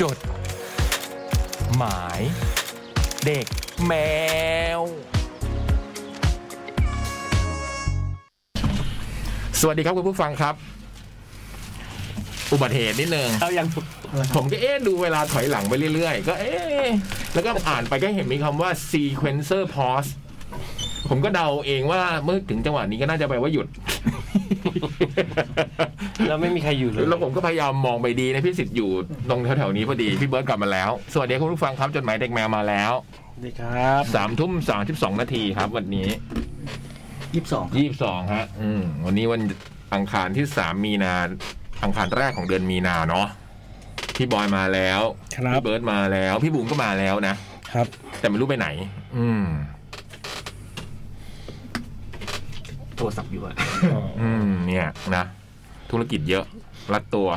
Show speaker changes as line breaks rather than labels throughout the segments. จด หมาย เด็กแมว สวัสดีครับคุณผู้ฟังครับ อุบัติเหตุนิดนึง
เรายังถูก
ผมก็เอ๊ะดูเวลาถอยหลังไปเรื่อยๆ ก็เอ๊ะแล้วก็อ่านไปก็เห็นมีคำว่า sequencer pause ผมก็เดาเองว่าเมื่อถึงจังหวะนี้ก็น่าจะแปลว่าหยุด
แล้วไม่มีใครอยู่เลย
แล้วผมก็พยายามมองไปดีนะพี่สิทธิ์อยู่ตรงแถวๆนี้พอดี พี่เบิร์ดกลับมาแล้ว สวัสดีคุณผู้ฟังครับจดหมายเด็กแมวมาแล้ว
สวัสดีครับ
สามทุ่มสามสิบสองนาทีครับ วันนี้
ยี่สิบสอง
ยี่สิบสองฮะ อืมวันนี้วันอังคารที่สามมีนาอังคารแรกของเดือนมีนาเนาะพี่บอยมาแล้ว
ครับ
พี่เบิร์ดมาแล้ว พี่บุ๋มก็มาแล้วนะ
ครับ
แต่ไม่รู้ไปไหน อืม
โทรศัพท์อยู่อะ
อืม เนี่ยนะ ธุรกิจเยอะ รัดตัว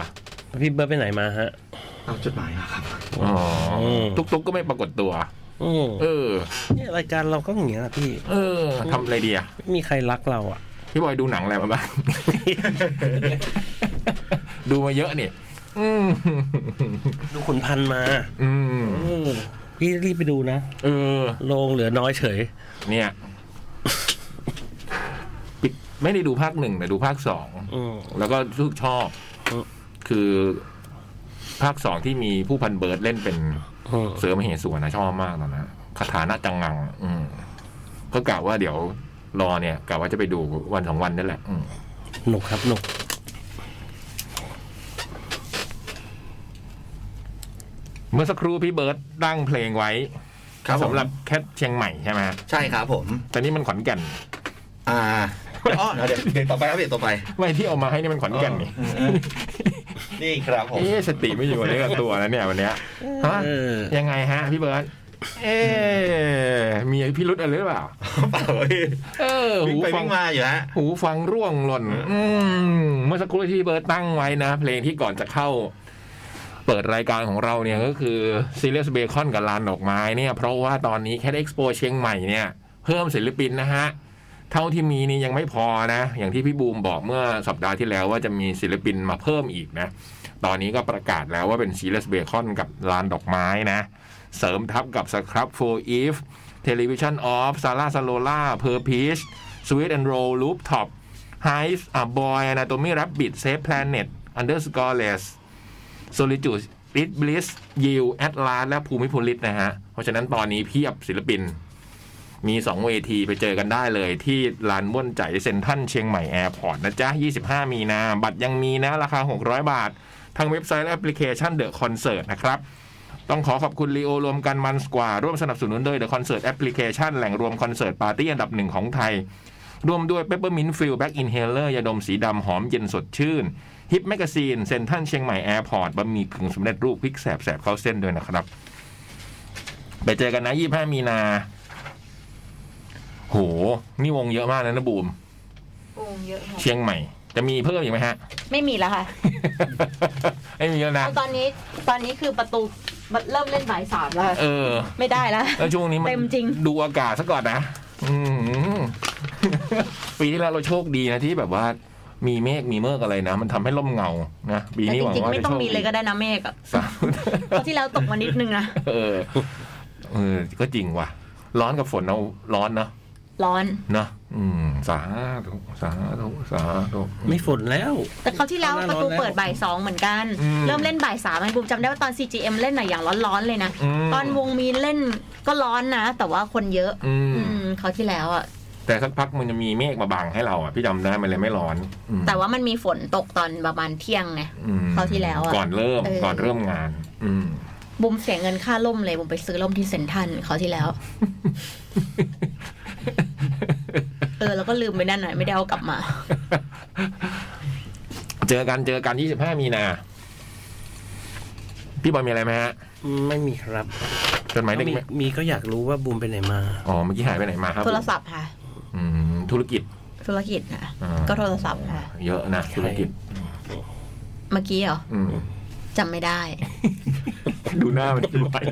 พี่เบิร์ดไปไหนมาฮะ
เอาจดหมายมาครับ
อ๋อ
อืม
ตุ๊กตุ๊กก็ไม่ปรากฏตัว
อืม
เออ
เนี่ยรายการเราก็อย่างเงี้ยนะพี่
เออทำอะไรดีอะ
ไม่มีใครรักเราอ่ะ
พี่บอยดูหนังอะไรมาบ้าง ดูมาเยอะนี่ อืม
ดูขุนพันธุ์มา
อืม
เออพี่รีบไปดูนะ
เออ
โรงเหลือน้อยเฉย
เนี่ยปิดไม่ได้ดูภาคหนึ่งแต่ดูภาคสอง
อืม
แล้วก็รู้สึกชอบ
เออ
คือภาคสองที่มีผู้พันเบิร์ดเล่นเป็น
อืม
เสือมเหสวนนะชอบมากตอนนั้นคาถาหน้าจังงัง อืมก็กะว่าเดี๋ยวรอเนี่ยกะว่าจะไปดูวันสองวันนี่แหละ อืม
หนุกครับหนุก
เมื่อสักครู่พี่เบิร์ตตั้งเพลงไว้สำหรับแคทเชียงใหม่ใช่ไหมฮะ
ใช่ครับผม
แต่นี่มันขอนแก่น
อ่าอ๋อเดี๋ยวเดี๋ยวต่อไปครับเดี๋ยวต่อไป
ไม่ที่เอามาให้นี่มันขอนแก่นนี่
เออเออ นี่ครับผม
เอ๊ะสติไม่อยู่เลยกับตัวแล้วเนี่ยวันเนี้ยฮะ
เออ
ยังไงฮะ พี่เบิร์ตเอ๊ะมีพี่รุดอะไรหรือเปล่า
เปล่าพี่
เออ
วิ่ง
หู
ไป
ฟั
วิ่
ง
งมาอยู่ฮะ
หูฟังร่วงหล่น อืมเมื่อสักครู่ที่เบิร์ตตั้งไว้นะ เพลงที่ก่อนจะเข้า เปิดรายการของเราเนี่ยก็คือ Serious Bacon กับลานดอกไม้เนี่ย เพราะว่าตอนนี้แค่เอ็กซ์โปเชียงใหม่เนี่ย เพิ่มศิลปินนะฮะ เท่าที่มีนี่ยังไม่พอนะ อย่างที่พี่บูมบอกเมื่อสัปดาห์ที่แล้วว่าจะมีศิลปินมาเพิ่มอีกนะ ตอนนี้ก็ประกาศแล้วว่าเป็น Serious Bacon กับลานดอกไม้นะ เสริมทับกับ Scrub for Eve Television Off Sala Salola Per Peach Sweet and Roll Rooftop Hives อ่ะ Boy Anatomy Rabbit Safe Planet Underscoreless Solitude It Bliss Yield Atlas และภูมิพลิตนะฮะ เพราะฉะนั้นตอนนี้เพียบศิลปิน มี 2 เวทีไปเจอกันได้เลยที่ลานม่วนใจเซ็นทรัลเชียงใหม่แอร์พอร์ตนะจ๊ะ 25 มีนา บัตรยังมีนะ ราคา 600 บาท ทางเว็บไซต์และแอปพลิเคชันเดอะคอนเสิร์ตนะครับ ต้องขอขอบคุณลีโอรวมกันมันสกว่า ร่วมสนับสนุนโดย The Concert Application แหล่งรวมคอนเสิร์ตปาร์ตี้อันดับหนึ่งของไทย ร่วมด้วย Peppermint Fill Back Inhaler ยาดมสีดำหอมเย็นสดชื่น ฮิปแมกกาซีนเซ็นทรัลเชียงใหม่แอร์พอร์ตบะหมี่กึ่งสำเร็จรูปพริกแสบแสบเข้าเส้นด้วยนะครับ ไปเจอกันนะ 25 มีนา โห นี่วงเยอะมากนะนะบูม
โอ่งเยอะค่ะ
เชียงใหม่ จะมีเพิ่มอีกไหมฮะ
ไม่มีแล้วค่ะ
ไม่มีแล้วนะ
ตอนนี้ตอนนี้คือประตูเริ่มเล่นบ่ายสามแล้วค่ะ
เออ
ไม่ได้แล้ว
แล้วช่วงนี้มัน
เต็มจริง
ดูอากาศซะก่อนนะ อื ม ปีที่แล้วเราโชคดีนะที่แบบว่า มีเมฆมีเมฆอะไรนะ มันทำให้ร่มเงานะปี
แต่
นี้
จ
หวัง
ริง
ว่า
ๆ ไม่
จะ
ต้อง
โชค
มี
ดี
เลยก็ได้นะเมฆอะ
สาธุ
เพราะที่แล้วตกมานิดนึงนะ
เออเออ ก็จริงว่ะ ร้อนกับฝนเอาร้อนเนาะ
ร้อน
เนาะอืม สาธุสาธุสาธุ
ไม่ฝนแล้ว
แต่เขาวที่แล้วประตูเปิดบ่ายสองเหมือนกัน เริ่มเล่นบ่ายสามไอ้บูมจำได้ว่าตอน CGM เล่นหน่ะอย่างร้อนๆเลยนะ
ม
ตอนวงมีนเล่นก็ร้อนนะ แต่ว่าคนเยอะ
อืม
อืมเขาวที่แล้วอะ
แต่สักพักมันจะมีเมฆมาบังให้เราอ่ะพี่จำได้มันเลยไม่ร้อนอืม
แต่ว่ามันมีฝนตกตอนประมาณเที่ยงไง
อืม
คราวที่แล้วอะ
ก่อนเริ่ม
เออ
ก่อนเริ่มงาน อืม
บุมเสียเงินค่าล่มเลยบุมไปซื้อล่มที่เซ็นทรันเขาวที่ แล้ว เออแล้วก็ลืมไปนั่นหน่อยไม่ได้เอากลับมา
เจอกันเจอกัน 25 มีนา พี่บอยมีอะไรไหมฮะ
ไม่มีครับ
จดหมายเด็ก
มี
ไหม
มีก็อยากรู้ว่าบูมไปไหนมา
อ๋อเมื่อกี้หายไปไหนมาครับ
โทรศัพท์ค่ะ
อืมธุรกิจ
ธุรกิจค่ะ
อ่า
ก็โทรศัพท์ค่ะ
เยอะนะธุรกิจ
เมื่อกี้เหรอ
อืม
จำไม่ได้
ดูหน้ามันพี่บอย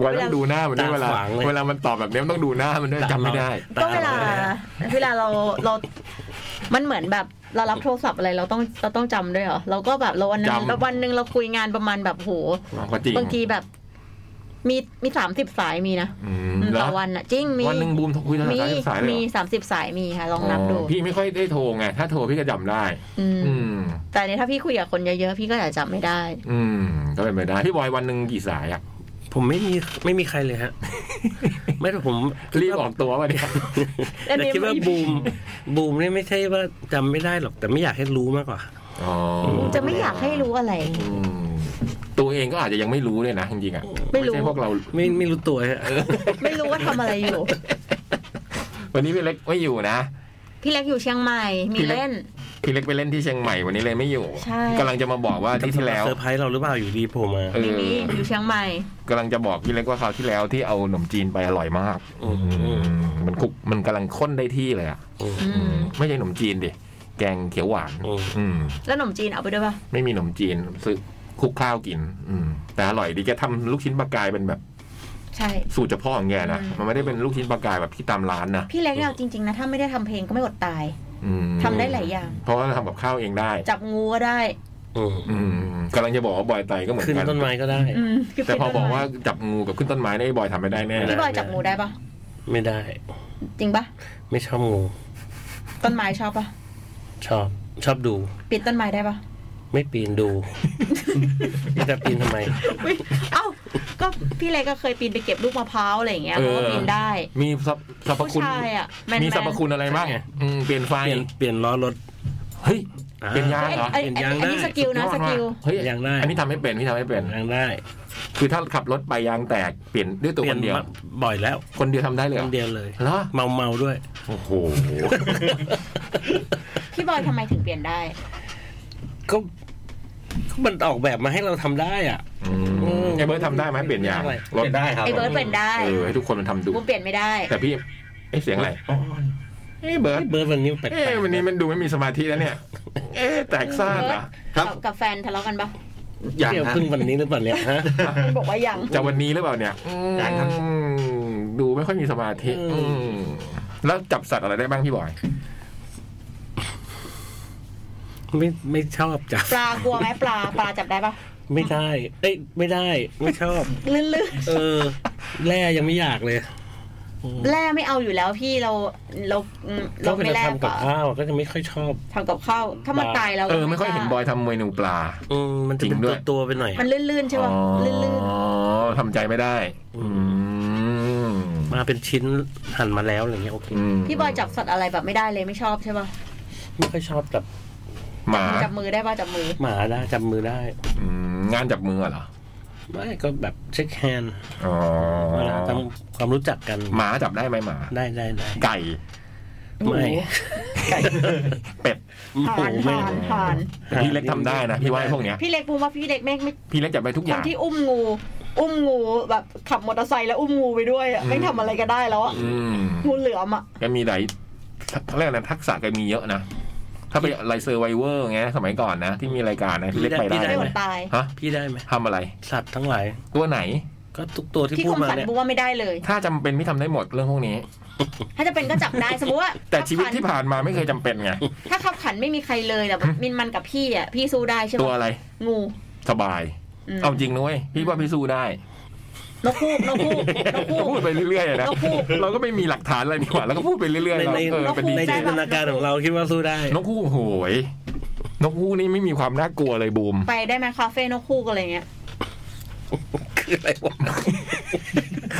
บอยต้องดูหน้ามันด้วยเวลา
ตาขวางเลย
เวลามันตอบแบบนี้มันต้องดูหน้ามันด้วยจำไม่ได้
ก็เวลา เวลาเราเรา มันเหมือนแบบ เรารับโทรศัพท์อะไรเราต้องเราต้องจำด้วยเหรอเราก็แบบเราวันหนึง
จำ
วันหนึ่งเราคุยงานประมาณแบบโห
อ๋อก็จริง
บางทีแบบ มีมีสามสิบสายมีนะ
อืม
อืม
แล้
ต่อวันอะจริงมี
วันหนึ่งบูมโทรคุยโทรศัพ
มี
ท์สายสายเลยเหร
มี
อ
สามสิบสายมีค่ะ ลองนับดู
อ๋อพี่ไม่ค่อยได้โทรไงถ้าโทรพี่ก็จำได้
อืม
อืม
แต่เนี่ยถ้าพี่คุยกับคนเยอะๆพี่ก็อาจจะจำไม่ได้
อืมก็เป็นไปได้พี่บอยวันหนึ่งกี่สายอ่ะ
ผมไม่มีไม่มีใคร เลยฮะ ไม่แต่ผม
รีบออกตัววะเนี่ย
อัน
แต่
นี้
คิดว่า
ไม่
บูมบูมเนี่ยไม่ใช่ว่าจำไม่ได้หรอกแต่ไม่อยากให้รู้มากกว่า
อ๋อ
จะไม่อยากให้รู้อะไร
อืมตัวเองก็อาจจะยังไม่รู้เลยนะจริงๆอ่ะ
ไม่รู้
ใช่พวกเรา
ไม่ไม่รู้ตัวฮะ
ไม่รู้ว่าทำอะไรอยู่
วันนี้พี่เล็กไม่อยู่นะ
พี่เล็กอยู่เชียงใหม่มี
พี่เล็ก
เล่น
พี่เล็กไปเล่นที่เชียงใหม่วันนี้เลยไม่อยู่
ใช่
กำลังจะมาบอกว่าที่ที่แล้ว
เซอร์ไพรส์เราหรือเปล่าอยู่ดีโผล่มา
เอ
มี
อ
มีอยู่เชียงใหม่
กำลังจะบอกพี่เล็กว่าคราวที่แล้วที่เอาขนมจีนไปอร่อยมาก
อืม
อืมมันคุกมันกำลังข้นได้ที่เลยอ่ะ
อืม
อืม
ไม่ใช่ขนมจีนดิแกงเขียวหวาน
อืม
อืม
แล้วขนมจีนเอาไปด้วยปะ
ไม่มีขนมจีนซื้อคลุกข้าวกิน อืม แต่อร่อยดีแกทำลูกชิ้นปลากายเป็นแบบ
ใช่
สูตรเฉพาะของแกนะ
อืม
มันไม่ได้เป็นลูกชิ้นปลากายแบบที่ตามร้านนะ
พี่เล็กเนี่ยจริง ๆ นะ ถ้าไม่ได้ทำเพลงก็ไม่อดตาย
อืม
ทำได้หลายอย่าง
เพราะว่าทำกับข้าวเองได้
จับงูก็ได้
อืม
อืมกำลังจะบอกว่าบอยไตก็เหมือน
ขึ้น
กัน
ต้นไม้ก็ได้
อืมคื
แต่พอ
เป็น
บอน
ต้
ก
ไม้
ว่าจับงูกับขึ้นต้นไม้ได้บอยทำไม่ได้แน่
ไม่
พี่
ได้
บอยจับงูได้ปะ
ไม่ได้
จริงปะ
ไม่ชอบงู
ต้นไม้ชอบปะ
ชอบชอบดู
ปีนต้นไม้ได้ปะ
ไม่ปีน ดูจะปีนทำไม
อุ๊ยเอ้าก็พี่เล็กก็เคยปีนไปเก็บลูกมะพร้าวอะไรอย่างเงี้ยเขาก็ปีนได้
มีสรรพสรรพ
ผู้
คุณ
ชายอ่ะแมนๆ
มีสรรพคุณอะไรบ้าง
ใช่ไง
อืมเปลี่ยนไฟ
เปลี่ยนเปลี่ยนล้อรถ
เฮ้ย
อ่า
เปลี่ยนยาง
เอ้ย
เหรอ
เอ้ยอันนี้อันนี้สกิลนะสกิล
เฮ้ย
ยางได้
อันนี้ทำให้เป็นพี่ทำให้เป็น
นั่งได้
คือถ้าขับรถไปยางแตกเปลี่ยนด้วยตัว
เป
ค
ลี่ยน
นเดียว
มาบ่อยแล้ว
คนเดียวทำได้เลย
ค
เหรอน
เดียวเลย
เหรอ
เมาเมา ด้วย
โอ้โห
พี่บอยทำไมถึงเปลี่ยนได้
ก็ก็มันออกแบบมาให้เราทำได้อ่ะ
อืม
อืม
ไอ้เบิร์ดทำได้ไหมเปลี่ยนยาง
ไม่ได้
รถ
เล่นได้ครับ
ไอ้เบิร์ดเปลี่ยนได้
เออให้ทุกคนมันทำดู
บูมเปลี่ยนไม่ได้
แต่พี่ไอ้ยเสียงอะไร
อ๋อ
ไอ้ยเบิร์ด
เบิร์ดวันนี้แปลก
เอ้ย
ๆ
วันนี้มันดูไม่มีสมาธิแล้วเนี่ย เอ้ยแตกซ่านเหรอ
ครับ
กับกับแฟนทะเลาะกันปะ
อย่าง
เที่ยว
ฮะ
เพิ่งวันนี้หรือเปล่าเนี่ยฮะ
มันบอกว่ายัง
จะวันนี้หรือเปล่าเนี่ยอืม
ยังครับ
ดูไม่ค่อยมีสมาธิ
อืม
อืมแล้วจับสัตว์อะไรได้บ้างพี่บอย
ไม่ไม่ชอบจับ
ปลากลัวไหมปลาปลาจับได้ปะ
ไม่ได้ เอ้ยไม่ได้ ไม่ชอบ
ลื่น
เออ แร่ยังไม่อยากเลย
ๆแร่ไม่เอาอยู่แล้วพี่เราเราอืม
ก็
เรา
เว
ไม่
ลา
แร่
ทำกับข้าวก็จะไม่ค่อยชอบ
ทำกับข้าวถ้ามันตายแล้ว
เออไม่ค่อยเห็นบอยทำเมนูปลา
อืมมันจะ
จ
เป็น
ริงด้
ตัว วย ตัวๆไปหน่อย
มันลื่นๆใช่ปะ
อ๋อ
ลื่น
ทำใจไม่ได้ อืม
มาเป็นชิ้นหั่นมาแล้วอะไรเงี้ยโอเค
ม
ๆพี่บอยจับสัตว์อะไรแบบไม่ได้เลยไม่ชอบใช่ปะ
ไม่ค่อยชอบจับ
หมา
จับมือได้ปะจับมือ
หมาได้จับมือได้
อืมงานจับมือเหรอ
ไม่ก็แบบเช็คแฮนด์
อ๋อ
เวลาทำความรู้จักกัน
หมาจับได้ไหมหมา
ได้ได้ได้
ไก่
ไม่
เป็ด
ผ่าน
ไม่
ผ่านผ่าน
แต่พี่เล็กทำได้นะพี่ว่าไอ้พวกเนี้ย
พี่เล็กพูดว่าพี่เล็กแม่งไม่
พี่เล็กจับได้ทุกอ
ค
ย่าน ง
ที่อุ้มงู อุ้มงูแบบขับมอเตอร์ไซค์แล้วอุ้มงูไปด้วยอะ
อืม
แม่งทำอะไรก็ได้แล้วอะ
อืม
งูเหลือมอะ
แก็มีหลายเขาเรียกอะไรนะทักษะแก็มีเยอะนะ ถ้าไปไลเซอร์ไวเวอร์ไงสมัยก่อนนะ ที่มีรายการนะพี่เล็กไปได้
ไม่หม
ไหม
ดตาย
ฮะ
พี่ได้ไหม
ทำอะไร
สัตว์ทั้งหลาย
ตัวไหน
ก็ทุกตัวที่
พี่
พู
ค
ด
ม
มา
สัน
เนี่ย
บูว่าไม่ได้เลย
ถ้าจำเป็นพี่ทำได้หมดเรื่องพวกนี้
ถ้าจะเป็นก็จับได้สมมติว่า
แต่
ขับ
ชีวิต
ขัน
ที่ผ่านมาไม่เคยจำเป็นไง
ถ้าขับขันไม่มีใครเลยแต่แบบมินมันกับพี่อ่ะพี่สู้ได้ใช่ไหม
ตัวอะไร
งู
สบาย
อืม
เอาจริงนุ้ยพี่ว่าพี่สู้ได้
นกคู่นกคู่นกคู่
พูดไปเรื่อยๆอะนะ
นกคู่
เราก็ไม่มีหลักฐานอะไรนี่หว่าแล้วก็พูดไปเรื่อยๆ
ใน
เรา
ใน
เออเป็นดี
ใน
ใจ
จินตนาการของเราคิดว่าสู้ได้
นกคู่โหย นกคู่นี่ไม่มีความน่ากลัวเลยบูม
ไปได้ไหมคาเฟ่นกคู่กันอะไรเงี้ย
คืออะไรวะ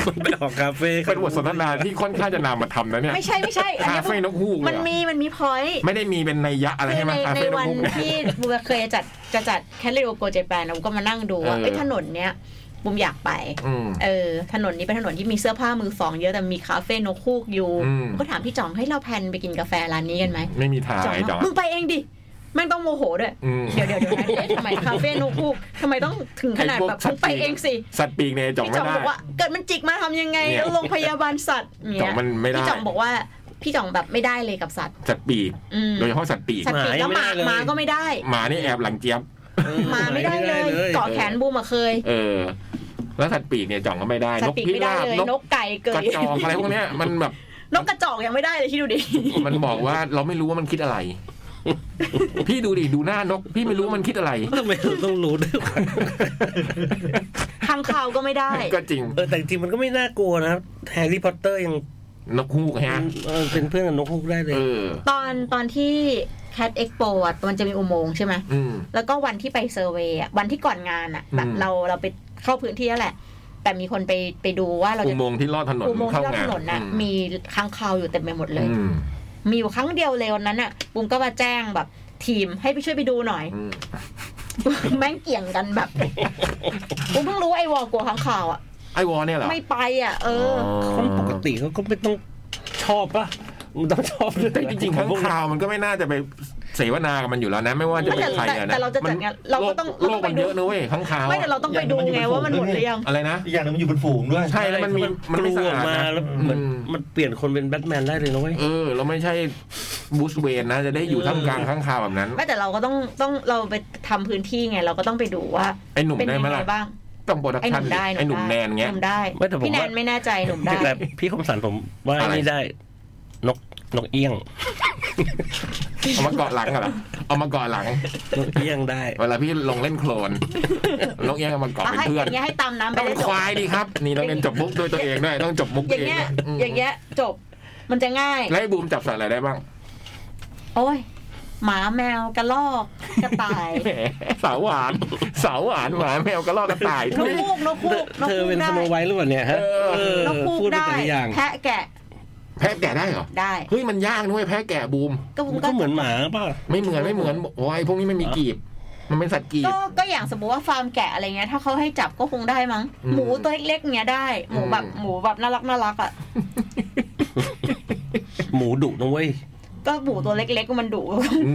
มันไปออกคาเฟ่
เป็นบทสนทนาที่ค่อนข้างจะนำมาทำนะเนี่ย
ไม่ใช่ไม่ใช่อัน
คา
นี้
เฟ่นกฮูกเล
มั
ย
น
เหรอ
มีมันมีพอยต์
ไม่ได้มีเป็นในยยะอะไร
คื
ใช่
อ
ไหม
ใน
คา
ใน
เฟ่นก
วัน
ฮูกเนี่ย
ที่บูมเคยจะจัดจะจัดแคทเรโกเจแปนบูมก็มานั่งดูว่า
เออ
ไอ้ยถนนเนี้ยบูมอยากไป
อืม
เออถนนนี้เป็นถนนที่มีเสื้อผ้ามือสองเยอะแต่มีคาเฟ่นกคู่อยู่
อืม
บูมก็ถามพี่จ่องให้เราแพลนไปกินกาแฟร้านนี้กันไหม
ไม่มีทาง
จอด
ไอ้จอ
เนาะ
ด
มึงไปเองดิ แม่งต้องโมโหด้วย
อืม
เดี๋ยวเดี๋ยวเดี๋ยวนะเอ๊ะทำไมคาเฟ่นกฮูกทำไมต้องถึงขนาด
อ้พวก
แบบ
สัต
มึง
ว์
ไปเองสิ
สัตว์ปีกเนี่ยจ่อง
พี่
ไม่
จ่อง
ได้
บอกว่า เกิดมันจิกมาทำยังไง
เนี่ย
โรงพยาบาลสัตว์เนี่
จ่อง
ย
มันไม่ได้
พี่จ่องบอกว่าพี่จ่องแบบไม่ได้เลยกับสัตว์
สัตว์ปีก
อืม
โดยเฉพาะสัตว์ปีก
สัตว์ปีกแล้วหมาหมาก็ไม่ได้
หมานี่แอบหลังเจี๊ยบ
เออ
หมาไม่ได้เลยเกาะแขนบูมอะเคย
เออ แล้วสัตว์ปีกเนี่ยจ่องก็ไม่ได้
สัต
นก
ว์ปีก
พิ
ไม่ได้
ราบ
เลย
น
น
ก
กไก่เก
กระ
ย
จอกอะไรพวกเนี้ยมันแบบ
นกกระจอกยังไม่ได้เลยที่ดูดิ
มันบอกว่าเราไม่รู้ว่ามันคิดอะไร พี่ดูดิดูหน้านก พี่ไม่รู้มันคิดอะไร
ทำไมเราต้องรู้ด้วยวะ
ทางข่าวก็ไม่ได้
ก็จริง
เออแต่จริงๆมันก็ไม่น่ากลัวนะแฮร์รี่พอตเตอร์ยัง
นกฮูกฮะ
เออเป็นเพื่อนกับนกฮูกได้เลย
เออ
ตอนตอนที่ Cat Expo อ่ะมันจะมีอุโมงค์ใช่ไหม
อืม
แล้วก็วันที่ไปเซอร์เวย์อะวันที่ก่อนงานอะ
อืม
แบบเราเราไปเข้าพื้นที่แล้วแหละ แต่มีคนไปไปดูว่าเรา
อุ
จะ
โมงค์ที่ลอดถนน
อุโมงค์
เข้างา
ที่รอบถ
น
นนน่ะ
อื
มีค้างคาวอยู่เต็มไปหมดเลย
อืม
มีอยู่ครั้งเดียวเลยวันนั้นอะบุ้มก็มาแจ้งแบบ ทีมให้ไปช่วยไปดูหน่อย
อืม
แม่งเกี่ยงกันแบบ บุ้มเพิ่งรู้ว่าไอ้วอกลัวค้างคาวอะ
ไอวอลเนี่ยเหรอ
ไม่ไปอะเอออ
คนปกติเขาก็ไม่ต้องชอบปะมันต้องชอบด้วย
แต่จริงๆ
ข
ข้า
อง พวก
ข่าวมันก็ไม่น่าจะไปเสวนากับมันอยู่แล้วนะ ไม่ว่าจะเป็นใครอะนะ
แต่แต่เราจะจัดงานเราก็
มั
ต้อง
โลโลกมัน
เราต้องไป
เยอะ
ดู
นะเว้ยข้างข่าว
ไม่แต่เราต้องไปดูไงว่ามันหมดหรือยัง
อะไรนะ
อีกอย่างหนึงมันอยู่บนฝูงด้วย
ใช่แล้วมันมีมัน
ก
ไม่
ลัว
สะ
ออ
อาก ด
มา
นะ
แล้วเหมือน
อืม
มันเปลี่ยนคนเป็นแบทแมนได้เลยนะเว้ย
เออ เราไม่ใช่บูสเวนนะ จะได้อยู่ท่ามกลางข้างข่าวแบบนั้น
ไม่แต่เราก็ต้องต้องเราไปทำพื้นที่ไงเราก็ต้องไปดูว่า
ไอหนุ่ม
เป็น
ได้
ยัง
ไหม
ไง
ล่ะ
บ้าง
ต้องโปรดัก
ไอ้ห
ชั่
นุ่
น
มได้
ไอหนุ่มแนนเงี้ย
หนุ่มได้
ไม่แต่ผมว่า
พี่แนนไม่แน่ใจหนุ่มได้
แต่พี่คมสันผมว่า
อะไร
ไม่ได้ นกนกเอี้ยง
เอามาเกาะหลังกันเหรอเอามาเกาะหลัง
นกเอี้ยงได้
เวลาพี่ลงเล่นโคล นนกเอี้ยงเอามาเกาะ
เอา
เป็น
ให้
เพื่
อ
อน
ย่างเงี้ยให้ตามน้ำไป
ต้อง
ได้
เป็น
จ
ค
บ
วายดีครับ นี่ต้องเรียนจบมุกด้วยตัวเองด้วยต้องจบมุก
อ
เอย่าง ง
เงี้ย
อืม
อย่างเงี้ยจบ มันจะง่าย
แล้วไอ้บูมจับสัตว์อะไรได้บ้าง
โอ้ย หมาแมวกระลอกกระต่าย
แหมสาวหวานสาวหวานหมาแมวกระรอกกระต่าย
น
ทุ
ก
ย
ฮูกนกฮูกนก
เธอ
ฮูก
เป็น
ได้
สโนไวท์หรือเปล่าเนี่ยฮะ
เออ
เออน
กฮูก
พูดได้
ได้
แต่ละอย่าง
แพะแกะ
แพะแกะได้เหรอ
ได้
เฮ้ยมันยากนุ้ยแพะแกะบูม
ก็ผม
มัน
ก็
ก็เหมือนหมาป่ะ
ไม่เหมือนไม่เหมือนโอ้ยพวกนี้มันมีกีบ มันเป็นสัตว์กีบ
ก็ก็อย่างสมมติว่าฟาร์มแกะอะไรเงี้ยถ้าเขาให้จับก็คงได้มั้ง
อืม
หมูตัวเล็กๆเงี้ยได้ หมูแบบ
อืม
หมูแบบน่ารักน่ารักอ่ะ
หมูดุนะเว้ย
ก็หมูตัวเล็กๆมันดุ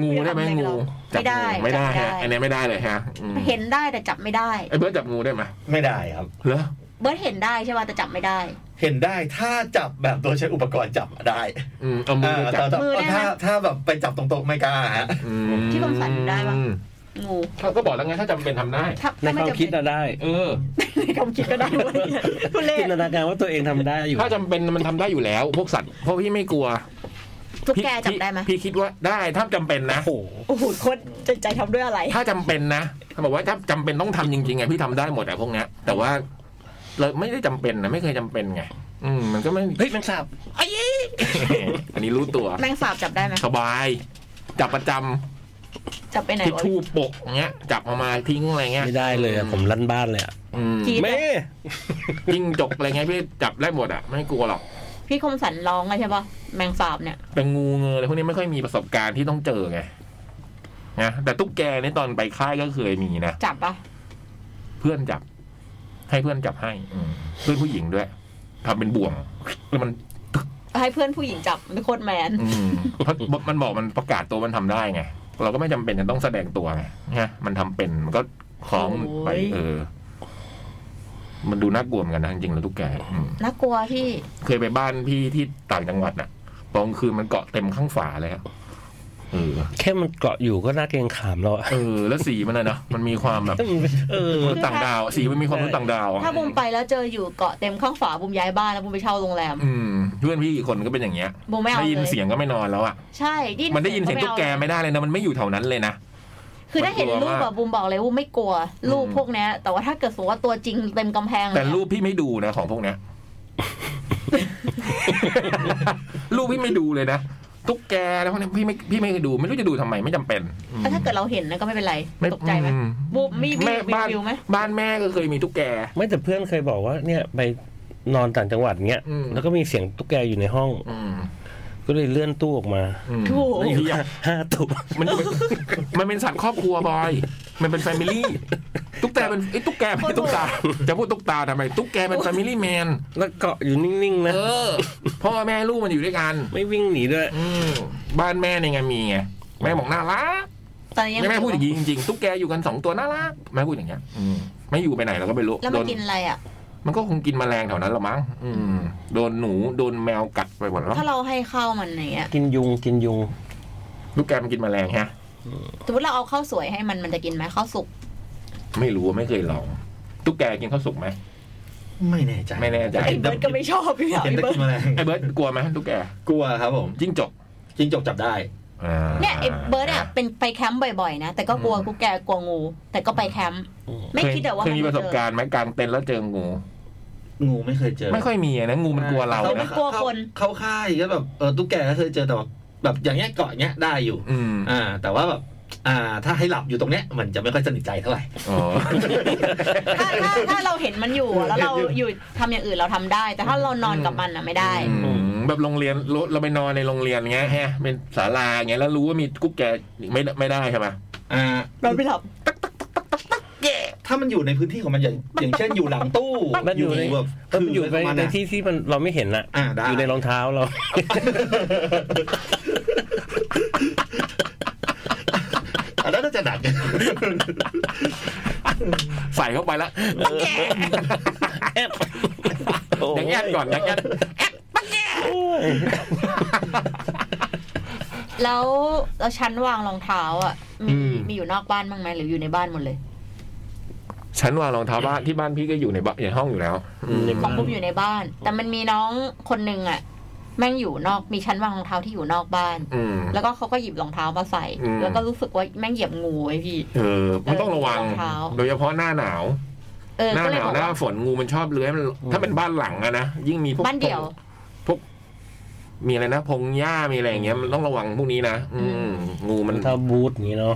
งูได้ไหมงูจับงู
ไม่ได้
ไม่ได้
จับ
ฮะอันนี้ไม่ได้เลยฮะอืม
เห็นได้แต่จับไม่ได้
ไอ้เบิร์ดจับงูได้ไหม
ไม่ได้ครับ
เหรอ
เบิร์ดเห็นได้ใช่ป่ะแต่จับไม่ได้
เห็นได้ถ้าจับแบบโดยใช้อุปกรณ์จับได้
อืมเอามือจับ
อ่าแต่
มือได้
แต่
ไหม
ถ้าถ้าแบบไปจับตรงๆไม่กล้าฮะ
อื
ที่คมสันได้ปะ งู
เขาก็บอกแล้วไงถ้าจำเป็นทำได้
ถ้า
ใน
ถ้า
ค
ไม่
วาม
จะ
คิด
เป็น
อะได้
เออ
ในความคิด ก็ได้เว้ยทุเร
จิ
ศ
นตนาการว่าตัวเองทำได้อยู่
ถ้าจำเป็นมันทำได้อยู่แล้ว พวกสัตว์เพราะพี่ไม่กลัว
ทุก
พี่
แกจับได้ไหม
พี่พี่คิดว่าได้ถ้าจำเป็นนะ
โอ้โห
โอ้โหโคตรใจใจทำด้วยอะไร
ถ้าจำเป็นนะเขาบอกว่าถ้าจำเป็นต้องทำจริงๆไงพี่ทำได้หมดอะพวกเนี้ย แต่ว่าเราไม่ได้จำเป็นนะไม่เคยจำเป็นไง อืมมันก็ไม่
เฮ้ยแมงสาบ
อันนี้รู้ตัว
แมงสาบจับได้ไหม
สบาย จับประจำ
จับไปไหน
ทิช
วะ
ชู่ปกเงี้ย จับเออกมาทิ้งอะไรเงี้ย
ไม่ได้เลยอะผมลั่นบ้านเลยอะ
อืม
จี๊ด
แม่
จิ้งจกอะไรเงี้ยพี่จับได้หมดอะไม่กลัวหรอก
พี่คมสันร้องอะใช่ป่ะแมงสาบเนี่ย
แต่งูเงยอะไรพวกนี้ไม่ค่อยมีประสบการณ์ที่ต้องเจอไงนะแต่ตุ๊กแกนี่ตอนไปค่ายก็เคยมีนะ
จับป่ะ
เพื่อนจับ ให้เพื่อนจับให้ อืมเพื่อนผู้หญิงด้วยทำเป็นบ่วงแล้วมัน
ให้เพื่อนผู้หญิงจับมันโคตรแมน
อืมเพราะมันบอกมันประกาศตัวมันทำได้ไง เราก็ไม่จำเป็นจะต้องแสดงตัวไงนะมันทำเป็นมันก็คล้องไปเออ มันดูน่ากลัวเหมือนกันนะจริงๆแล้วทุกแกอืม
น่ากลัวพี่
เคยไปบ้านพี่ที่ต่างจังหวัดน่ะตอนกลางคืนมันเกาะเต็มข้างฝาเลยอะเออ
แค่มันเกาะอยู่ก็น่าเกรงขามแล้วอะ
เออ แล้วสีมันนะเนาะมันมีความแบบ
เออ
มนุษย์ต่างดาว สีมันมีความมนุษย์ต่างดาวอะ
ถ้าบุมไปแล้วเจออยู่เกาะเต็มข้างฝาบุมย้ายบ้านแล้วบุมไปเช่าโรงแรม
อืม เพื่อนพี่อีกคนก็เป็นอย่างเงี้ย
บุมไม่เอา
ได้ยิน
เลย
เสียงก็ไม่นอนแล้วอ่ะ
ใช่ได้ยิน
มันได้ยินเสียง
ไม่
ตุ๊ก
อา
แกไม่ได้เลยนะมันไม่อยู่แถวนั้นเลยนะ
คือถ้าเห็นรูปอะบุมบอกเลยบุมไม่กลัวรูป
อืม
พวกเนี้ยแต่ว่าถ้าเกิดสมมติว่าตัวจริงเต็มกำแพงเลย
แต่
อะ
รูปพี่ไม่ดูนะของพวกเนี้ย รูปพี่ไม่ดูเลยนะตุ๊กแกแล้วพวกเนี้ยพี่ไม่พี่ไม่เคยดู ไม่รู้จะดูทำไมไม่จำเป็นอืม
แล้วถ้าเกิดเราเห็นนะก็ไม่เป็นไร ตกใจไหม
อื
บูมมีวิ
แม่
ว
บ้าน
วิวไหม
บ้านแม่ก็เคยมีตุ๊กแก
ไม่แต่เพื่อนเคยบอกว่าเนี่ยไปนอนต่างจังหวัดเงี้ย
อืม
แล้วก็มีเสียงตุ๊กแกอยู่ในห้อง
อืม
ก็เลยเลื่อนตู้ออกมา
อืม
โอ้โห
แล้วอยู่ห้าตัว
มันมันมันเป็นสัตว์ครอบครัวบอย มันเป็นแฟมิลี่ตุ๊กแกเป็นไอ้ยตุ๊กแกไม่ใช่ตุ๊กตาจะพูดตุ๊กตาทำไมตุ๊กแกเป็นแฟมิลี่แมน
แล้วเกาะอยู่นิ่งๆนะ
เออพ่อแม่ลูกมันอยู่ด้วยกัน
ไม่วิ่งหนีด้วย
อืมบ้านแม่ในยไงมีไงแม่บอกน่ารัก
ตอนนี้ยัง
แม่พูดอย่างนี้จริงๆตุ๊กแกอยู่กันสองตัวน่ารักแม่พูดอย่างเงี้ยอืมไม่อยู่ไปไหนเราก็ไม่รู้
แล้ว
โด
มัน
น
กินอะไรอ่ะ
มันก็คงกินแมลงแถวนั้นหรอมั้งอืมโดนหนูโดนแมวกัดไปหมดแล้ว
ถ้าเราให้ข้าวมันอย่างเงี้ย
กินยุงกินยุง
ตุ๊กแกมันกินแมลงฮะ
สมมติเราเอาข้าวสวยให้มันมันจะกินไหมข้าวสุก
ไม่รู้ไม่เคยลองตุ๊กแกกินข้าวสุกไหม
ไม่แน่ใจ
ไม่แน่ใจ
ไอ้เบิร์ดก็ไม่ชอบพี่เหรอ
เห็น
ไอ้
แตะ
เบิร์ด
กี้แมลง
ไอ้เบิร์ดกลัวไหมตุ๊กแก
กลัวครับผม
จิ้งจก
จิ้งจกจับได้
อ่า
เนี่ยไอ้เบิร์ดอะเป็นไปแคมป์บ่อยๆนะ แต่ก็กลัวกูแกกลัวงู แต่ก็ไปแคมป์
อืม
ไม่คิดแต่ว่า
เคย
น
มีประสบการณ์ไหมกลางเต็นท์แล้วเจองู
งูไม่เคยเจอ
ไม่ค่อยมีอะนะงูมันกลัวเรา
ข
นะ
ขเข้าค่ายก็แบบเออตุ๊กแกก็เคยเจอแต่แบบแบบอย่างเงี้ยเกาะอย่างเงี้ยได้อยู่
อืม
อ่า แต่ว่าแบบอ่า ถ้าให้หลับอยู่ตรงเนี้ยมันจะไม่ค่อยสนิทใจเท่าไหร่
อ๋อ
ถ้าถ้าถ้าเราเห็นมันอยู่อะแล้วเราอยู่ทำอย่างอื่นเราทำได้ แต่ถ้าเรานอนกับมันอะไม่ได้
อืมแบบโรงเรียนเราเราไปนอนในโรงเรียนเงี้ยฮะเป็นศาลาเงี้ยแล้วรู้ว่ามีกุ๊กแกไม่ไม่ได้ใช่ปะ
อ่า
นอนไม่หลับ
ถ้ามันอยู่ในพื้นที่ของมันอย่างอย่างเช่นอยู่หลังตู้
มันอยู่ใน
แบบ
เออมันอยู่ใน
ประมาณ
ใน
นั้น
ที่ที่มันเราไม่เห็นอะ
อ่าได้
อยู่ในรองเท้าเรา
อ่ะแล้วน่าจะหนัก
ใส่เข้าไปแล้ว
แอบโย
ยังแอดก่อนยังแอด
โอ้ย
แล้วแล้วชั้นวางรองเท้าอะมีมีอยู่นอกบ้านบ้างไหมหรืออยู่ในบ้านหมดเลย
ฉันวางรองเท้าบ้านที่บ้านพี่ก็อยู่ในบ้านในห้องอยู่แล้วอืม
ของบุมอยู่ในบ้าน แต่มันมีน้องคนหนึ่งอะแม่งอยู่นอกมีชั้นวางรองเท้าที่อยู่นอกบ้าน
อืม
แล้วก็เขาก็หยิบรองเท้ามาใส่
อืม
แล้วก็รู้สึกว่าแม่งเหยียบงูไว้พี่
เออมันต้องระวัง
รองเท้า
โดยเฉพาะหน้าหนาว
เออ
หน้า
ก็เล
ห
ย
นาว
บอก
หน้า
ว่า
ฝนงูมันชอบเลื้อยมันถ้าเป็นบ้านหลังอะนะยิ่งมีพวก
บ้านเดี่ยว
มีอะไรนะพงหญ้ามีอะไรอย่างเงี้ยมันต้องระวังพวกนี้นะอืม งู
มั
มัน น
ถ้าบูทอย่างนี้เนาะ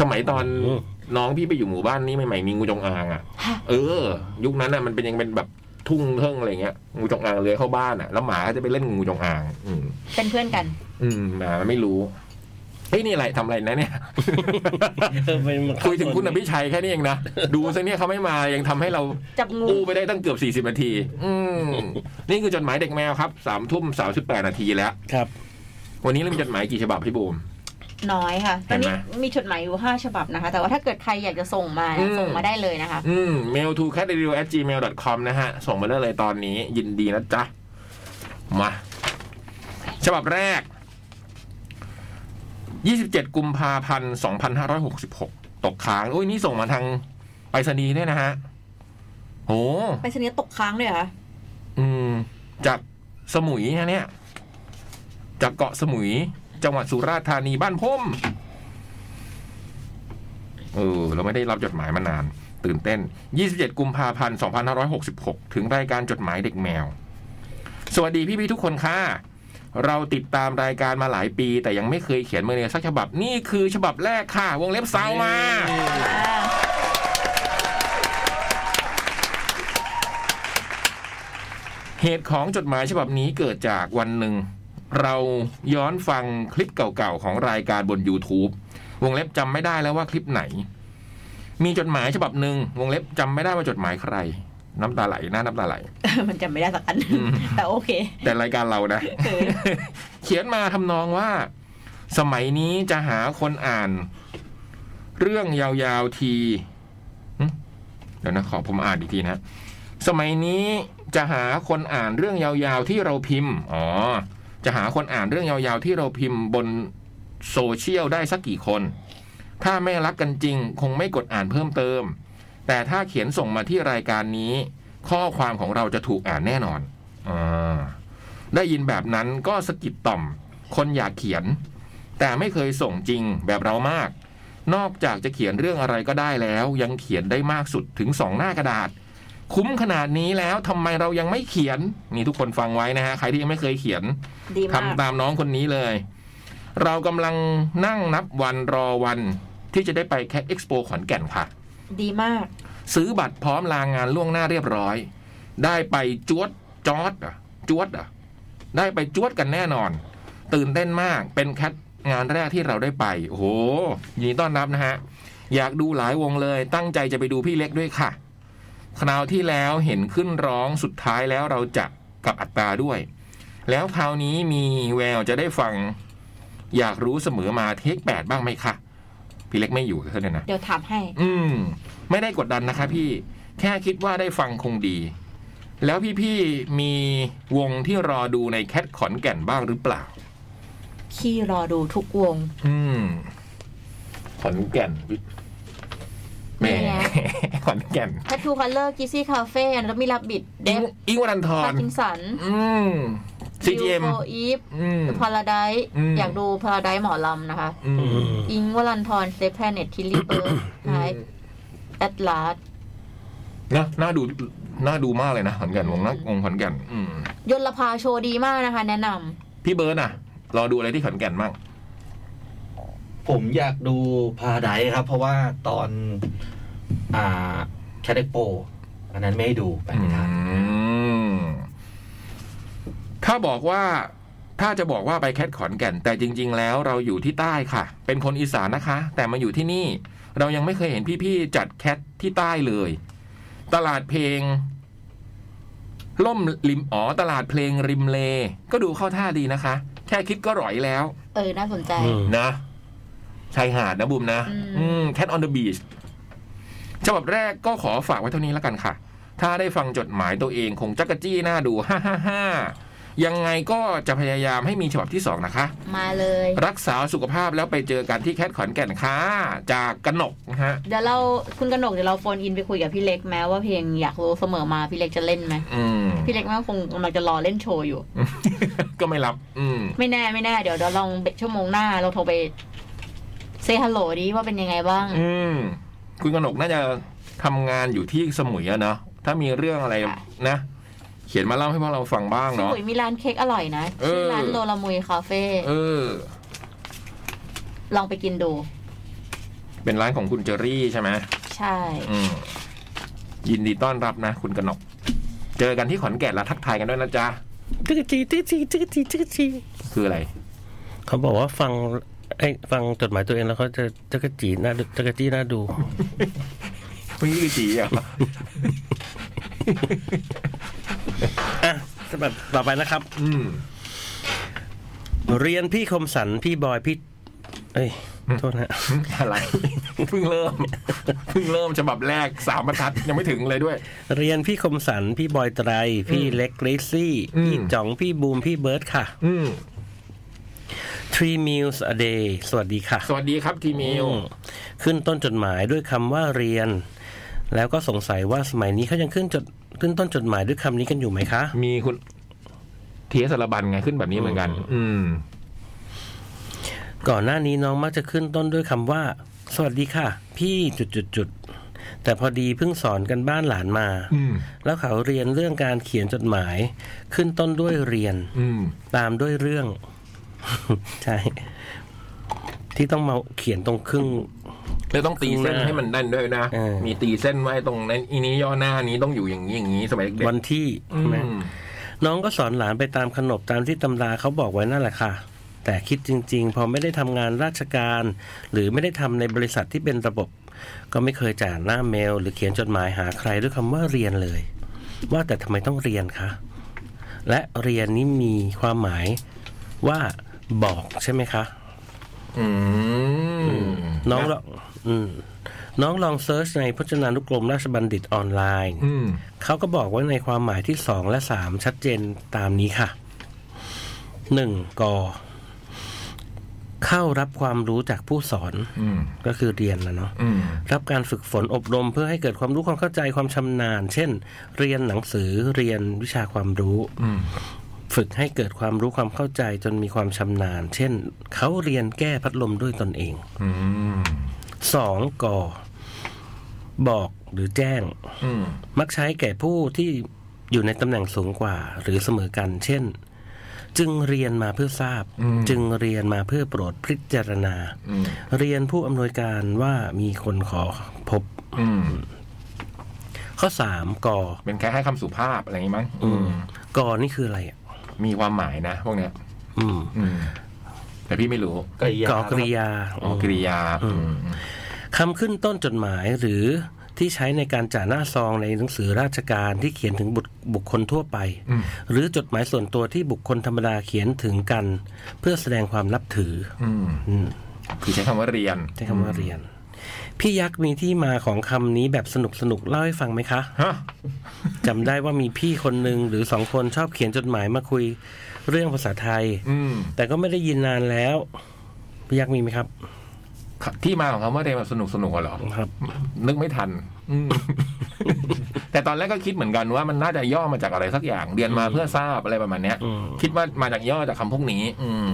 สมัยตอน
อืม
น้องพี่ไปอยู่หมู่บ้านนี้ใหม่ๆมีงูจงอางอะ
ฮะ
เออ ยุคนั้นอะมันเป็นยังเป็นแบบทุ่งเทิงอะไรเงี้ยงูจงอางเลื้อยเข้าบ้านอะแล้วหมาก็จะไปเล่นงูจงอาง อืม
เป็นเพื่อนกัน
อืมหมามันไม่รู้เฮ้ยนี่อะไรทำอะไรนะเนี่ย
เออเป็น
คุยถึงคุณอภิชัยแค่นี้เองนะ ดูซะเนี่ยเขาไม่มายังทำให้เรา
จับงู
อู้ไปได้ตั้งเกือบ 40 นาที อืมนี่คือจดหมายเด็กแมวครับสามทุ่มสามสิบแปดนาทีแล้ว
ครับ
วันนี้เรามีจดหมายกี่ฉบับพี่บูม
น้อยค่ะ ต
เห็
อน
นไหม
นี้มีจดหมายอยู่ห้าฉบับนะคะ แต่ว่าถ้าเกิดใครอยากจะส่งมา
อื
นะ
ม
ส่งมาได้เลยนะคะ
อืม mail to cat radio at gmail com นะฮะ ส่งมาได้เลยตอนนี้ ยินดีนะจ๊ะ มา ฉบับแรก 27 กุมภาพันธ์ 2566 ตกค้างอุ้ยนี่ส่งมาทางไปรษณีย์ด้วยนะฮะโห
ไปชนีย์ตกค้างเลย เหรอคะ
อืมจากสมุยนะเนี่ย จากเกาะสมุย จังหวัดสุราษฎร์ธานีบ้านพมเออ เราไม่ได้รับจดหมายมานาน ตื่นเต้น 27 กุมภาพันธ์ 2566 ถึงรายการจดหมายเด็กแมว สวัสดีพี่ๆทุกคนค่ะ เราติดตามรายการมาหลายปี แต่ยังไม่เคยเขียนเมเนสักฉบับ นี่คือฉบับแรกค่ะ วงเล็บซาวมา
อ่า
เหตุของจดหมายฉบับนี้เกิดจากวันหนึ่ง เราย้อนฟังคลิปเก่าๆ ของรายการบน YouTube วงเล็บจำไม่ได้แล้วว่าคลิปไหน มีจดหมายฉบับหนึ่งวงเล็บจำไม่ได้ว่าจดหมายใคร น้ำตาไหลหน้าน้ำตาไหล
มันจำไม่ได้สักอัน
อืม
แต่โอเค
แต่รายการเรานะ
เออ
เขียนมาทำนองว่า สมัยนี้จะหาคนอ่าน เรื่องยาวๆทีหึเดี๋ยวนะขอผมอ่านอีกทีนะ สมัยนี้จะหาคนอ่านเรื่องยาวๆที่เราพิมพ์อ๋อจะหาคนอ่านเรื่องยาวๆที่เราพิมพ์บนโซเชียลได้สักกี่คน ถ้าไม่รักกันจริง คงไม่กดอ่านเพิ่มเติม แต่ถ้าเขียนส่งมาที่รายการนี้ ข้อความของเราจะถูกอ่านแน่นอนอ่า ได้ยินแบบนั้นก็สะกิดต่อม คนอยากเขียน แต่ไม่เคยส่งจริงแบบเรามาก นอกจากจะเขียนเรื่องอะไรก็ได้แล้ว ยังเขียนได้มากสุดถึงสองหน้ากระดาษ คุ้มขนาดนี้แล้วทำไมเรายังไม่เขียน นี่ทุกคนฟังไว้นะฮะ ใครที่ยังไม่เคยเขียน
ดีมาก
ทำตามน้องคนนี้เลย เรากำลังนั่งนับวันรอวันที่จะได้ไปแค t เอ็กซ์โปขอนแก่นค่ะ
ดีมาก
ซื้อบัตรพร้อมลางงานล่วงหน้าเรียบร้อย ได้ไปจวดจอดเหรอะจวดเหรอะได้ไปจวดกันแน่นอน ตื่นเต้นมากเป็นแคทงานแรกที่เราได้ไป โอ้โหยินดีต้อนรับนะฮะ อยากดูหลายวงเลย ตั้งใจจะไปดูพี่เล็กด้วยค่ะ คราวที่แล้วเห็นขึ้นร้องสุดท้ายแล้วเราจะกับอัตราด้วย แล้วคราวนี้มีแววจะได้ฟัง อยากรู้เสมอมาเทคแปดบ้างไหมคะพี่เล็กไม่อยู่กับเขาเนี่ยนะ
เดี๋ยวถามให้
อืม ไม่ได้กดดันนะคะพี่แค่คิดว่าได้ฟังคงดี แล้วพี่ๆมีวงที่รอดูในแคทขอนแก่นบ้างหรือเปล่า
พี่รอดูทุกวง
อืม ขอนแก่นแหม
นี่ไง
ขอนแก่น
แททูคัลเลอร์กิซี่คาเฟ่แล้วมีรับบิดเด
อิง
ฟ
อิงวรันท
พาร ร์กินสัน
อืม CGM
โอีฟ
อืม
พาราได
อืม
อยากดูพาราไดหมอลำนะคะ
อืม
อิงค์วลันทรเซฟแพเน็ตทิลลิเบิร์ดไฮแอตลาส
นะน่าดูน่าดูมากเลยนะขอนแก่นวงนักวงขอนแก่นอืม
ยลภาโชว์ดีมากนะคะ แนะน
พี่เบิร์ดน่ะ รอดูอะไรที่ขอนแก่นบ้าง
ผมอยากดูพาไดครับ เพราะว่าตอน อ่าแคดเด็กโปอันนั้นไม่ให้ดูไปไม่ทัน
อืมถ้าบอกว่า ถ้าจะบอกว่าไปแคทขอนแก่น แต่จริง ๆ แล้วเราอยู่ที่ใต้ค่ะ เป็นคนอีสานนะคะ แต่มาอยู่ที่นี่ เรายังไม่เคยเห็นพี่ๆจัดแคทที่ใต้เลย ตลาดเพลง ล่มริมอ๋อตลาดเพลงริมเล ก็ดูเข้าท่าดีนะคะ แค่คิดก็หร่อยแล้ว
ำเออ น่าสนใจ
อืม
นะชายหาดนะบุมนะ
อืม
แคทออนเดอะบีชฉบับแรกก็ขอฝากไว้เท่านี้แล้วกันค่ะ ถ้าได้ฟังจดหมายตัวเองคงจักรจี้หน้าดู ฮ่าฮ่าฮ่ายังไงก็จะพยายามให้มีฉบับที่สองนะคะ
มาเลย
รักษาสุขภาพแล้วไปเจอกันที่แคทขอนแก่นค่ะจากกนกนะฮะ
เดี๋ยวเราคุณกนกเดี๋ยวเราโฟนอินไปคุยกับพี่เล็กแม้ว่าเพลงอยากรู้เสมอมาพี่เล็กจะเล่นไหม
อืม
พี่เล็กแม่งคงกำลังจะรอเล่นโชว์อยู่
ก็ไม่รับ อืม
ไม่แน่ไม่แน่เดี๋ยวเราลองเบรกชั่วโมงหน้า เราโทรไปเซฮัลโหลดีว่าเป็นยังไงบ้าง
อืม คุณกนกน่าจะทำงานอยู่ที่สมุยอะเนาะถ้ามีเรื่องอะไร
ค่ะ
นะ เขียนมาเล่าให้พวกเราฟังบ้าง
ส
เนาะ
มุยมีร้านเค้กอร่อยนะ
เออ
ชื่อร้านโลละมุยคาเฟ่
เออ
ลองไปกินดู
เป็นร้านของคุณเจอรี่ใช่ไหม
ใช่
อืม ยินดีต้อนรับนะ คุณกนก เจอกันที่ขอนแก่นแล้วทักทายกันด้วยนะจ๊ะ
ตึกจีตึกจีตึกจีตึกจี
คืออะไร
เขาบอกว่าฟังไอ้ยฟังจดหมายตัวเองแล้วเขาจะจักรจีน่าดูจักรจีน่าดู
มันคือจีอ่ะ
อ่ะสำหรับต่อไปนะครับ
อืม
เรียนพี่คมสันพี่บอยพี่เอ้ยโทษนะฮะ
อะไร เพิ่งเริ่ม เพิ่งเริ่มฉบับแรกสามบรรทัดยังไม่ถึงเลยด้วย
เรียนพี่คมสันพี่บอยไตร พี่เล็กเลซี่
อืม
พี่จ๋องพี่บูมพี่เบิร์ดค่ะ
อืม
Three meals a day สวัสดีค่ะ
สวัสดีครับทีมิว
อืมขึ้นต้นจดหมายด้วยคำว่าเรียน แล้วก็สงสัยว่าสมัยนี้เขายังขึ้นจดขึ้นต้นจดหมายด้วยคำนี้กันอยู่ไหมคะ
มีคุณเทียสารบันไงขึ้นแบบนี้เหมือนกัน อืม
ก่อนหน้านี้น้องมักจะขึ้นต้นด้วยคำว่า สวัสดีค่ะ พี่จุดจุดจุดแต่พอดีเพิ่งสอนกันบ้านหลานมา
อืม
แล้วเขาเรียนเรื่องการเขียนจดหมาย ขึ้นต้นด้วยเรียน
อืม
ตามด้วยเรื่อง ใช่ ที่ต้องมาเขียนตรงครึ่ง
แล้วต้องตีเส้นให้มันแน่นด้วยนะ
เออ
มีตีเส้นไว้ตรงนั้นอีนี้ย่อหน้านี้ต้องอยู่อย่างนี้อย่างนี้สมัยเด็ก
วันที่
ๆอื
ใช่ไหม
ม
น้องก็สอนหลานไปตามขนบตามที่ตำราเขาบอกไว้นั่นแหละค่ะ แต่คิดจริง ๆ พอไม่ได้ทำงานราชการ หรือไม่ได้ทำในบริษัทที่เป็นระบบ ก็ไม่เคยจ่านหน้าเมล หรือเขียนจดหมายหาใครด้วยคำว่าเรียนเลย ว่าแต่ทำไมต้องเรียนคะและเรียนนี้มีความหมายว่าบอกใช่ไหมคะ
อืม
น้องลองอืมน้องลองเซิร์ชในพจนานุกรมราชบัณฑิตออนไลน์
อืม
เขาก็บอกไว้ในความหมายที่สองและสามชัดเจนตามนี้ค่ะหนึ่งกเข้ารับความรู้จากผู้สอน
อืม
ก็คือเรียนนะเนาะ
อืม
รับการฝึกฝนอบรมเพื่อให้เกิดความรู้ความเข้าใจความชำนาญ เช่น เรียนหนังสือเรียนวิชาความรู้
อืม
ฝึกให้เกิดความรู้ความเข้าใจจนมีความชำนาญ เช่น เขาเรียนแก้พัดลมด้วยตนเอง
อืม
สองกบอกหรือแจ้ง
อืม
มักใช้แก่ผู้ที่อยู่ในตำแหน่งสูงกว่า หรือเสมอกัน เช่น จึงเรียนมาเพื่อทราบ
อืม
จึงเรียนมาเพื่อโปรดพิจารณา
อืม
เรียนผู้อำนวยการว่ามีคนขอพบ
อืม
ข้อสามกอ
เป็นแค่ให้คำสุภาพอะไรอย่างนี้มั้ง
อืมกอนี่คืออะไรอ่ะ
มีความหมายนะพวกเนี้ย
อืม
อืม แต่พี่ไม่รู้
กริยาก
อกริยา
อ๋อกิริยา อืม
คำขึ้นต้นจดหมายหรือที่ใช้ในการจ่าหน้าซองในหนังสือราชการที่เขียนถึงบุคบุคคลทั่วไป
อืม
หรือจดหมายส่วนตัวที่บุคคลธรรมดาเขียนถึงกัน เพื่อแสดงความนับถือ
อืม
อืม
คือใช้คำว่าเรียน
ใช้คำว่าเรียน พี่ยักษ์มีที่มาของคำนี้แบบสนุกสนุกๆเล่าให้ฟังไหมคะ
ฮะ
จำได้ว่ามีพี่คนหนึ่งหรือสองคนชอบเขียนจดหมายมาคุยเรื่องภาษาไทย
อืม
แต่ก็ไม่ได้ยินนานแล้ว พี่ยักษ์มีไหมครับ
ที่มาของคำว่าเรียนแบบสนุกสนุกๆอะเหรอ
ครับ
นึกไม่ทัน อืม แต่ตอนแรกก็คิดเหมือนกันว่ามันน่าจะย่อมาจากอะไรสักอย่างเรียนมาเพื่อทราบอะไรประมาณเนี้ย
อืม
คิดว่ามาจากย่อจากคำพวกนี้ อืม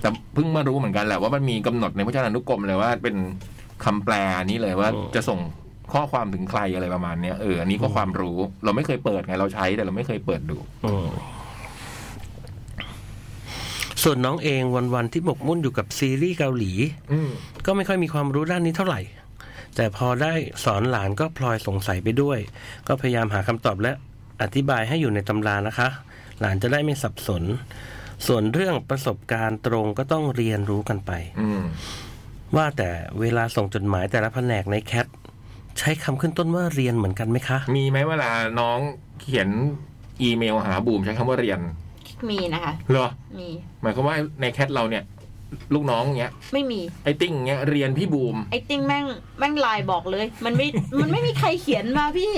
แต่เพิ่งมารู้เหมือนกันแหละว่ามันมีกำหนดในพจนานุกรมเลยว่าเป็นคำแปลนี้เลยว่า จะส่งข้อความถึงใครอะไรประมาณเนี้ยเอออันนี้ก็ความรู้ เราไม่เคยเปิดไงเราใช้แต่เราไม่เคยเปิดดู
อืมส่วนน้องเองวันๆที่หมกมุ่นอยู่กับซีรีส์เกาหลี
อืม
ก็ไม่ค่อยมีความรู้ด้านนี้เท่าไหร่ แต่พอได้สอนหลานก็พลอยสงสัยไปด้วย ก็พยายามหาคำตอบและอธิบายให้อยู่ในตำรานะคะ หลานจะได้ไม่สับสน ส่วนเรื่องประสบการณ์ตรงก็ต้องเรียนรู้กันไป
อืม
ว่าแต่เวลาส่งจดหมายแต่ละแผนกในแคทใช้คำขึ้นต้นว่าเรียนเหมือนกันไหมคะ
มีไหมเวลาน้องเขียนอีเมลหาบูมใช้คำว่าเรียน
มีนะคะ
เหรอ
มี
หมายความว่าในแคทเราเนี่ย ลูกน้องเงี้ย
ไม่มี
ไอ้ติ้งเงี้ยเรียนพี่บูม
ไอ้ติ้งแม่งแม่งไลน์บอกเลย มันไม่ มันไม่มีใครเขียนมาพี่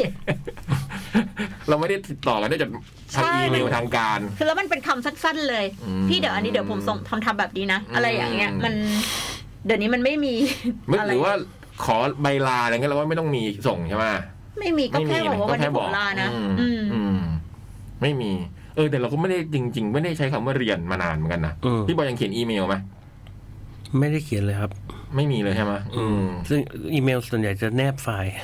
เราไม่ได้ติดต่อกันได้จากทาง
ใช่
อีเมลทางการ
คือแล้วมันเป็นคำสั้นๆเลย
อืม
พี่เดี๋ยวอันนี้เดี๋ยวผมส่งทำทำแบบนี้นะ อะไรอย่างเงี้ย
อืม
มัน เดี๋ยวนี้มันไม่มี
ไม่
ะไห
รือว่าขอใบลาอะไรเงี้ยเราว่าไม่ต้องมีส่งใช่ไหม
ไม่มีก็
ไม่
แค่
มี
บอกว่าวันนี้ผมลานะ
อืม
อืม
อืมไม่มี เออ แต่เราก็ไม่ได้จริง ๆ ไม่ได้ใช้คำว่าเรียนมานานเหมือนกันนะ
อืม
พี่บอยยังเขียนอีเมลไหม
ไม่ได้เขียนเลยครับ
ไม่มีเลยใช่ไหมอืม
ซึ่งอีเมลส่วนใหญ่จะแนบไฟล์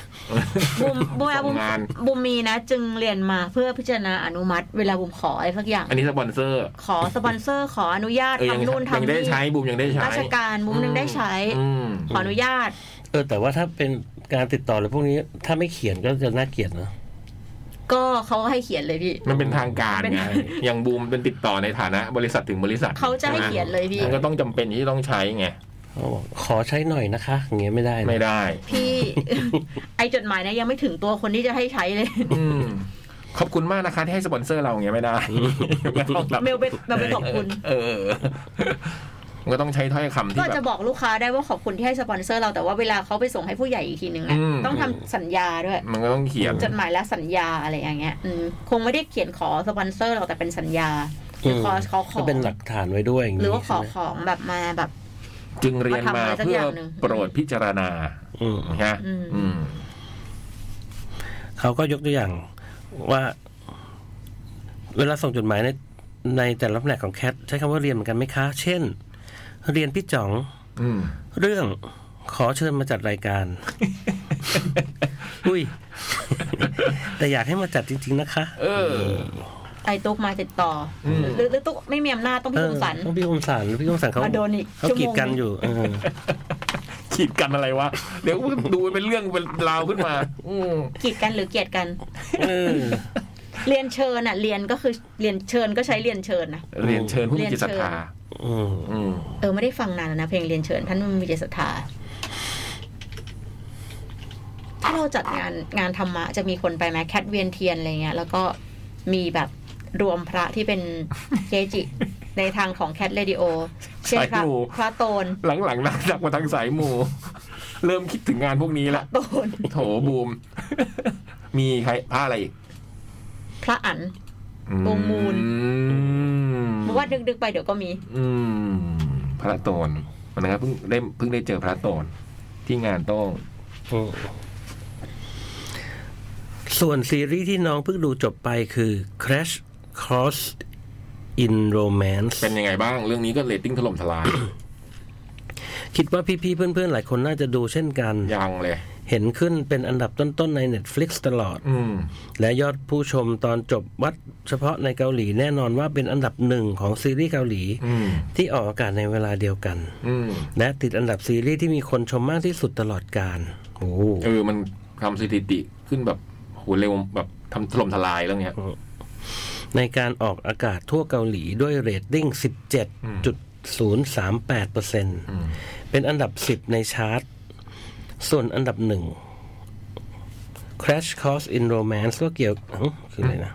บุมบุมอะ
ส่
บุ
ง
ม
งาน
บุมมีนะ จึงเรียนมาเพื่อพิจารณาอนุมัติ เวลาบุมขออะไรสักอย่าง
อันนี้สปอนเซอร์
ขอสปอนเซอร์ ขออนุญาต
เออยัง
ทำนู่น
ยัง
ทำ
ได้
นี่
ใช้บูมยังได้ใช้
ราชการบุมนึงได้ใช้
อืม
ขออนุญาต
เออ แต่ว่าถ้าเป็นการติดต่อหรือพวกนี้ ถ้าไม่เขียนก็จะน่าเกลียดเนอะ
ก็เขาให้เขียนเลยพี่
มันเป็นทางการ
เป็น
ไงอย่างบูมเป็นติดต่อในฐานะ บริษัทถึงบริษัท
เขาจะให้
ช่ไม
เขียนเลยพี่
มันก็ต้องจำเป็นที่ต้องใช้ไง
เขาบอกขอใช้หน่อยนะคะ อย่างเงี้ยไม่ได้นะ
ไม่ได้
พี่ ไอจดหมายเนี่ยยังไม่ถึงตัวคนที่จะให้ใช้เลย
อืมขอบคุณมากนะคะที่ให้สปอนเซอร์เราอย่างเงี้ยไม่ได้ก็ต้องแบบ
เมลไปเมลไปขอบคุณ
เออมันก็ต้องใช้ถ้อยคำที่
ก็
แบ
จะ
บ
บอกลูกค้าได้ว่าขอบคุณที่ให้สปอนเซอร์เราแต่ว่าเวลาเขาไปส่งให้ผู้ใหญ่อีกทีนึงอะ
อืม
ต้องทำสัญญาด้วย
มันก็ต้องเขียน
จดหมายและสัญญาอะไรอย่างเงี้ยอืมคงไม่ได้เขียนขอสปอนเซอร์หรอกแต่เป็นสัญญาหรือขอขอขอ
ก็เป็นหลักฐานไว้ด้วยอย่าง
หรือ
งี้
ว่าขอ
ใช่ไหม
ของแบบมาแบบ
จึงเรียนมา
มาทำอะไรสัก
เพื่อ
อ
ย่าง
หนึ่ง
โปรดพิจารณา
อืม
นะฮะ
อืม
อืม
เขาก็ยกตัวอย่างว่า เวลาส่งจดหมายในในแต่ละแผนกของแคทใช้คำว่าเรียนเหมือนกันไหมคะ เช่น เรียนพี่จ๋อง
อืม
เรื่องขอเชิญมาจัดรายการ อุ้ย แต่อยากให้มาจัดจริง ๆ นะคะ
เออ
ไอตุ๊กมาติดต่ออ
ม
หรือหรือตุ๊กไม่มีอำนาจต้องพี่คมสัน
เออต้องพี่คมสันพี่คมสันเขา
มาโดนอีก
เขา
ชั่ว
กี
โม
ด
ง
กันอยู่เออ
ขีดกันอะไรวะเดี๋ยวดูเป็นเรื่องเป็นราวขึ้นมา อืม
กีดกันหรือเกลียดกัน
เออ
เรียนเชิญอ่ะเรียนก็คือเรียนเชิญก็ใช้เรียนเชิญนะ
เรียนเชิญผู้มีจิตศรัทธา
อืม
อืม
เออไม่ได้ฟังนานแล้วนะเพลงเรียนเชิญท่านมีจิตศรัทธาถ้าเราจัดงานงานธรรมะจะมีคนไปไหมแคทเวียนเทียนอะไรเงี้ยแล้วก็มีแบบรวมพระที่เป็นเกจิ ในทางของแคทเรดิโอเช่นพระพระโตน
หลังๆนักจากมาทางสายหมู่ เริ่มคิดถึงงานพวกนี้ละ
โตน
โถบูม มีใครผ้าอะไรอีก
พระอัน วงมูล เพราะว่าดึกๆไปเดี๋ยวก็มี
อืมพระโตนวันนะครับเพิ่งได้เพิ่งได้เจอพระโตนที่งานโต้ง
อืมส่วนซีรีส์ที่น้องเพิ่งดูจบไปคือ Crash Course in Romance
เป็นยังไงบ้าง เรื่องนี้ก็เรตติ้งถล่มทลาย
คิดว่าพี่ๆ เพื่อนๆ หลายคนน่าจะดูเช่นกัน
ยังเลย
เห็นขึ้นเป็นอันดับต้นๆ ใน Netflix ตลอด
อืม
และยอดผู้ชมตอนจบวัดเฉพาะในเกาหลีแน่นอนว่าเป็นอันดับหนึ่งของซีรีส์เกาหลี
อืม
ที่ออกอากาศในเวลาเดียวกัน
อืม
และติดอันดับซีรีส์ที่มีคนชมมากที่สุดตลอดการ โอ้โห
เออมันทำสถิติขึ้นแบบโหเร็วแบบทำถล่มทลายเรื่องเนี้ย
ในการออกอากาศทั่วเกาหลีด้วยเรตติ้ง 17.038เปอร์เซ็นต์
อืม
เป็นอันดับ 10 ในชาร์ต ส่วนอันดับหนึ่ง Crash Course in Romance ก็เกี่ยวอื้อคืออะไรนะ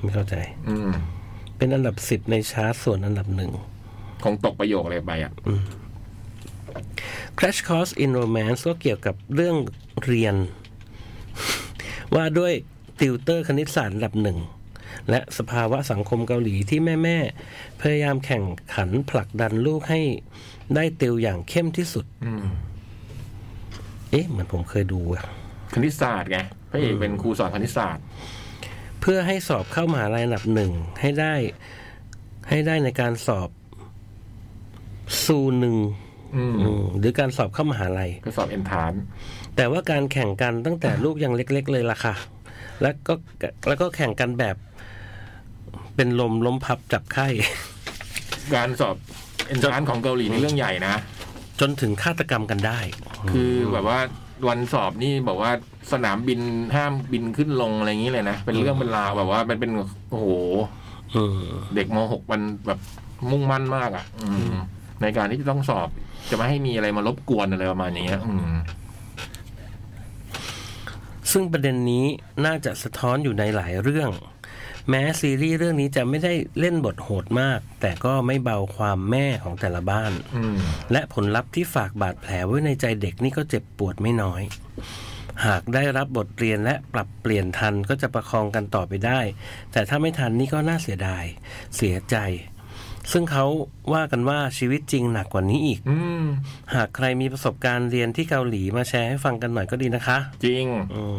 ไม่เข้าใจ
อืม
เป็นอันดับ 10 ในชาร์ต ส่วนอันดับหนึ่ง
คงตกประโยคอะไรไปอ่ะ
Crash Course in Romance ก็เกี่ยวกับเรื่องเรียน ว่าด้วยติวเตอร์คณิตศาสตร์ระดับหนึ่ง และสภาวะสังคมเกาหลีที่แม่ๆ พยายามแข่งขันผลักดันลูกให้ได้ติวอย่างเข้มที่สุด
อืม
เอ๊ะเหมือนผมเคยดูอะ
คณิตศาสตร์ไงพระเอก
อืม
เป็นครูสอนคณิตศาสตร์
เพื่อให้สอบเข้ามหาลัยอันดับหนึ่งให้ได้ ให้ได้ในการสอบสูหนึ่ง
อืม
อืมหรือการสอบเข้ามหาลัย
ก็สอบเอนทาน
แต่ว่าการแข่งกันตั้งแต่ลูกยังเล็ก ๆ เลยล่ะค่ะ แล้วก็แล้วก็แข่งกันแบบ เป็นลมล้มพับจับไข้
การสอบเอนทานของเกาหลีนี่เรื่องใหญ่นะ
จนถึงฆาตกรรมกันได้
คือแบบว่าวันสอบนี่บอกว่าสนามบินห้ามบินขึ้นลงอะไรอย่างนี้เลยนะ เป็นเรื่องเป็นราวแบบว่ามันเป็นโอ้โห
อืม
เด็กม .6 มันแบบมุ่งมั่นมากอะ่ะ อืม ในการที่จะต้องสอบ จะไม่ให้มีอะไรมารบกวนอะไรประมาณอย่างเงี้ย อืม
ซึ่งประเด็นนี้น่าจะสะท้อนอยู่ในหลายเรื่อง แม้ซีรีส์เรื่องนี้จะไม่ได้เล่นบทโหดมาก แต่ก็ไม่เบาความแม่ของแต่ละบ้าน
อืม
และผลลัพธ์ที่ฝากบาดแผลไว้ในใจเด็กนี่ก็เจ็บปวดไม่น้อย หากได้รับบทเรียนและปรับเปลี่ยนทันก็จะประคองกันต่อไปได้ แต่ถ้าไม่ทันนี่ก็น่าเสียดาย เสียใจ ซึ่งเขาว่ากันว่าชีวิตจริงหนักกว่านี้อีก
อืม
หากใครมีประสบการณ์เรียนที่เกาหลีมาแชร์ให้ฟังกันหน่อยก็ดีนะคะ
จริง
อืม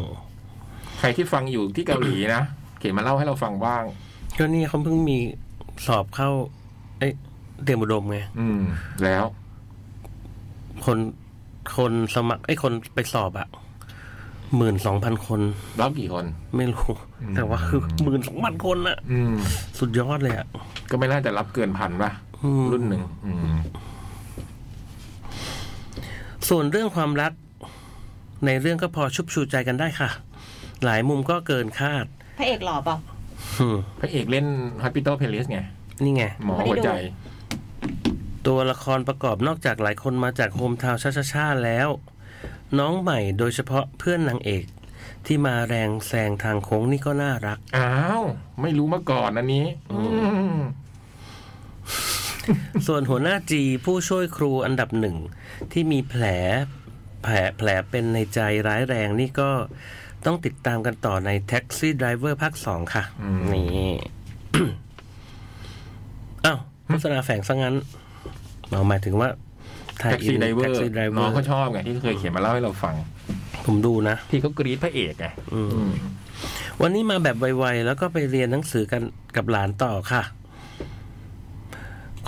ใครที่ฟังอยู่ที่เกาหลีนะ เขียนมาเล่าให้เราฟังบ้าง
ก็นี่เขาเพิ่งมีสอบเข้า เอ้ยเตรียมอุดมไง
อืม แล้ว
คนคนสมัครไอ้ยคนไปสอบอะหมื่นสองพันคน
รับกี่คน
ไม่รู้
อืม
แต่ว่าคือหมื่นสองพันคนอะ
อืม
สุดยอดเลยอะ
ก็ไม่น่าจะรับเกินพันป่ะ
อืม
รุ่นหนึ่ง อืม
ส่วนเรื่องความรัก ในเรื่องก็พอชุบชูใจกันได้ค่ะ หลายมุมก็เกินคาด
พระเอกหล่อเปล่า
อืม
พระเอกเล่น Hospital Playlist ไง
นี่ไง
หมอหัวใจ
ตัวละครประกอบนอกจากหลายคนมาจากโฮมทาวน์ชาชาชาแล้ว น้องใหม่โดยเฉพาะเพื่อนนางเอก ที่มาแรงแซงทางโค้งนี่ก็น่ารัก
อ้าว ไม่รู้มาก่อนอันนี้ อืม
ส่วนหัวหน้าจีผู้ช่วยครูอันดับหนึ่ง ที่มีแผลแผลแผลเป็นในใจร้ายแรงนี่ก็ต้องติดตามกันต่อในแท็กซี่ไดรเวอร์ภาคสองค่ะ
อืม
นี่ อ้าวโฆษณาแฝงซะงั้นเอาหมายถึงว่าไทย
แท็ก
อิ
ซี่
น
ไดเวอ
แท็ก
ร์
ซี่ไดรเว
น้
อ
อง
ร์
เขาชอบไงที่เคยเขียนมาเล่าให้เราฟัง
ผมดูนะ
ที่เขากรี๊ดพระเอกไง
อืม วันนี้มาแบบไวๆ แล้วก็ไปเรียนหนังสือกันกับหลานต่อค่ะ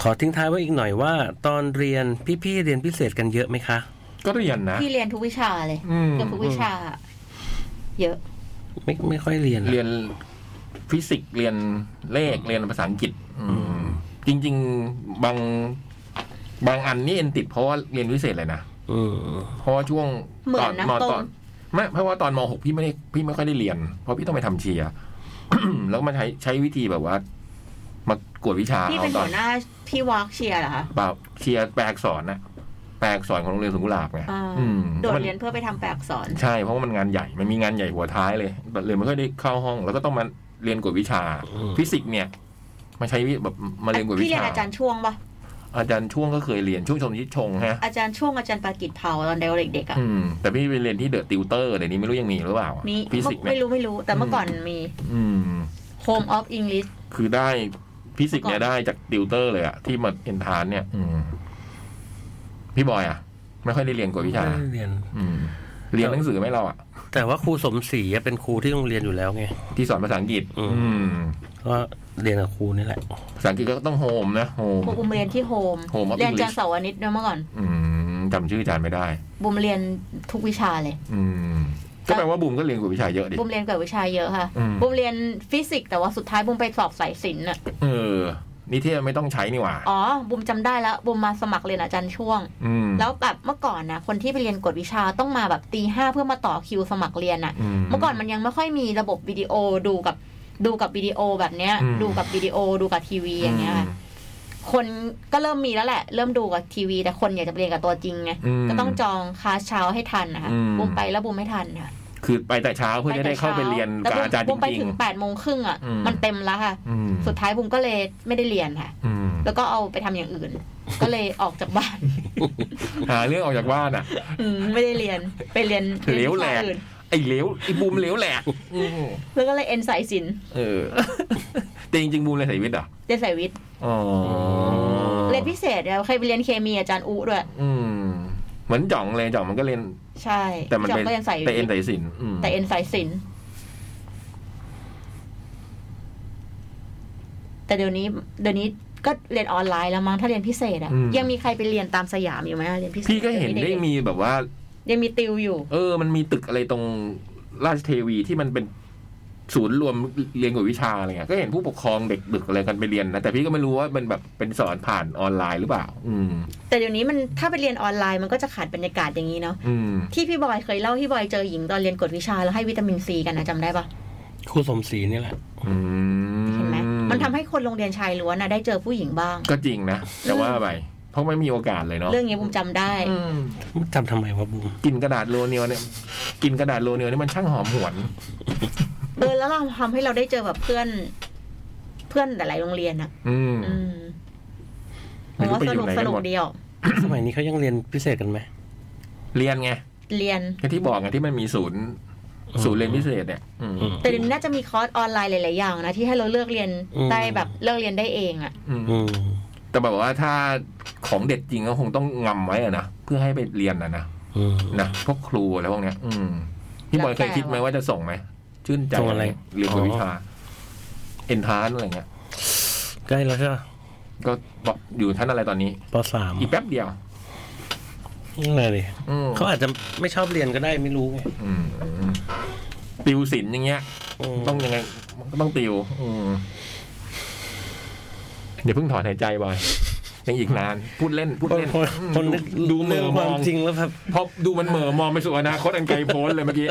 ขอทิ้งท้ายไว้อีกหน่อยว่า ตอนเรียนพี่ๆเรียนพิเศษกันเยอะไหมคะ
ก็เรียนนะ
พี่เรียนทุกวิชาเลย
อืม
เกือบทุกวิชา เยอะ
ไม่ไม่ค่อยเรียนอะ
เรียนฟิสิกส์เรียนเลขเรียนภาษาอังกฤษ อืม จริง ๆ บางบางอันนี่เอ็นติดเพราะว่าเรียนพิเศษเลยนะ
อืม
เพราะว่าช่วง
เหมือนนะ
ม
ตรง
ตอนไม่เพราะว่าตอนมหกพี่ไม่ได้พี่ไม่ค่อยได้เรียน เพราะพี่ต้องไปทำเชียร์ แล้วก็มาใช้ใช้วิธีแบบว่า มากวดวิชา
พี่เป็น
ต
หัวหน้าพี่วอล์กเชียร์เหรอคะ
เปล่าเชียร์แปลอักษรนะแปลอักษรของโรงเรียนสุนทรลาบไง
อ่า
อืม
โดดเรียนเพื่อไปทำแปลอักษร
ใช่เพราะว่ามันงานใหญ่ มันมีงานใหญ่หัวท้ายเลยเลยไม่ค่อยได้เข้าห้อง แล้วก็ต้องมาเรียนกวดวิชา ฟิสิกส์เนี่ยมาใช้วิแบบมาเรียนกวดวิ
พี่เรีย
ชาน
อาจารย์ช่วงปะ
อาจารย์ช่วงก็เคยเรียนช่วงชมยิทชงฮะ
อาจารย์ช่วงอาจารย์ปากิจเผาตอนเด็กๆอ่ะ
อืม แต่พี่ไปเรียนที่เดอะติวเตอร์เดี๋ยวนี้ไม่รู้ยังมีหรือเปล่า
มี
ฟิสิกส์
ไม่
เนี่ย
รู้ไม่รู้ แต่เมื่อก่อนมี
อืม
Home of English
คือได้ฟิสิกส์เนี่ยได้จากติวเตอร์เลยอะที่มาเอ็นทานเนี่ย อืม พี่บอยอะไม่ค่อยได้เรียนกวดวิชา
ไม่ได้เรียน
อืม เรียนหนังสือไหมเราอะ
แต่ว่าครูสมศรีอะเป็นครูที่โรงเรียนอยู่แล้วไง
ที่สอนภาษาอังกฤษ
อืม
อืม
ก็เรียนกับครูนี่แหละ
ภาษาอังกฤษก็ต้องโฮมนะโฮม
บุมเรียนที่โฮม
Home of
เรียน
English
อาจารย์เสาวนิดด้วยเมื่อก่อน
อืมจำชื่ออาจารย์ไม่ได้
บุมเรียนทุกวิชาเลย
อืม ก็แปลว่าบูมก็เรียนกวดวิชาเยอะดิ
บุมเรียนเกิดวิชาเยอะค่ะ
อืม
บุมเรียนฟิสิกส์แต่ว่าสุดท้ายบุมไปสอบสายศิลป์อ่ะ
เออ นิเทศไม่ต้องใช้นี่หว่า
อ๋อ บุมจำได้แล้ว บุมมาสมัครเรียนอาจารย์ช่วง
อืม
แล้วแบบเมื่อก่อนนะคนที่ไปเรียนกฎวิชาต้องมาแบบตีห้าเพื่อมาต่อคิวสมัครเรียนอะเมื่อก่อนมันยังไม่ค่อยมีระบบวิดีโอดูกับดูกับวิดีโอแบบเนี้ย ดูกับวิดีโอดูกับทีวีอย่างเงี้ย คนก็เริ่มมีแล้วแหละ เริ่มดูกับทีวี แต่คนอยากจะไปเรียนกับตัวจริงไง
ม
ก็ต้องจองคลาสเช้าให้ทันนะคะ
อืม
บุมไปแล้วบุมไม่ทันค่ะ
คือไปแต่เช้าเพื่อจะได้เข้าไปเรียน
แต่
กับ
บุม
อาจารย์จ
บุมไป
ริง
ถึงแปดโมงครึ่งอ่ะ
อืม
มันเต็มแล้วค่ะ
ๆอืม
สุดท้ายบุมก็เลยไม่ได้เรียนค่ะ
อืม
แล้วก็เอาไปทำอย่างอื่น ก็เลยออกจากบ้าน
หาเรื่องออกจากบ้านอ่ะ
อืมไม่ได้เรียนไปเรียน
เหล
รียน
ว
วิ
แหล
ชาก อื่น
ไอ้เหลวไอ้บูมเหลวแหลกอืม
แล้วก็เลยเอ็นสายสิน
เออ แต่จริงๆบูมเลยนสายวิทย์เหรอ่ะ
เรียนสายวิทย์
อ๋อ
เรียนพิเศษแล้วเคยไปเรียนเคมีอาจารย์อุด้วย
อืม เหมือนจ่องเลยจ่องมันก็เล่น
ใช่
แต่มัน
จอม
เป็น
ก็ยังใส่อยู่
แต่เอ็น
ดี
ใส่สินอืม
แต่เอ็นใส่สิน แต่เดี๋ยวนี้เดี๋ยวนี้ก็เรียนออนไลน์แล้วมั้งถ้าเรียนพิเศษอะ
อืม
ยังมีใครไปเรียนตามสยามอยู่ไหมอะเรียนพิเศษ
พี่ก็เห็นได้มีแบบว่า
ยังมีติวอยู่
เออ มันมีตึกอะไรตรงราชเทวีที่มันเป็นศูนย์รวมเรียนกวดวิชาอะไรเงี้ย ก็เห็นผู้ปกครองเด็กดึกอะไรกันไปเรียนนะ แต่พี่ก็ไม่รู้ว่ามันแบบเป็นสอนผ่านออนไลน์หรือเปล่า อืม
แต่เดี๋ยวนี้มันถ้าไปเรียนออนไลน์มันก็จะขาดบรรยากาศอย่างนี้เนาะ
อืม
ที่พี่บอยเคยเล่าที่บอยเจอหญิงตอนเรียนกฎวิชาแล้วให้วิตามินซีกันนะจำได้ปะ
ครูสมศรีนี่แหละ
อืม
เห็นไหมมันทำให้คนโรงเรียนชายล้วนนะได้เจอผู้หญิงบ้าง
ก็จริงนะแต่ว่าไปเพราะไม่มีโอกาสเลยเนาะ
เรื่องนี้บุมจำได้
อืม
จำทำไมวะบูม
กินกระดาษโรเนียวเนี่ย กินกระดาษโรเนียวเนี่ยมันช่างหอมหวน
เออแล้วเราทำให้เราได้เจอแบบเพื่อน เพื่อนหลายๆโรงเรียนอะ
อืม
อืมผ
ไม่
ม
รู้
ว่า
ไป
ส
อยู่
นุก
ไหน
ส
กัน
นุก
หมด
เดียว
สมัยนี้เขายังเรียนพิเศษกันไหม
เรียนไง
เรียน
ก็ที่บอกไงที่มันมีศูนย์ ศูนย์เรียนพิเศษเนี่ย อืม
อืม
แต่เดี๋ยวนี้น่าจะมีคอร์สออนไลน์หลายๆอย่างนะที่ให้เราเลือกเรียน
อืม
ได้แบบเลือกเรียนได้เองอะ
อืม
อืม
แต่แบบว่าถ้าของเด็ดจริงก็คงต้องงำไว้อะนะเพื่อให้ไปเรียนนะนะ
อืม
นะพวกครูอะไรพวกเนี้ย อืมพี่บอยเคยคิดไหมว่าจะส่งไหมชื่นใจ
ส่งอะไร
เรียนกวดวิชาเอ็นทานอะไรเงี้ย
ใกล้แล้วใช่ปะ
ก็บอกอยู่ท่านอะไรตอนนี้
ปสาม
อีกแป๊บเดียว
นี่อะไรดิ
อืม
เขาอาจจะไม่ชอบเรียนก็ได้ไม่รู้ไง
อืมติวศิลป์อย่างเงี้ย
ม
ต้องยังไงมันก็ต้องติว อืมอย่าเพิ่งถอนหายใจบอยยังอีกนาน พูดเล่น พูด
คน
เล่น
คนคนนึก
ดูเหมื
เรื่
อ
อง
มอ
ความ
ง
จริงแล้วแบบ
พอดูมันเหม่อมองไปสู่อนาคตอันไกลโพ้นเลยเมื่อกี้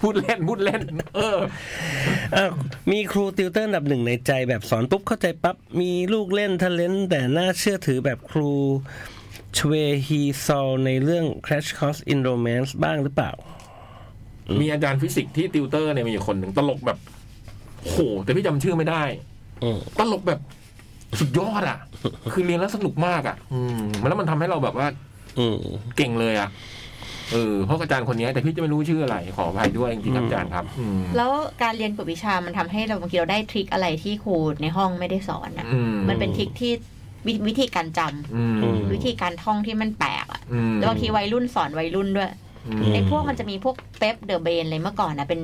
พูดเล่นพูดเล่น เออ
อ้าวมีครูติวเตอร์อันดับหนึ่งในใจแบบสอนปุ๊บเข้าใจปั๊บ มีลูกเล่นทะเลนแต่น่าเชื่อถือแบบครูชเวฮีซอลในเรื่อง Crash Course in Romance บ้างหรือเปล่า
มีอาจารย์ฟิสิกส์ที่ติวเตอร์เนี่ยมีอยู่คนหนึ่งตลกแบบโอ้โหแต่พี่จำชื่อไม่ได้
อืม
ตลกแบบสุดยอดอ่ะ คือเรียนแล้วสนุกมากอ่ะ อืมแล้วมันทำให้เราแบบว่า
อืม
เก่งเลยอ่ะเออเพราะอาจารย์คนเนี้ยแต่พี่จะไม่รู้ชื่ออะไร ขออภัยด้วยจริงๆครับอาจารย์ครับ อืม
แล้วการเรียนกฎวิชามันทำให้เราบางทีเราได้ทริคอะไรที่ครูในห้องไม่ได้สอนอะ
อืม
มันเป็นทริคที่วิวิธีการจำ
อืม
อืม
วิธีการท่องที่มันแปลกอะ
อืม
แล้วบางทีวัยรุ่นสอนวัยรุ่นด้วย
อืม
ไอ้พวกมันจะมีพวกเป๊ปเดอะเบนเลยเมื่อก่อนนะเป็น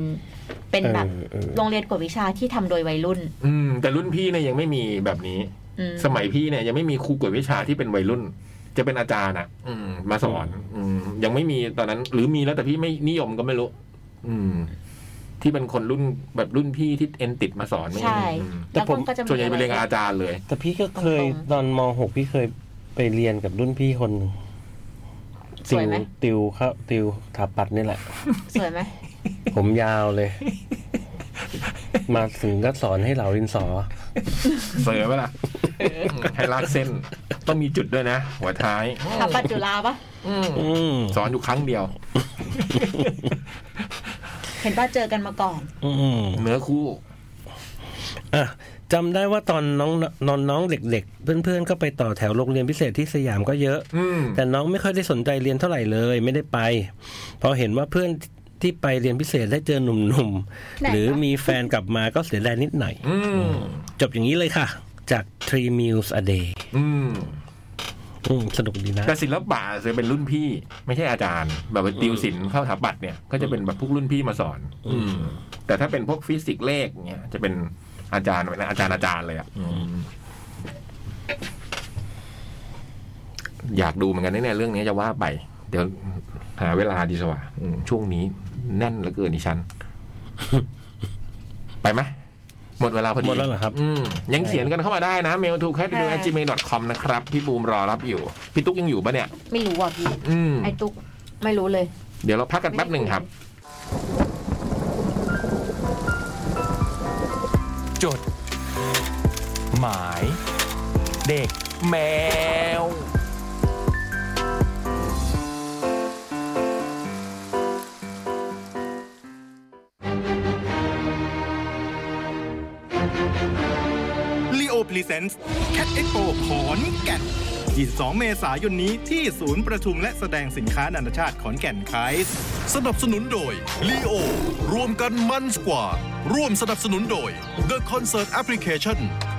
เป็น
เออ
แบบ
เออ
โรงเรียนกฎวิชาที่ทำโดยวัยรุ่น
อืมแต่รุ่นพี่เนี่ยยังไม่มีแบบนี้
อืม
สมัยพี่เนี่ยยังไม่มีครูกวดวิชาที่เป็นวัยรุ่น จะเป็นอาจารย์อ่ะ อืม มาสอน อืม ยังไม่มีตอนนั้น หรือมีแล้วแต่พี่ไม่นิยมก็ไม่รู้ อืม ที่เป็นคนรุ่นแบบรุ่นพี่ที่เอ็นติดมาสอนไม่มี
ใช่
อืม
แต่
แล้ว
ผ
พ
ม
วกก็จะมี
ส่วนใหญ่ไปเรียนกับอาจารย์เลย
แต่พี่ก็เคย
ตรงๆ
ตอนมหกพี่เคยไปเรียนกับรุ่นพี่คนหนึ่ง
สวยไหม
ติวครับติวถาปัดนี่แหละ
สวยไหม
ผมยาวเลย มาถึงก็สอนให้เหลาดินสอ
เสยไหมล่ะ ให้ลากเส้น ต้องมีจุดด้วยนะ หัวท้าย
สถาปัตย์จุฬาปะ
อืม
อืม
สอนอยู่ครั้งเดียว
เห็นป้าเจอกันมาก่อน
อืม
เนื้อคู่
อ่ะจำได้ว่าตอนน้องนอนน้องเด็กๆ เพื่อนๆ ก็ไปต่อแถวโรงเรียนพิเศษที่สยามก็เยอะ
อืม
แต่น้องไม่ค่อยได้สนใจเรียนเท่าไหร่เลย ไม่ได้ไป พอเห็นว่าเพื่อนที่ไปเรียนพิเศษได้เจอหนุ่มๆ หรือมีแฟนกลับมาก็เสียดายนิดหน่อย
อืม
จบอย่างนี้เลยค่ะ จาก three meals a day
อืม
อืมสนุกดีนะ
แต่ศิลปะจะเป็นรุ่นพี่ ไม่ใช่อาจารย์ แบบว่าติวศิลป์เข้าสถาปัตย์เนี่ยก็จะเป็นแบบพวกรุ่นพี่มาสอน อืม แต่ถ้าเป็นพวกฟิสิกส์เลขเนี่ยจะเป็นอาจารย์เป็นอาจารย์อาจารย์เลยอ่ะอืมอยากดูเหมือนกันนะเนี่ยเรื่องนี้จะว่าไป เดี๋ยวหาเวลาดีสว่าอืมช่วงนี้แน่นเหลือเกินดิ ฉัน ไปไหมหมดเวลาพอดี
หมดแล้วเหรอครับ
มยังเขียนกันเข้ามาได้นะ mail to cat gmail com นะครับ พี่บูมรอรับอยู่ พี่ตุ๊กยังอยู่ปะเนี่ย
ไม่รู้ว่ะพี่
อืม
ไอ้ตุ๊กไม่รู้เลย
เดี๋ยวเราพักกันแป๊บหนึ่งครับ
จด หมาย เด็กแมว
ลีโอพรีเซนส์แคดเอ็กโปขอนแก่น 22 เมษายนนี้ที่ศูนย์ประชุมและแสดงสินค้านานาชาติขอนแก่นไคส์
สนับสนุนโดย Leo รวมกันมันกว่า ร่วมสนับสนุนโดย The Concert Application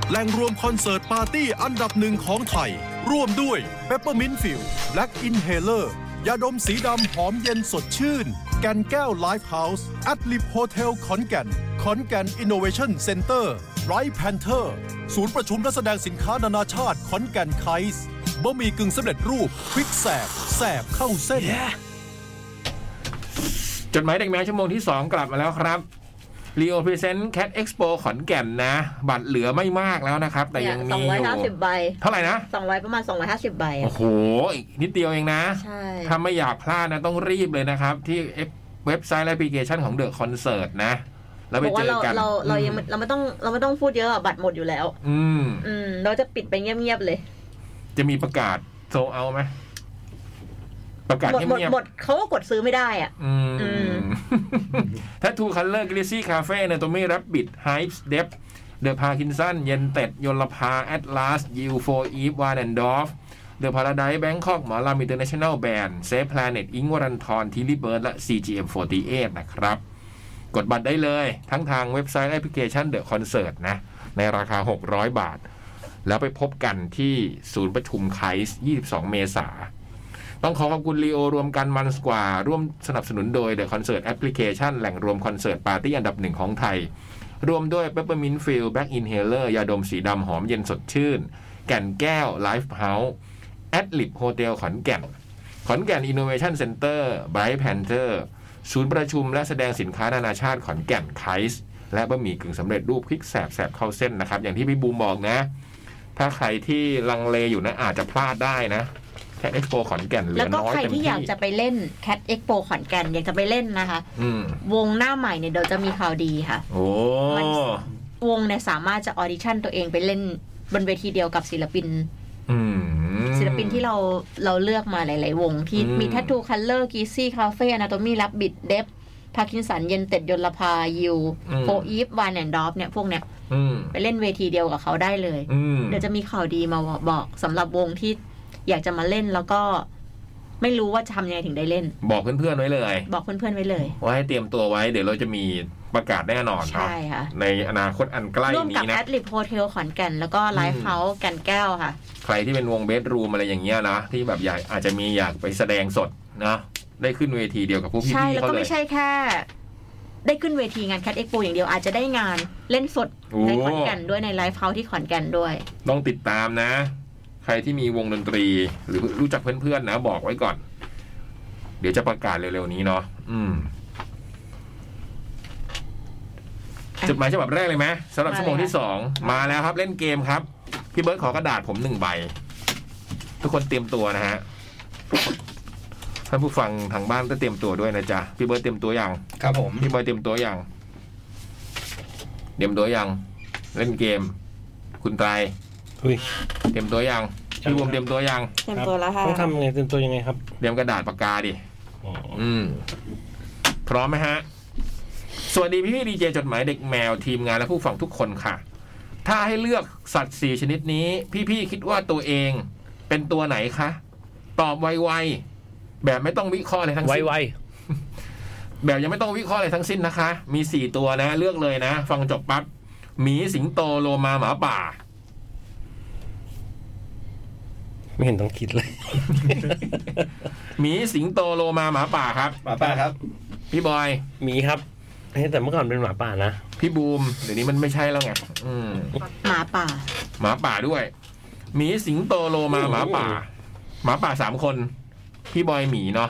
แหล่งรวมคอนเสิร์ตปาร์ตี้อันดับหนึ่งของไทย ร่วมด้วย Peppermint Field Black Inhaler ยาดมสีดำหอมเย็นสดชื่น แกนแก้วไลฟ์เฮาส์แอดลิฟโฮเทลขอนแก่นขอนแก่นอินโนเวชั่นเซ็นเตอร์ไรท์แพนเทอร์ศูนย์ประชุมและแสดงสินค้านานาชาติขอนแก่นไคส์บะหมี่กึ่งสำเร็จรูปพริกแสบแสบเข้าเส้น
จดหมายเด็กแมวชั่วโมงที่ 2 กลับมาแล้วครับรีโอพรีเซนต์แค t เอ็กซ์โปขอนแก่นนะ บัตรเหลือไม่มากแล้วนะครับ แต่ยังมี
สอง
อ
ร้อย
ยู่
ห้าสิบใบ
เท่าไหร่นะ
สองร้อยประมาณสองร้อยห้าสิบใบ
โอ้
อะ
โห อีกนิดเดียวเองนะ
ใช่
ถ้าไม่อยากพลาดนะ ต้องรีบเลยนะครับ ที่เว็บไซต์และแอปพลิเคชันของเดอะคอนเสิร์ตนะ แล้วไป
บอก
เจ
ว่า
อ
เรา
กัน
เราเรายังไม่เราไม่ต้องเราไม่ต้องพูดเยอะอะบัตรหมดอยู่แล้ว
อืม
อืม เราจะปิดไปเงียบๆเลย
จะมีประกาศโซเอาไหมประกาศ
หมดหมด
เงียบ
หมดเขาก็กดซื้อไม่ได้อ่ะ
ๆอืม
อืม
ถ้าทูคัลเลอร์กลิซี่คาเฟ่เนโตมี่รับบิดไฮส์เดฟเดอะพาคินสันเยนเต็ดยลภาแอตลาสยูโฟอีฟวานแอนดอฟเดอะพาราไดแบงคอกหมอลามิเตอร์เนชั่นแนลแบนเซฟแพลเน็ตอิงวรันทรทิลิเบิร์ดและ CGM48 นะครับ กดบัตรได้เลยทั้งทางเว็บไซต์และแอปพลิเคชันเดอะคอนเสิร์ตนะ ในราคา 600 บาท แล้วไปพบกันที่ศูนย์ประชุมไคส์22 เมษา ต้องขอขอบคุณลีโอรวมกันมันสกว่า ร่วมสนับสนุนโดย The Concert Application แหล่งรวมคอนเสิร์ตปาร์ตี้อันดับหนึ่งของไทย รวมด้วย Peppermint f i e l Black Inhaler ยาดมสีดำหอมเย็นสดชื่น แก่นแก้ว Life House Adlib Hotel ขอนแก่น ขอนแก่น Innovation Center Bright Panther ศูนย์ประชุมและแสดงสินค้านานาชาติขอนแก่นไคส์และบะหมี่กึ่งสำเร็จรูปพริกแสบแสบเข้าเส้นนะครับ อย่างที่พี่บูมบอกนะ ถ้าใครที่ลังเลอยู่นะอาจจะพลาดได้นะแค่เอ็กโปขอนแก่นเหลื
แล้ว
อ
ก็
น้อย
ใคร
เต็ม
ที่
ที่
อยากจะไปเล่น Cat Expo ขอนแก่นอยากจะไปเล่นนะคะ
อืม
วงหน้าใหม่เนี่ยเดี๋ยวจะมีข่าวดีค่ะ
โอ้
มัน วงเนี่ยสามารถจะออดิชั่นตัวเองไปเล่นบนเวทีเดียวกับศิลปิน
อืม
ศิลปินที่เราเราเลือกมาหลาย ๆ วง ที่
อืม
มีทัตทูคัลเลอร์กีซี่คาเฟ่อนาโตมีรับบิดเดฟพาคินสันเย็นเต็ดยลภายิวโฟอีฟวานแอนดอฟเนี่ยพวกเนี่ย
อืม
ไปเล่นเวทีเดียวกับเขาได้เลย
อืม
เดี๋ยวจะมีข่าวดีมาบอกสำหรับวงที่อยากจะมาเล่นแล้วก็ไม่รู้ว่าจะทำยังไงถึงได้เล่น
บอกเพื่อนๆไว้เลย
บอกเพื่อน ๆ ไว้เลย
ว่าให้เตรียมตัวไว้ เดี๋ยวเราจะมีประกาศแน่นอนเนาะ
ใช่ค่ะ
ในอนาคตอันใกล้
ร่วมกับ
นี้
แอ
นะ
ดลิฟโฮเทลขอนแก่น แล้วก็ไล
อืม
ฟ์เฮาส์แกันแก้วค่ะ
ใครที่เป็นวงเบสรูมอะไรอย่างเงี้ยนะที่แบบอยากอาจจะมีอยากไปแสดงสดนะได้ขึ้นเวทีเดียวกับพวกพี่
ใช่
ๆ
แล้ว
เขา
ก็
เลย
ไม่ใช่แค่ ได้ขึ้นเวทีงานแคดเอ็กโปอย่างเดียวอาจจะได้งานเล่นสด
โอ้
ในขอนแก่นด้วยในไลฟ์เฮาส์ที่ขอนแก่นด้วย
ต้องติดตามนะ ใครที่มีวงดนตรี หรือรู้จักเพื่อนๆนะบอกไว้ก่อน เดี๋ยวจะประกาศเร็วๆนี้เนาะอืมจดหมายฉบับแรกเลยไหมสำหรับ
มาเลย
ชั่วโมงที่
ค่ะ
สองมาแล้วครับ เล่นเกมครับ พี่เบิร์ดขอกระดาษผมหนึ่งใบ ทุกคนเตรียมตัวนะฮะท่านผู้ฟังทางบ้านก็เตรียมตัวด้วยนะจ๊ะพี่เบิร์ดเตรียมตัวอย่าง
ครับผม
พี่บอยเตรียมตัวยัง เตรียมตัวยัง เล่นเกม คุณไตร
อุ้ย
เตรียมตัวยัง พี่บูมเตรียมตัวยัง
เต็มตัวแล้ว
ครั
ค่ะ
บต้องทำยังไงเตรียมตัวยังไงครับ
เตรียมกระดาษปากกาดิ
อ๋อ
อืม พร้อมไหมฮะ สวัสดีพี่พี่ดีเจจดหมายเด็กแมวทีมงานและผู้ฟังทุกคนค่ะ ถ้าให้เลือกสัตว์สี่ชนิดนี้ พี่พี่ๆคิดว่าตัวเองเป็นตัวไหนคะ ตอบไวๆ แบบไม่ต้องวิเคราะห์อะไรทั้ง
ไว
สิ้น
ไว
แบบยังไม่ต้องวิเคราะห์อะไรทั้งสิ้นนะคะ มีสี่ตัวนะ เลือกเลยนะ ฟังจบปั๊บหมีสิงโตโลมาหมาป่า
ไม่เห็นต้องคิดเลย
หมีสิงโตโลมาหมาป่าครับ
หมาป้าครับ
พี่บอย
มีครับเฮ้ยแต่เมื่อก่อนเป็นหมาป่านะ
พี่บูม เดี๋ยวนี้มันไม่ใช่แล้วไงอืม
หมาป่า
หมาป่าด้วยหมีสิงโตโลมาหมาป่า หมาป่าสามคน พี่บอยหมีเนาะ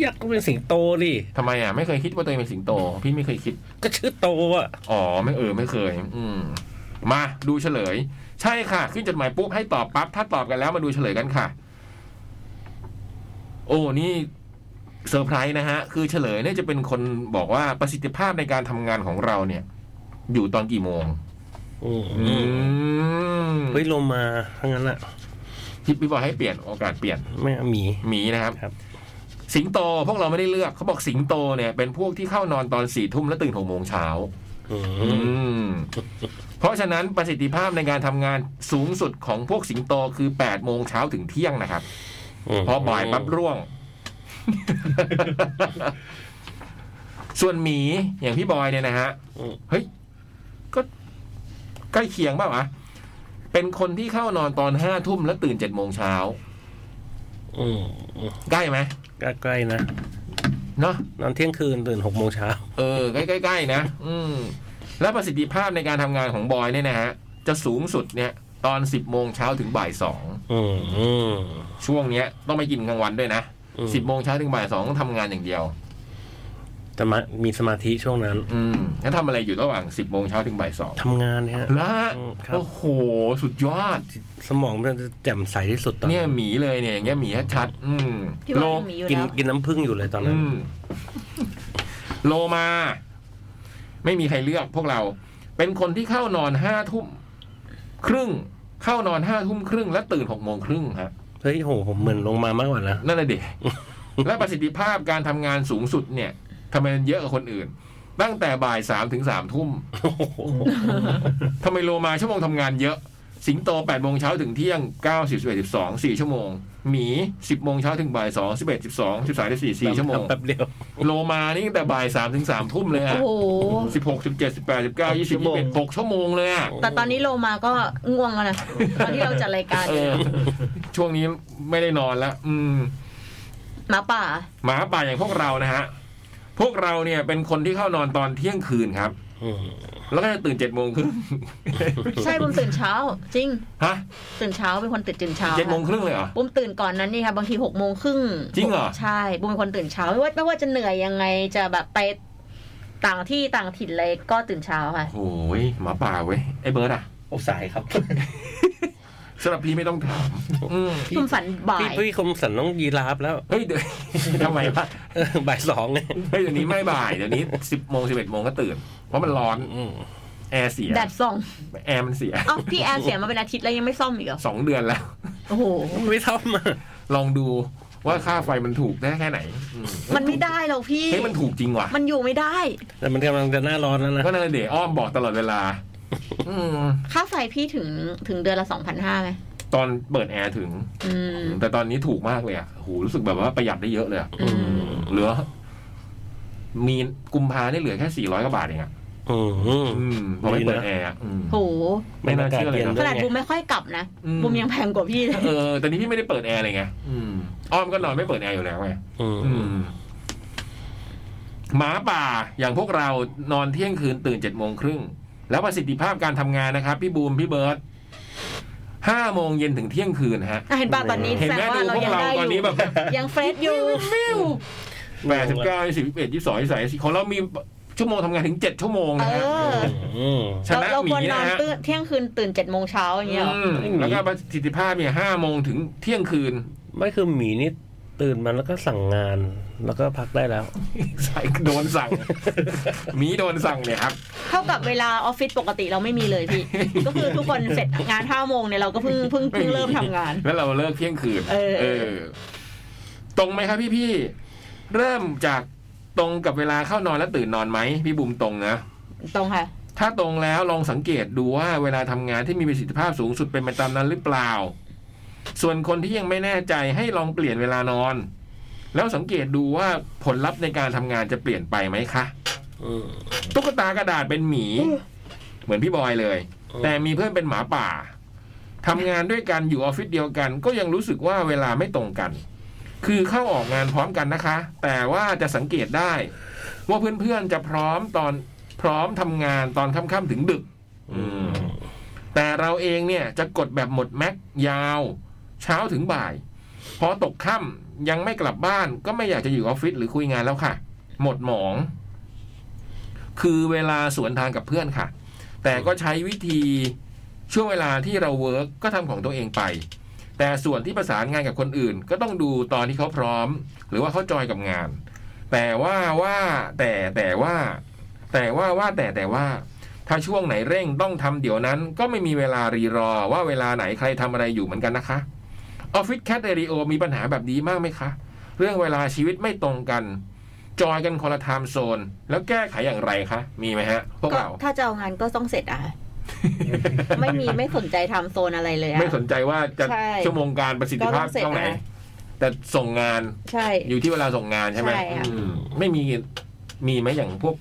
อยากเป็นสิงโตดิ
ทำไมอ่ะไม่เคยคิดว่าตัวเองเป็นสิงโต พี่ไม่เคยคิด
ก็ชื่อโตอ่ะ
อ๋อไม่เออไม่เคย อืม มาดูเฉลย ใช่ค่ะ ขึ้นจดหมายปุ๊บให้ตอบปั๊บถ้าตอบกันแล้วมาดูเฉลยกันค่ะ โอ้นี่เซอร์ไพรส์นะฮะ คือเฉลยเนี่ยจะเป็นคนบอกว่าประสิทธิภาพในการทำงานของเราเนี่ย อยู่ตอนกี่โมง
อืม
อืม
เฮ้ยโลมาทั้งนั้นอะ
พี่พี่บอกให้เปลี่ยนโอกาสเปลี่ยน
ไม่เอาหมี
หมีนะครับ
ครับ
สิงโตพวกเราไม่ได้เลือกเขาบอกสิงโตเนี่ยเป็นพวกที่เข้านอนตอนสี่ทุ่มแล้วตื่นหกโมงเช้า
อื
อืม
ม
เพราะฉะนั้นประสิทธิภาพในการทำงานสูงสุดของพวกสิงโตคือ8โมงเช้าถึงเที่ยงนะครับ พอบ่ายปั๊บร่วง ส่วนหมีอย่างพี่บอยเนี่ยนะฮะ
อืม
เฮ้ย ก็ใกล้เคียงเปล่าวะเป็นคนที่เข้านอนตอนห้าทุ่มแล้วตื่นเจ็ดโมงเช้า
อืมอืม
ใกล้ไหม
ก็ใกล้นะ
เนาะ
นอนเที่ยงคืนตื่นหกโมงเช้า
เออใกล้ๆใกล้ๆนะ อืมแล้วประสิทธิภาพในการทำงานของบอยเนี่ยนะฮะ จะสูงสุดเนี่ย ตอนสิบโมงเช้าถึงบ่ายสอง
อืมอืม
ช่วงเนี้ยต้องไม่กินกลางวันด้วยนะ
อืม
สิบโมงเช้าถึงบ่ายสองต้องทำงานอย่างเดียว
แต่มามีสมาธิช่วงนั้น
อืมแล้วทำอะไรอยู่ระหว่างสิบโมงเช้าถึงบ่ายสอง
ทำงานเนี่ย
ละ
อืมครับ
โอ้โหสุดยอด
สมองมันจะแจ่มใสที่สุดตอน
เนี่ยหมีเลยเนี่ยอย่างเงี้ยหมีชัดๆอืม
พี่บอ
โล
ยยังมีอยู่
กิน
แล้ว
กินน้ำผึ้งอยู่เลยตอนนั้
อื
น
มโลมา ไม่มีใครเลือกพวกเรา เป็นคนที่เข้านอนห้าทุ่มครึ่ง เข้านอนห้าทุ่มครึ่ง และตื่นหกโมงครึ่งฮะ
เฮ้ยโหผมเหมือนลงมามากกว่านะ
นั่นแหละ ดิ และประสิทธิภาพการทำงานสูงสุดเนี่ยทำไมมันเยอะกว่าคนอื่น ตั้งแต่บ่ายสามถึงสามทุ่มทำไมโลมาชั่วโมงทำงานเยอะ สิงโตแปดโมงเช้าถึงเที่ยงเก้าสิบสิบเอ็ดสิบสองสี่ชั่วโมง หมีสิบโมงเช้าถึงบ่ายสองสิบเอ็ดสิบสองสิบสามสิบสี่สี่ชั่วโมง
แป๊บเดียว
โลมานี่ตั้งแต่บ่ายสามถึงสามทุ่มเลย
โอ้
อะ
โห
สิบหกสิบเจ็ดสิบแปดสิบเก้ายี่สิบยี่สิบเอ็ดหกชั่วโมงเลยอะ
แต่ตอนนี้โลมาก็ง่วงแล้วนะ ตอนที่เราจัดรายการ
เออ ช่วงนี้ไม่ได้นอนละอืม
หมาป่า
หมาป่าอย่างพวกเรานะฮะ พวกเราเนี่ยเป็นคนที่เข้านอนตอนเที่ยงคืนครับ
อืม
แล้วก็จะตื่นเจ็ดโมงครึ่ง
ใช่ปุ้มตื่นเช้า จริง
ฮะ
ตื่นเช้าเป็นคนตื่นตื่นเช้า
เจ็ดโมงครึ่งเลยเหรอ
ปุ้มตื่นก่อนนั้นนี่ค่ะบางทีหกโมงครึ่ง
จริงเหรอ
ใช่ปุ้มเป็นคนตื่นเช้าไม่ว่าไม่ว่าจะเหนื่อยยังไงจะแบบไปต่างที่ต่างถิ่นอะไรก็ตื่นเช้าค่ะ
โอ้ยหมาป่าเว้ย ไอ้เบิร์ดอะ
โอ้สายครับ
สำหรับพี่ไม่ต้องถามอืม
คุณฝันบ่า
พี่
ย
พี่คมสันต้องยีราฟแล้ว
เฮ้ยเดี๋ยว ทำไมวะ
เออบ่ายสองไง
เฮ้ยเดี๋ยวนี้ไม่บ่ายเดี๋ยวนี้สิบโมงสิบเอ็ดโมงก็ตื่น เพราะมันร้อน
อืม
แอร์เสีย
แดดส่อง
แอร์มันเสีย
เอ้าพี่แอนเสียมาเป็นอาทิตย์แล้วยังไม่ซ่อมอีกเหรอ
สองเดือนแล้ว
โอ้โห
ไม่ทำอ่ะ
ลองดูว่าค่าไฟมันถูกได้แค่ไหนอืม
มันไม่ได้หรอกพี่
เฮ้ยมันถูกจริงว่ะ
มันอยู่ไม่ได้
แต่มันกำลังจะหน้าร้อนแล้วนะ
ก็นั่นแหละเดี๋ยวอ้อมบอกตลอดเวลา อืม
ค่าไฟพี่ถึงถึงเดือนละสองพันห้าไหม
ตอนเปิดแอร์ถึง
อืม
แต่ตอนนี้ถูกมากเลยอ่ะโหรู้สึกแบบว่าประหยัดได้เยอะเลยอะ
อืม
เหลือ มีกุมภาเนี่ยเหลือแค่ 400 กว่าบาทเองอ่ะ
อืม
อืมพอไม่
ดีนะ
เปิดแอร์อะอืม
โห
ไม่น่าเชื่อเลย
ข
นะ
นาดบูมไม่ค่อยกลับนะ
อืม
บูมยังแพงกว่าพี่เลย
เออแต่นี้พี่ไม่ได้เปิดแอร์เลยไงอืมอ้อมก็นอนไม่เปิดแอร์อยู่แล้วไง
อืม
อืมหมาป่าอย่างพวกเรานอนเที่ยงคืนตื่นเจ็ดโมงครึ่งแล้วประสิทธิภาพการทำงานนะครับ พี่บูมพี่เบิร์ตห้าโมงเย็นถึงเที่ยงคืนฮะ
อ่ะเห็นป่ะตอนนี้
เห็น
แส
ไห
ด
ม
ง
ดูพวก
ว่าเรายัง
เรา
ได้อ
ตอนนี้
ยู่
แบบ
ยังเฟรชอยู่
แปดสิบเก้าสิบเอ็ดยี่สิบสองยี่สิบสามยี่สิบสี่ของเรามีชั่วโมงทำงานถึงเจ็ดชั่วโมง
เอ
นะฮะ
อ
อืม
ช
เรา
นะ
เรา
หมี
ควรน
นะ
อน
ฮะ
ตื่นเที่ยงคืนตื่นเจ็ดโมงเช้าอย่างเงี้ยหรอ
อืมแล้วก็ประสิทธิภาพเนี่ยห้าโมงถึงเที่ยงคืน
ไม่คือหมีนี่ตื่นมาแล้วก็สั่งงาน แล้วก็พักได้แล้ว
ใส่โดนสั่ง หมีโดนสั่งเนี่ยครับ
เท่ากับเวลาออฟฟิศปกติเราไม่มีเลย พี่ ก็คือทุกคนเสร็จงานห้าโมงเนี่ยเราก็เพิ่งเพิ่งเพิ่งเริ่มทำงาน
แล้วเราเลิกเที่ยงคืน
เออ
ตรงไหมครับพี่พี่ๆเริ่มจากตรงกับเวลาเข้านอนและตื่นนอนไหมพี่บุมตรงนะ
ตรงค่ะ
ถ้าตรงแล้วลองสังเกตดูว่าเวลาทำงานที่มีประสิทธิภาพสูงสุดเป็นไปตามนั้นหรือเปล่า ส่วนคนที่ยังไม่แน่ใจให้ลองเปลี่ยนเวลานอน แล้วสังเกตดูว่าผลลัพธ์ในการทำงานจะเปลี่ยนไปไหมคะ
อืม
ตุ๊กตากระดาษเป็นหมี เหมือนพี่บอยเลย แต่มีเพื่อนเป็นหมาป่าทำงานด้วยกันอยู่ออฟฟิศเดียวกัน ก็ยังรู้สึกว่าเวลาไม่ตรงกัน คือเข้าออกงานพร้อมกันนะคะ แต่ว่าจะสังเกตได้ ว่าเพื่อนๆจะพร้อมตอนพร้อมทำงานตอนค่ำๆถึงดึก
อืม
แต่เราเองเนี่ยจะกดแบบหมดแม็กยาว เช้าถึงบ่าย พอตกค่ำยังไม่กลับบ้าน ก็ไม่อยากจะอยู่ออฟฟิศหรือคุยงานแล้วค่ะ หมดหมอง คือเวลาสวนทางกับเพื่อนค่ะ แต่ก็ใช้วิธีช่วงเวลาที่เราเวิร์กก็ทำของตัวเองไป แต่ส่วนที่ประสานงานกับคนอื่น ก็ต้องดูตอนที่เขาพร้อม หรือว่าเขาจอยกับงาน แต่ว่าว่าแต่แต่ว่า แต่ว่าว่าแต่แต่ว่า ถ้าช่วงไหนเร่งต้องทำเดี๋ยวนั้น ก็ไม่มีเวลารีรอว่าเวลาไหนใครทำอะไรอยู่เหมือนกันนะคะออฟฟิศแคทเรดิโอมีปัญหาแบบนี้มากไหมคะ เรื่องเวลาชีวิตไม่ตรงกัน จอยกันคนละไทม์โซน แล้วแก้ไขอย่างไรคะ มีไหมฮะ พวก
ก็
เรา
ถ้าจะเอางานก็ต้องเสร็จ อ่ะ ไม่มีไม่สนใจทำโซนอะไรเลยอ่ะ
ไม่สนใจว่าจะ
ใช่
ชั่วโมงการประสิทธิภาพ
ก็ต้อง
เท่า
เสร็จ
ไหร่
นะ
แต่ส่งงาน
ใช่
อยู่ที่เวลาส่งงานใช่ไหม
ใช่ค่ะ
อืมไม่มีมีไหมอย่างพวก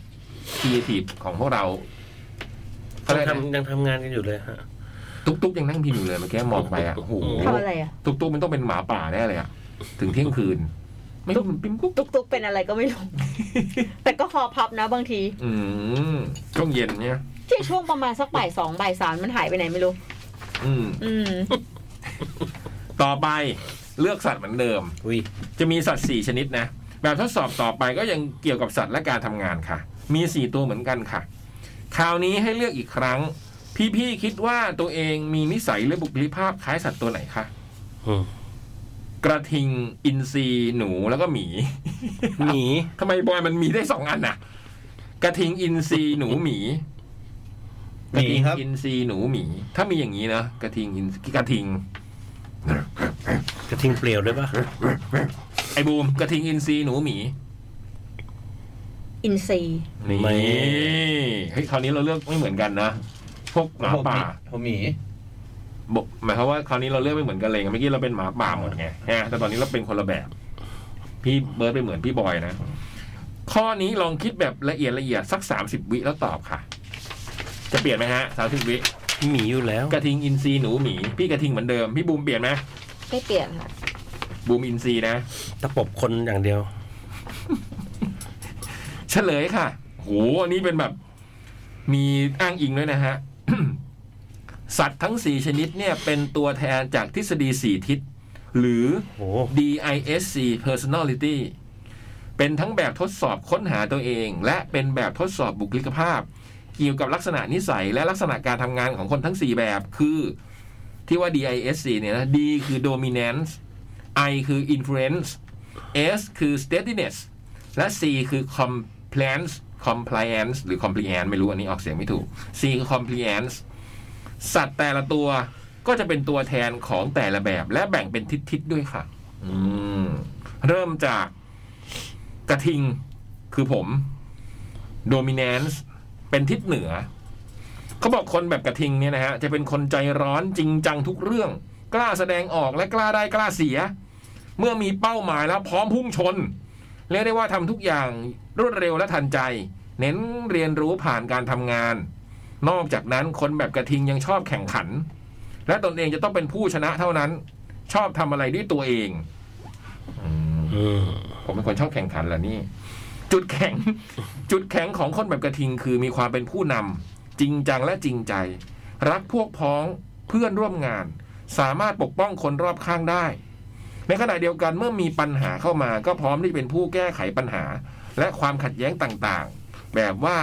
ครีเอทีฟของพวกเราเขา
ยัง
เรียกอะไรนะ
ทำยังทำงานกันอยู่เลยฮะ
ตุ๊กตุ๊กยังนั่งพิมพ์อยู่เลยเมื่อกี้มองไปอ่ะโอ้โห
ทำอะไรอ่ะ
ตุ๊กตุ๊กมันต้องเป็นหมาป่าแน่เลยอะ ถึงเที่ยงคืน ไม่
ตุ๊ก
ปิ๊มกุ๊ก
ตุกตุกเป็นอะไรก็ไม่ รู้ แต่ก็คอพับนะบางที
อืมช่วงเย็นเนี่ย
ที่ช่วงประมาณสักบ่ายสองบ่ายสามมันหายไปไหนไม่รู้
อืม
อื ม
ต่อไปเลือกสัตว์เหมือนเดิม
อุ้ย
จะมีสัตว์ 4 ชนิดนะ แบบทดสอบต่อไปก็ยังเกี่ยวกับสัตว์และการทำงานค่ะ มี 4 ตัวเหมือนกันค่ะ คราวนี้ให้เลือกอีกครั้ง พี่ๆคิดว่าตัวเองมีนิสัยหรือบุคลิกภาพคล้ายสัตว์ตัวไหนคะ
อืม
กระทิง อินทรีหนูแล้วก็หมี
หมี
ทำไมบอยมันมีได้สองอันน่ะ กระทิงอินทรีหนูหมี
หมีครับ
กะทิงอินทรีหนูหมี ถ้ามีอย่างนี้นะกระทิงอินกระทิง
กระทิงเปลี่ยวด้วยปะ
ไอ้บูมกระทิงอินทรีหนูหมี
อินซีย์
นี่เฮ้ยคราวนี้เราเลือกไม่เหมือนกันนะ พวกหมา
ผม
ป่า
ผมหมี
บอกหมายความว่าคราวนี้เราเลือกไม่เหมือนกันเลยไงเมื่อกี้เราเป็นหมาป่าหมด ไงฮะแต่ตอนนี้เราเป็นคนละแบบ พี่เบิร์ดไปเหมือนพี่บอยนะ ข้อนี้ลองคิดแบบละเอียดละเอียดสักสามสิบวิแล้วตอบค่ะ จะเปลี่ยนไหมฮะสามสิบวิ
หมีอยู่แล้ว
กระทิงอินทรีหนูหมี พี่กระทิงเหมือนเดิม พี่บูมเปลี่ยนไหม
ไม่เปลี่ยนค่ะ
บูมอินทรีนะ
ตะปบคนอย่างเดียว
เฉลยค่ะ โห อันนี้เป็นแบบ มีอ้างอิงด้วยนะฮะ สัตว์ทั้ง 4 ชนิดเนี่ย เป็นตัวแทนจากทฤษฎี 4 ทิศ หรือ
โอ้โห
DISC personality เป็นทั้งแบบทดสอบค้นหาตัวเอง และเป็นแบบทดสอบบุคลิกภาพ เกี่ยวกับลักษณะนิสัย และลักษณะการทำงานของคนทั้ง 4 แบบคือ ที่ว่า DISC เนี่ยนะ D คือ dominance I คือ influence S คือ steadiness และ C คือ compliance compliance หรือ compliance ไม่รู้อันนี้ออกเสียงไม่ถูก C คือ compliance สัตว์แต่ละตัวก็จะเป็นตัวแทนของแต่ละแบบ และแบ่งเป็นทิศๆด้วยค่ะ อืม เริ่มจากกระทิงคือผม dominance เป็นทิศเหนือ เขาบอกคนแบบกระทิงเนี่ยนะฮะ จะเป็นคนใจร้อนจริงจังทุกเรื่อง กล้าแสดงออกและกล้าได้กล้าเสีย เมื่อมีเป้าหมายแล้วพร้อมพุ่งชน เรียกได้ว่าทำทุกอย่างรวดเร็วและทันใจ เน้นเรียนรู้ผ่านการทำงาน นอกจากนั้นคนแบบกระทิงยังชอบแข่งขัน และตนเองจะต้องเป็นผู้ชนะเท่านั้น ชอบทำอะไรด้วยตัวเองอืม
อืม
ผมเป็นคนชอบแข่งขันเหรอนี่ จุดแข็ง จุดแข็งของคนแบบกระทิง คือมีความเป็นผู้นำจริงจังและจริงใจ รักพวกพ้องเพื่อนร่วมงาน สามารถปกป้องคนรอบข้างได้ ในขณะเดียวกันเมื่อมีปัญหาเข้ามา ก็พร้อมที่เป็นผู้แก้ไขปัญหา และความขัดแย้งต่างๆ แบบว่า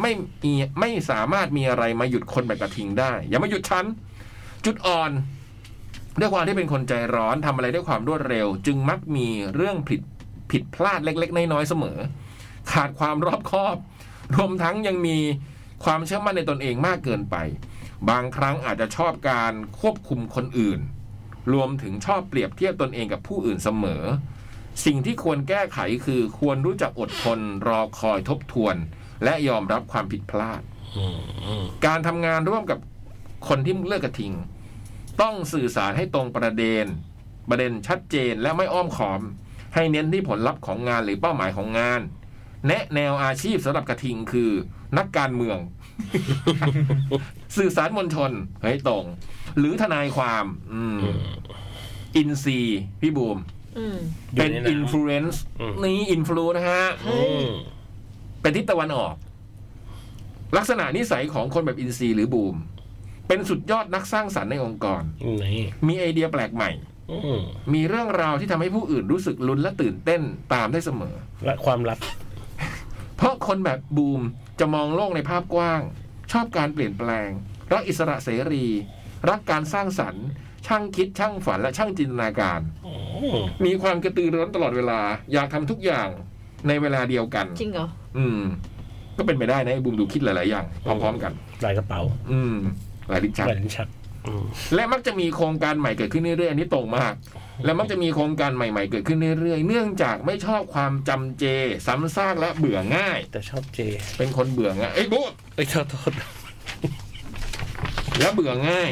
ไม่มีไม่สามารถมีอะไรมาหยุดคนแบบกระทิงได้ อย่ามาหยุดฉันจุดอ่อน ด้วยความที่เป็นคนใจร้อนทำอะไรด้วยความรวดเร็ว จึงมักมีเรื่องผิด ผิดพลาดเล็ก ๆ น้อยๆเสมอ ขาดความรอบคอบ รวมทั้งยังมีความเชื่อมั่นในตนเองมากเกินไป บางครั้งอาจจะชอบการควบคุมคนอื่น รวมถึงชอบเปรียบเทียบตนเองกับผู้อื่นเสมอ สิ่งที่ควรแก้ไขคือควรรู้จักอดทน รอคอยทบทวน และยอมรับความผิดพลาด การทำงานร่วมกับคนที่เลือกกระทิง ต้องสื่อสารให้ตรงประเด็น ประเด็นชัดเจนและไม่อ้อมค้อม ให้เน้นที่ผลลัพธ์ของงานหรือเป้าหมายของงาน แนะแนวอาชีพสำหรับกระทิงคือ นักการเมือง สื่อสารมวลชนเฮ้ยตรง หรือทนายความ อืม อินซีย์พี่บูม
อืม
เป็น
ยู่ใ
อินฟลูเอนซ์
อืม
นี่อินฟลูนะฮะ
อืม
เป็นทิศตะวันออก ลักษณะนิสัยของคนแบบอินซีย์หรือบูม เป็นสุดยอดนักสร้างสรรค์ในองค์กร
ไหน
มีไอเดียแปลกใหม่
อืม
มีเรื่องราวที่ทำให้ผู้อื่นรู้สึกลุ้นและตื่นเต้นตามได้เสมอ
และความลับ
เพราะคนแบบบูมจะมองโลกในภาพกว้าง ชอบการเปลี่ยนแปลง รักอิสระเสรี รักการสร้างสรรค์ ช่างคิดช่างฝันและช่างจินตนาการ มีความกระตือรือร้นตลอดเวลา อยากทำทุกอย่างในเวลาเดียวกัน
จริงเหรอ
อืม ก็เป็นไปได้นะไอ้บูมดูคิดหลาย ๆ อย่าง พร้อม ๆ กัน
ลายกระเป๋า
อืมหลายดิฉัน
ลายลิ้นชักอืม
และมักจะมีโครงการใหม่เกิดขึ้นเรื่อยๆอันนี้ตรงมาก และมักจะมีโครงการใหม่ ๆ เกิดขึ้นเรื่อยๆ เนื่องจากไม่ชอบความจำเจซ้ำซากและเบื่อง่าย
แต่ชอบเจ
เป็นคนเบื่อง่ายเอ้ยบูด
เอ้ยโทษโทษ
และเบื่อง่าย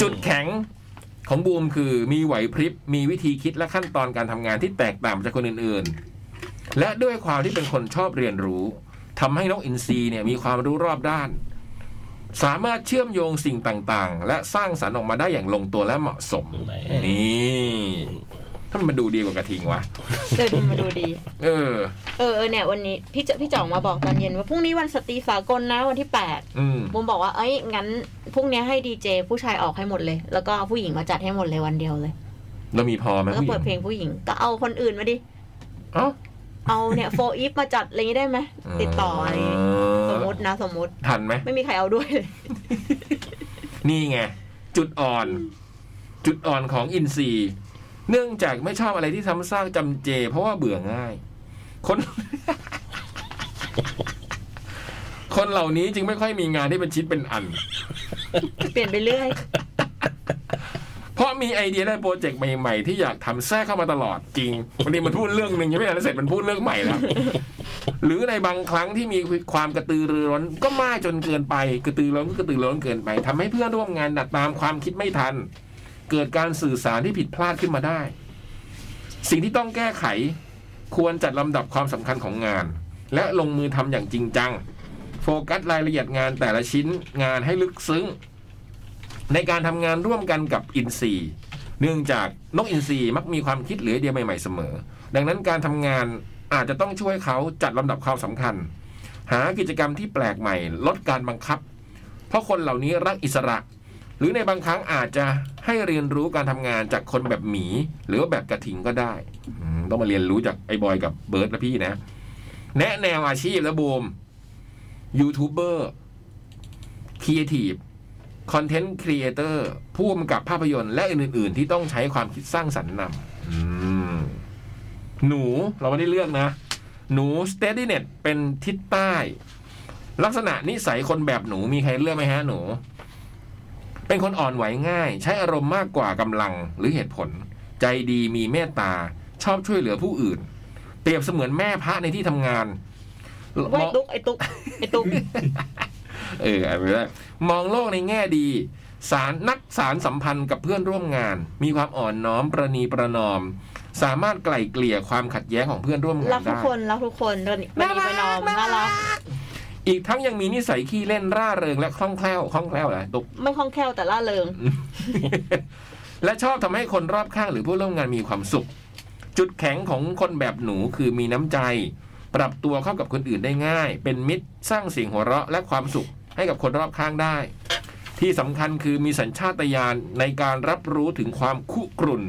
จุดแข็งของบูมคือมีไหวพริบ มีวิธีคิดและขั้นตอนการทำงานที่แตกต่างจากคนอื่นๆ และด้วยความที่เป็นคนชอบเรียนรู้ทำให้นกอินทรีเนี่ยมีความรู้รอบด้าน สามารถเชื่อมโยงสิ่งต่างๆ และสร้างสรรค์ออกมาได้อย่างลงตัวและเหมาะสม
แหม
นี่ถ้ามันมาดูดีกว่ากระทิงวะ
เดินมาดูดี
เออ
เออเออเนี่ยวันนี้พี่เจพี่จ่องมาบอกตอนเย็นว่าพรุ่งนี้วันสตรีสากลนะวันที่แปด
อืม
บุมบอกว่าเอ้ยงั้นพรุ่งนี้ให้ดีเจผู้ชายออกให้หมดเลย แล้วก็เอาผู้หญิงมาจัดให้หมดเลยวันเดียวเลย
แล้วมีพอไหม
แล้วก็
ผู้ห
เปิดเพล
ญิง
งผู้หญิงก็เอาคนอื่นมาดิ
เอ้า
เอาเนี่ยโฟอีฟมาจัดอะไรอย่างงี้ได้ไหมติดต่ออะไรอย่างงี้สมมตินะสมมติ
ทันไหม
ไม่มีใครเอาด้วยเลย
นี่ไง จุดอ่อน จุดอ่อนของอินทรีย์ เนื่องจากไม่ชอบอะไรที่ซ้ำซากจำเจ เพราะว่าเบื่อง่าย คน คนเหล่านี้จึงไม่ค่อยมีงานที่เป็นชิ้นเป็นอัน
เปลี่ยนไปเรื่อย
เพราะมีไอเดียและโปรเจกต์ใหม่ๆ ที่อยากทำแทรกเข้ามาตลอดจริงวันนี้มันพูดเรื่องหนึ่งยังไม่ทันเสร็จมันพูดเรื่องใหม่แล้ว หรือในบางครั้งที่มีความกระตือรือร้นก็มากจนเกินไป กระตือร้นก็กระตือร้นเกินไปทำให้เพื่อนร่วมงานดัดตามความคิดไม่ทัน เกิดการสื่อสารที่ผิดพลาดขึ้นมาได้ สิ่งที่ต้องแก้ไข ควรจัดลำดับความสำคัญของงาน และลงมือทำอย่างจริงจัง โฟกัสรายละเอียดงานแต่ละชิ้นงานให้ลึกซึ้ง ในการทำงานร่วมกันกับอินทรีย์เนื่องจากนกอินทรีย์มักมีความคิดหรือไอเดียใหม่ๆเสมอ ดังนั้นการทำงานอาจจะต้องช่วยเขาจัดลำดับความสำคัญ หากิจกรรมที่แปลกใหม่ ลดการบังคับ เพราะคนเหล่านี้รักอิสระ หรือในบางครั้งอาจจะให้เรียนรู้การทำงานจากคนแบบหมี หรือว่าแบบกระทิงก็ได้อืมต้องมาเรียนรู้จากไอ้บอยกับเบิร์ดและพี่นะ แนะแนวอาชีพและบูมยูทูบเบอร์ครีเอทีฟ คอนเทนต์ครีเอเตอร์ผู้กำกับภาพยนตร์และอื่น ๆ ที่ต้องใช้ความคิดสร้างสรรค์นำอืมหนูเราไม่ได้เลือกนะ หนู Steadynet เป็นทิศใต้ ลักษณะนิสัยคนแบบหนูมีใครเลือกไหมฮะหนู เป็นคนอ่อนไหวง่าย ใช้อารมณ์มากกว่ากำลังหรือเหตุผล ใจดีมีเมตตา ชอบช่วยเหลือผู้อื่น เปรียบเสมือนแม่พระในที่ทำงาน
ไว้ยตุ๊กไอ้ตุ๊กไอ้ตุ๊ ก
เอออ่านไม่ได้มองโลกในแง่ดี สารนักสารสัมพันธ์กับเพื่อนร่วมงาน มีความอ่อนน้อมประนีประนอม สามารถไกล่เกลี่ยความขัดแย้งของเพื่อนร่วมงา
รั
น
กทุ
ได้
กคนรักทุกคนเดินไปนีไปนอมน่ารัก
อีกทั้งยังมีนิสัยขี้เล่นร่าเริงและคล่องแคล่วคล่องแคล่วอะไรตก
ไม่คล่องแคล่วแต่ล่าเริง
และชอบทำให้คนรอบข้างหรือผู้ร่วมงานมีความสุข จุดแข็งของคนแบบหนูคือมีน้ำใจ ปรับตัวเข้ากับคนอื่นได้ง่าย เป็นมิตรสร้างเสียงหัวเราะและความสุขให้กับคนรอบข้างได้ ที่สำคัญคือมีสัญชาตญาณในการรับรู้ถึงความคุกรุ่น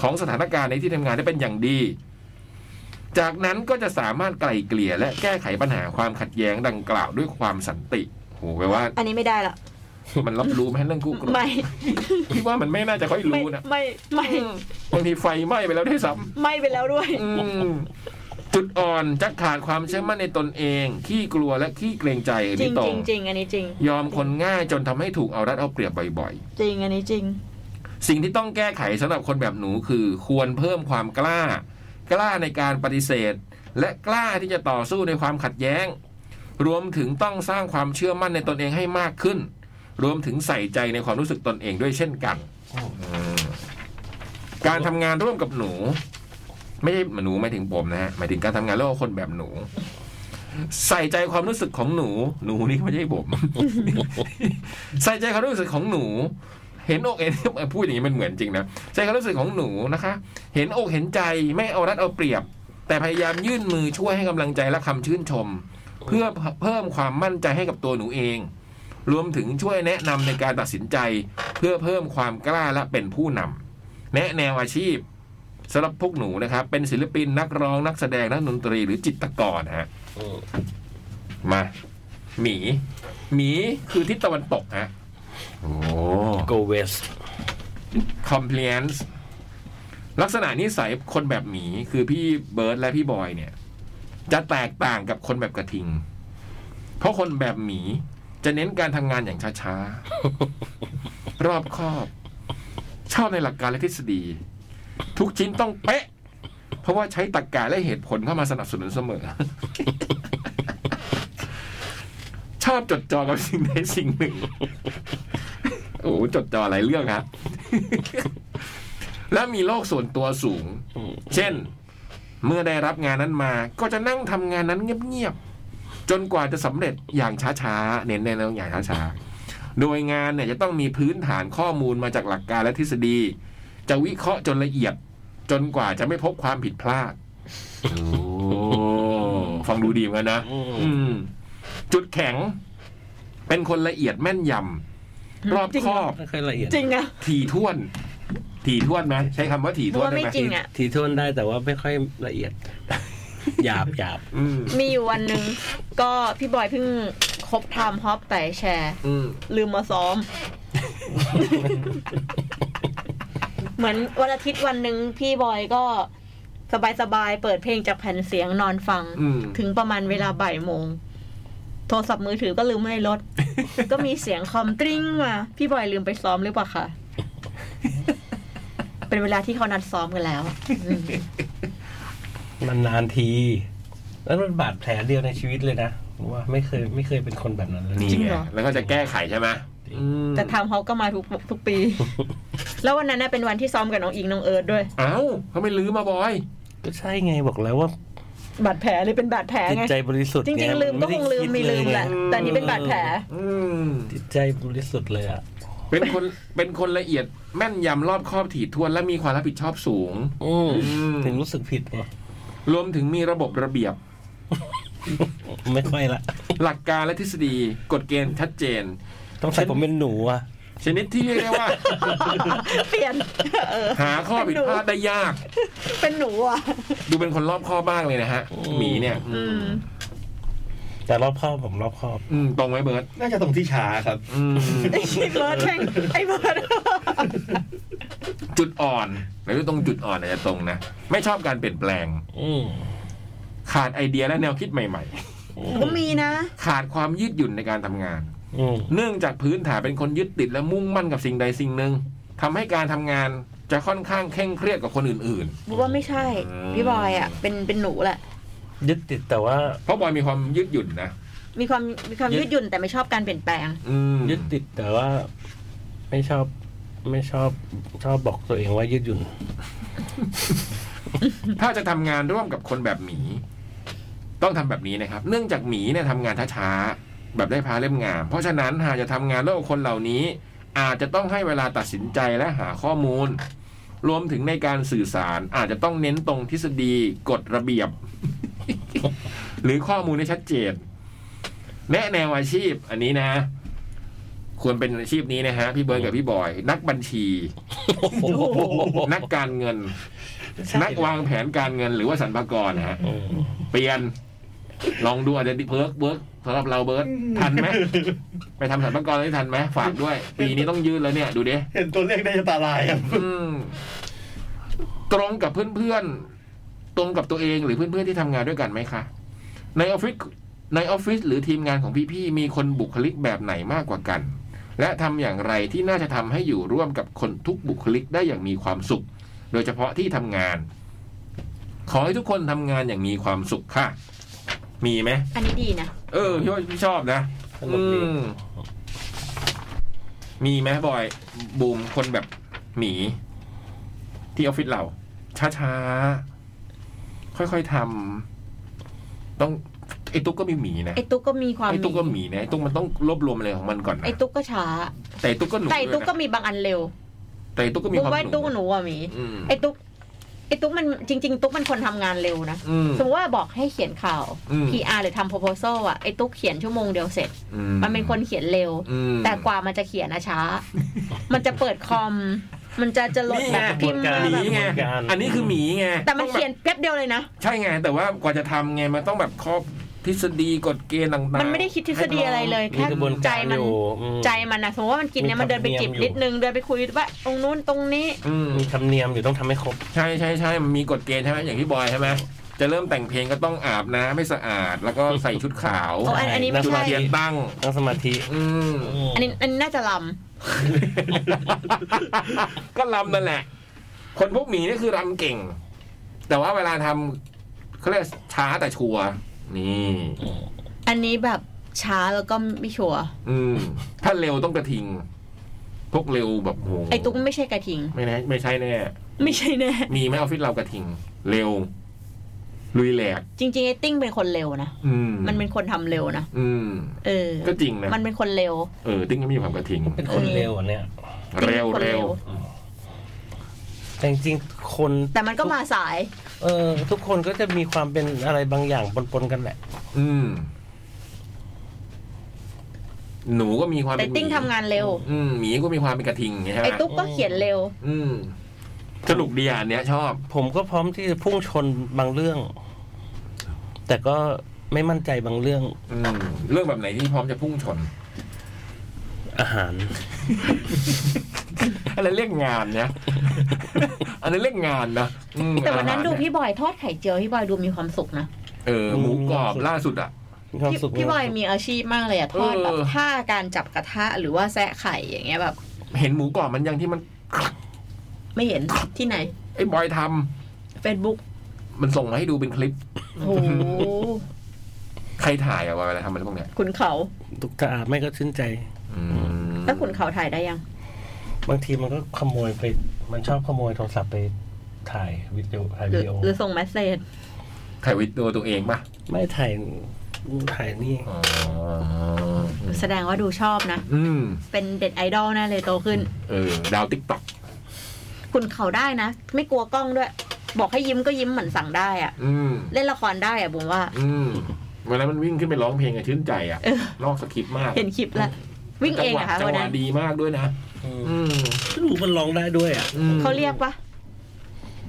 ของสถานการณ์ในที่ทำงานได้เป็นอย่างดี จากนั้นก็จะสามารถไกล่เกลี่ยและแก้ไขปัญหาความขัดแย้งดังกล่าวด้วยความสันติโหแปลว่า
อันนี้ไม่ได้ละ
มันรับรู้ไหมเรื่องคุกรุ่น
ไม่
คิดว่ามันไม่น่าจะค่อย
ไม่
รู้นะ
ไม่ไม่
บางทีไฟไหม้ไปแล้วด้วยซ้
ไม่ไปแล้วด้วย
ำอืมจุดอ่อนจะขาดความเชื่อมั่นในตนเอง ขี้กลัวและขี้เกรงใจอัน
จริ
นี้
ง
ตร
จ
ง
ริงจริงอันนี้จริง
ยอมคนง่ายจนทำให้ถูกเอารัดเอาเปรียบบ่อย
จริงอันนี้จริง
ๆ สิ่งที่ต้องแก้ไขสำหรับคนแบบหนูคือ ควรเพิ่มความกล้า กล้าในการปฏิเสธ และกล้าที่จะต่อสู้ในความขัดแย้ง รวมถึงต้องสร้างความเชื่อมั่นในตนเองให้มากขึ้น รวมถึงใส่ใจในความรู้สึกตนเองด้วยเช่นกันอืมการทำงานร่วมกับหนู ไม่ใช่หนูหมายถึงผมนะฮะหมายถึงการทำงานร่วมกับคนแบบหนู ใส่ใจความรู้สึกของหนู หนูนี่ไม่ใช่ผม ใส่ใจความรู้สึกของหนู เห็นอกเห็นพูดอย่างนี้มันเหมือนจริงนะใส่ความรู้สึกของหนูนะคะ เห็นอกเห็นใจไม่เอารัดเอาเปรียบ แต่พยายามยื่นมือช่วยให้กำลังใจและคำชื่นชม เพื่อเพิ่มความมั่นใจให้กับตัวหนูเอง รวมถึงช่วยแนะนำในการตัดสินใจ เพื่อเพิ่มความกล้าและเป็นผู้นำแนะแนวอาชีพสำหรับพวกหนูนะครับ เป็นศิลปินนักร้องนักแสดงนักดนตรีหรือจิตรกรฮะมาหมีหมีคือทิศตะวันตกฮะโอ้
go west
compliance ลักษณะนิสัยคนแบบหมีคือพี่เบิร์ดและพี่บอยเนี่ย จะแตกต่างกับคนแบบกระทิง เพราะคนแบบหมีจะเน้นการทำงานอย่างช้าๆ รอบคอบ ชอบในหลักการและทฤษฎี ทุกชิ้นต้องเป๊ะ เพราะว่าใช้ตรรกกะและเหตุผลเข้ามาสนับสนุนเสมอ ชอบจดจ่อกับสิ่งใดสิ่งหนึ่ง โอ้โหจดจ่อหลายเรื่องฮะ และมีโลกส่วนตัวสูง เช่น เมื่อได้รับงานนั้นมา ก็จะนั่งทำงานนั้นเงียบๆ จนกว่าจะสำเร็จอย่างช้าๆ เน้นในเรื่องอย่างช้า โดยงานเนี่ยจะต้องมีพื้นฐานข้อมูลมาจากหลักการและทฤษฎี จะวิเคราะห์จนละเอียด จนกว่าจะไม่พบความผิดพลาด ฟังดูดีเหมือนกันนะอืมจุดแข็ง เป็นคนละเอียดแม่นยำรอบคอบ
ไม่เคยละเอียด
จริงนะ
ถี่ถ้วน ถี่ถ้วนไหมใช้คำว่าถี่
เพ
ถ้
ราะ
วน
ว่า
ได้
ไม่
ไหม
จริงอ่ะ
ทีท่วนได้แต่ว่าไม่ค่อยละเอียด หยาบหยาบ
อืม
มีอยู่วันหนึ่งก็พี่บอยเพิ่งคบไทม์ฮอปไปแชร์
อืม
ลืมมาซ้อม เหมือนวันอาทิตย์วันหนึ่งพี่บอยก็สบายสบายๆเปิดเพลงจากแผ่นเสียงนอนฟัง
อืม
ถึงประมาณเวลาบ่ายโมง โทรศัพท์มือถือก็ลืมไว้ในรถ ก็มีเสียงคอมตริ้งมา พี่บอยลืมไปซ้อมหรือเปล่าคะ เป็นเวลาที่เขานัดซ้อมกันแล้วอืม
มันนานๆที แล้วมันบาดแผลเดียวในชีวิตเลยนะผมว่าไม่เคยไม่เคยเป็นคนแบบนั้นเลย
นี่ไงแล้วก็จะแก้ไขใช่ไหมอืม
แต่ทำเขาก็มาทุกทุกปี แล้ววันนั้นน่ะเป็นวันที่ซ้อมกับน้องอิงน้องเอิร์ดด้วย
เอ้าเขาไม่ลืมมาบอย
ก็ใช่ไงบอกแล้วว่า
บาดแผลเลยเป็นบาดแผล
จิต
ไง
ใจบริสุทธิ์
จริง
ไ
ๆ ลืมก็คงลืม
ไได้
มีลืม
คิดเย
แหละ
ไง
แต่อันนี่เป็นบาดแผล
อืม
จิตใจบริสุทธิ์เลยอ่ะ
เป็นคนเป็นคนละเอียดแม่นยำรอบคอบถี่ถ้วนและมีความรับผิดชอบสูง
อืม
อืม
ถึงรู้สึกผิดไง
รวมถึงมีระบบระเบียบ
ไม่ค่อยละ
หลักการและทฤษฎีกฎเกณฑ์ชัดเจน
ต้องใส่ผมเป็นหนูอ่ะ
ชนิดที่เรียก ได้ว่า
เปลี่ยน เออ
หาข้อผิดพลาดได้ยาก
เป็นหนูอ่ะ
ดูเป็นคนรอบคอบมากเลยนะฮะ หมีเนี่ย อื
อื
ม
ม
แต่รอบคอบผมรอบคอบ
อืมตรงไหมเบิร์ต
น่าจะตรงที่ช้าครับ
อืม
ไอ้เบิร์ดแม่งไอ้เบิร์ด
จุดอ่อนหรือตรงจุดอ่อนอาจจะตรงนะ ไม่ชอบการเปลี่ยนแปลง
อืม
ขาดไอเดียและแนวคิดใหม่
ก็มีนะ
ๆ ขาดความยืดหยุ่นในการทำงาน
อืม
เนื่องจากพื้นฐานเป็นคนยึดติดและมุ่งมั่นกับสิ่งใดสิ่งหนึ่งทำให้การทำงานจะค่อนข้างเคร่งเครียดกับคนอื่น
ว่าไม่ใช่
อืม
พี่บอยอ่ะ เป็นเป็นหนูแหละ
ยึดติดแต่ว่า
ๆ เพราะบอยมีความยืดหยุ่นนะ
มีความมีความ
ยึด
ยืดหยุ่นแต่ไม่ชอบการเปลี่ยนแปลง
อืม
ยึดติดแต่ว่าไม่ชอบไม่ชอบชอบบอกตัวเองว่ายืดหยุ่น
ถ้าจะทำงานร่วมกับคนแบบหมี ต้องทำแบบนี้นะครับ เนื่องจากหมีเนี่ยทำงานช้าๆแบบได้พาเล่มงามเพราะฉะนั้นหากจะทำงานร่วมกับคนเหล่านี้ อาจจะต้องให้เวลาตัดสินใจและหาข้อมูล รวมถึงในการสื่อสารอาจจะต้องเน้นตรงทฤษฎีกฎระเบียบ หรือข้อมูลให้ชัดเจน แนะแนวอาชีพอันนี้นะ ควรเป็นอาชีพนี้นะฮะ พี่เบิร์ดกับพี่บอย นักบัญชี นักการเงิน นักวางแผนการเงินหรือว่าสรรพากรนะฮะ เปลี่ยน ลองดูอาจจะเพิร์กเบิร์กสำหรับเราเบิร์ดทันไหมไปทำสรรพากรได้ทันไหมฝากด้วย ปีนี้ต้องยืนแล้วเนี่ย ดูดิ
เห็นตัวเลขได้จะตาลายครับ
อืมตรงกับเพื่อนๆ ตรงกับตัวเองหรือเพื่อนๆที่ทำงานด้วยกันไหมคะ ในออฟฟิศในออฟฟิศหรือทีมงานของพี่ๆมีคนบุคลิกแบบไหนมากกว่ากัน และทำอย่างไรที่น่าจะทำให้อยู่ร่วมกับคนทุกบุคลิกได้อย่างมีความสุข โดยเฉพาะที่ทำงาน ขอให้ทุกคนทำงานอย่างมีความสุขค่ะ มีไหม
อันนี้ดีนะ
เออพี่ว่าพี่ชอบนะ
สนุกดี
อืมมีไหมบอยบูมคนแบบหมี ที่ออฟฟิศเรา ช้าๆ ค่อยๆทำต้องไอ้ตุ๊กก็มีหมีนะ
ไอ้ตุ๊กก็มีความ
ไอ้ตุ๊กก็หมีนะไอ้ตุ๊กมันต้องรวบรวมอะไรของมันก่อนนะ
ไอ้ตุ๊กก็ช้า
แต่ไอ้ตุ๊กก็หนู
แต่ไอ้
ด้ว
ตุ๊
ย
ก
นะ
ก็มีบางอันเร็ว
แต่ไอ้ตุ๊กก็มี
บุ๊
ความ
ว่า
หนู
ตุ๊กหนูอ่ะหมี
อืม
ไอ้ตุ๊กไอ้ตุ๊กมันจริง ๆ ตุ๊กมันคนทำงานเร็วนะ
อืม
สมมติว่าบอกให้เขียนข่าว
อืม
PR หรือทำ proposal อ่ะไอ้ตุ๊กเขียนชั่วโมงเดียวเสร็จ
อื
มันเป็นคนเขียนเร็ว
อืม
แต่กว่ามันจะเขียนนะช้า มันจะเปิดคอม มันจะจะโหลด
นี่
แบ
ไง
บพิมพ์มา
หมี
แบบ
ไง
การ
อันนี้คือหมีไง
แต่มัน
องบบ
เขียนแป๊บเดียวเลยนะ
ใช่ไง แต่ว่ากว่าจะทำไงมันต้องแบบครอบทฤษฎีกฎเกณฑ์ต่างๆ
มันไม่ได้คิดทฤษฎีอะไรเลย
มี
แค่
กระบวน
ใจ
การ
มั
อนยู่อืม
ใจมันนะสมมติว่ามันกินเนี่ย
มี
มันเดินไปจิบ
ธรรมเนียมอยู่
นิดนึงเดินไปคุยว่าตรงนู้นตรงนี้
อืม
มีธรรมเนียมอยู่ต้องทำให้ครบ
ใช่ใช่ใช่มันมีกฎเกณฑ์ใช่ไหมอย่างที่บอยใช่ไหมจะเริ่มแต่งเพลงก็ต้องอาบน้ำให้สะอาด แล้วก็ใส่ชุดขาว
โอ้อันอันนี้ไม่
จุ
ใช่
ลเทียนตั้ง
ต้องสมาธิ
อืม
อันนี้อันนี้น่าจะล
ก็รำนั่นแหละ คนพวกหมีนี่คือรำเก่ง แต่ว่าเวลาทำเขาเรียกช้าแต่ชัวร์นี่
ำอันนี้แบบช้าแล้วก็ไม่ชัวร์
อืม ถ้าเร็วต้องกระทิง พวกเร็วแบบโห
ไอ้ตุ๊กไม่ใช่กระทิง
ไม่แน่ไม่ใช่แน่
ไม่ใช่แน่
มีไหมออฟฟิศเรากระทิง เร็ว ลุยแหลก
จริงๆไอ้ติ้งเป็นคนเร็วนะ
อืม
มันเป็นคนทำเร็วนะ
อืม
เออ
ก็จริงนะ
มันเป็นคนเร็ว
เออติ้งก็มีความกระทิง
เป็นคนเร็วอะเนี่ย
เร็ว
คนเร็
เร็ว
ว
แต่จริงๆคน
แต่มันก็มาสาย
เออ ทุกคนก็จะมีความเป็นอะไรบางอย่างปนๆกันแหละ
อืม หนูก็มีความ
แต่
เป็น
ติ้ง
หมี
ทำงานเร็ว
อืมหมีก็มีความเป็นกระทิงอย่างเงี้ยใช่ไหม
ไอ้ตุ๊กก็เขียนเร็ว
อืมสนุกดีอ่ะอันเนี้ยชอบ
ผมก็พร้อมที่จะพุ่งชนบางเรื่อง แต่ก็ไม่มั่นใจบางเรื่อง
อืมเรื่องแบบไหนที่พร้อมจะพุ่งชน
อาหาร
อันนั้นเรียกงานนะอันนั้นเรียกงานนะอืม
แต่วันนั้นดู
อาหาร
พี่บอยทอดไข่เจียวพี่บอยดูมีความสุขนะ
เออหมูกรอบล่าสุดอ่ะ
มีความ
พี่
สุข
พี่บอยมีอาชีพมากเลยอะทอดแบบ
เออ
ท่าการจับกระทะหรือว่าแซะไข่อย่างเงี้ยแบบ
เห็นหมูกรอบมันยังที่มัน
ไม่เห็นที่ไหน
ไอ้บอยทำ
Facebook
มันส่งมาให้ดูเป็นคลิป
โอ้โห
ใครถ่ายอะวะเวลาทำอะไรพวกเนี้ย
ขุนเขา
ตุกตาไม่ก็ชื่นใจ
อืม
แล้วขุนเขาถ่ายได้ยัง
บางทีมันก็ขโมยไป มันชอบขโมยโทรศัพท์ไปถ่ายวิดีโอถ่าย
หรื
วิ
อ
ดีโอ
หรือส่งเมสเซจ
ถ่ายวิดีโอตัวเองป่ะ
ไม่ถ่ายถ่ายนี่
อ๋อ
แสดงว่าดูชอบนะ
อืม
เป็นเด็ดไอดอลแน่เลยโตขึ้น
เออ ดาวติ๊กต็อก
ขุนเขาได้นะ ไม่กลัวกล้องด้วย บอกให้ยิ้มก็ยิ้มเหมือนสั่งได้อะ
อืม
เล่นละครได้อะบุมว่า
อืมเวลามันวิ่งขึ้นไปร้องเพลงอะชื่นใจอะ
เออ
นอกสคริปต์มาก
เห็นคลิปละวิ่งเองเหรอะคะ
จัง
วัน
หวะ
นั้น
ดีมากด้วยนะอืม
รู้มันร้องได้ด้วยอ่ะ
อืม
เขาเรียกปะ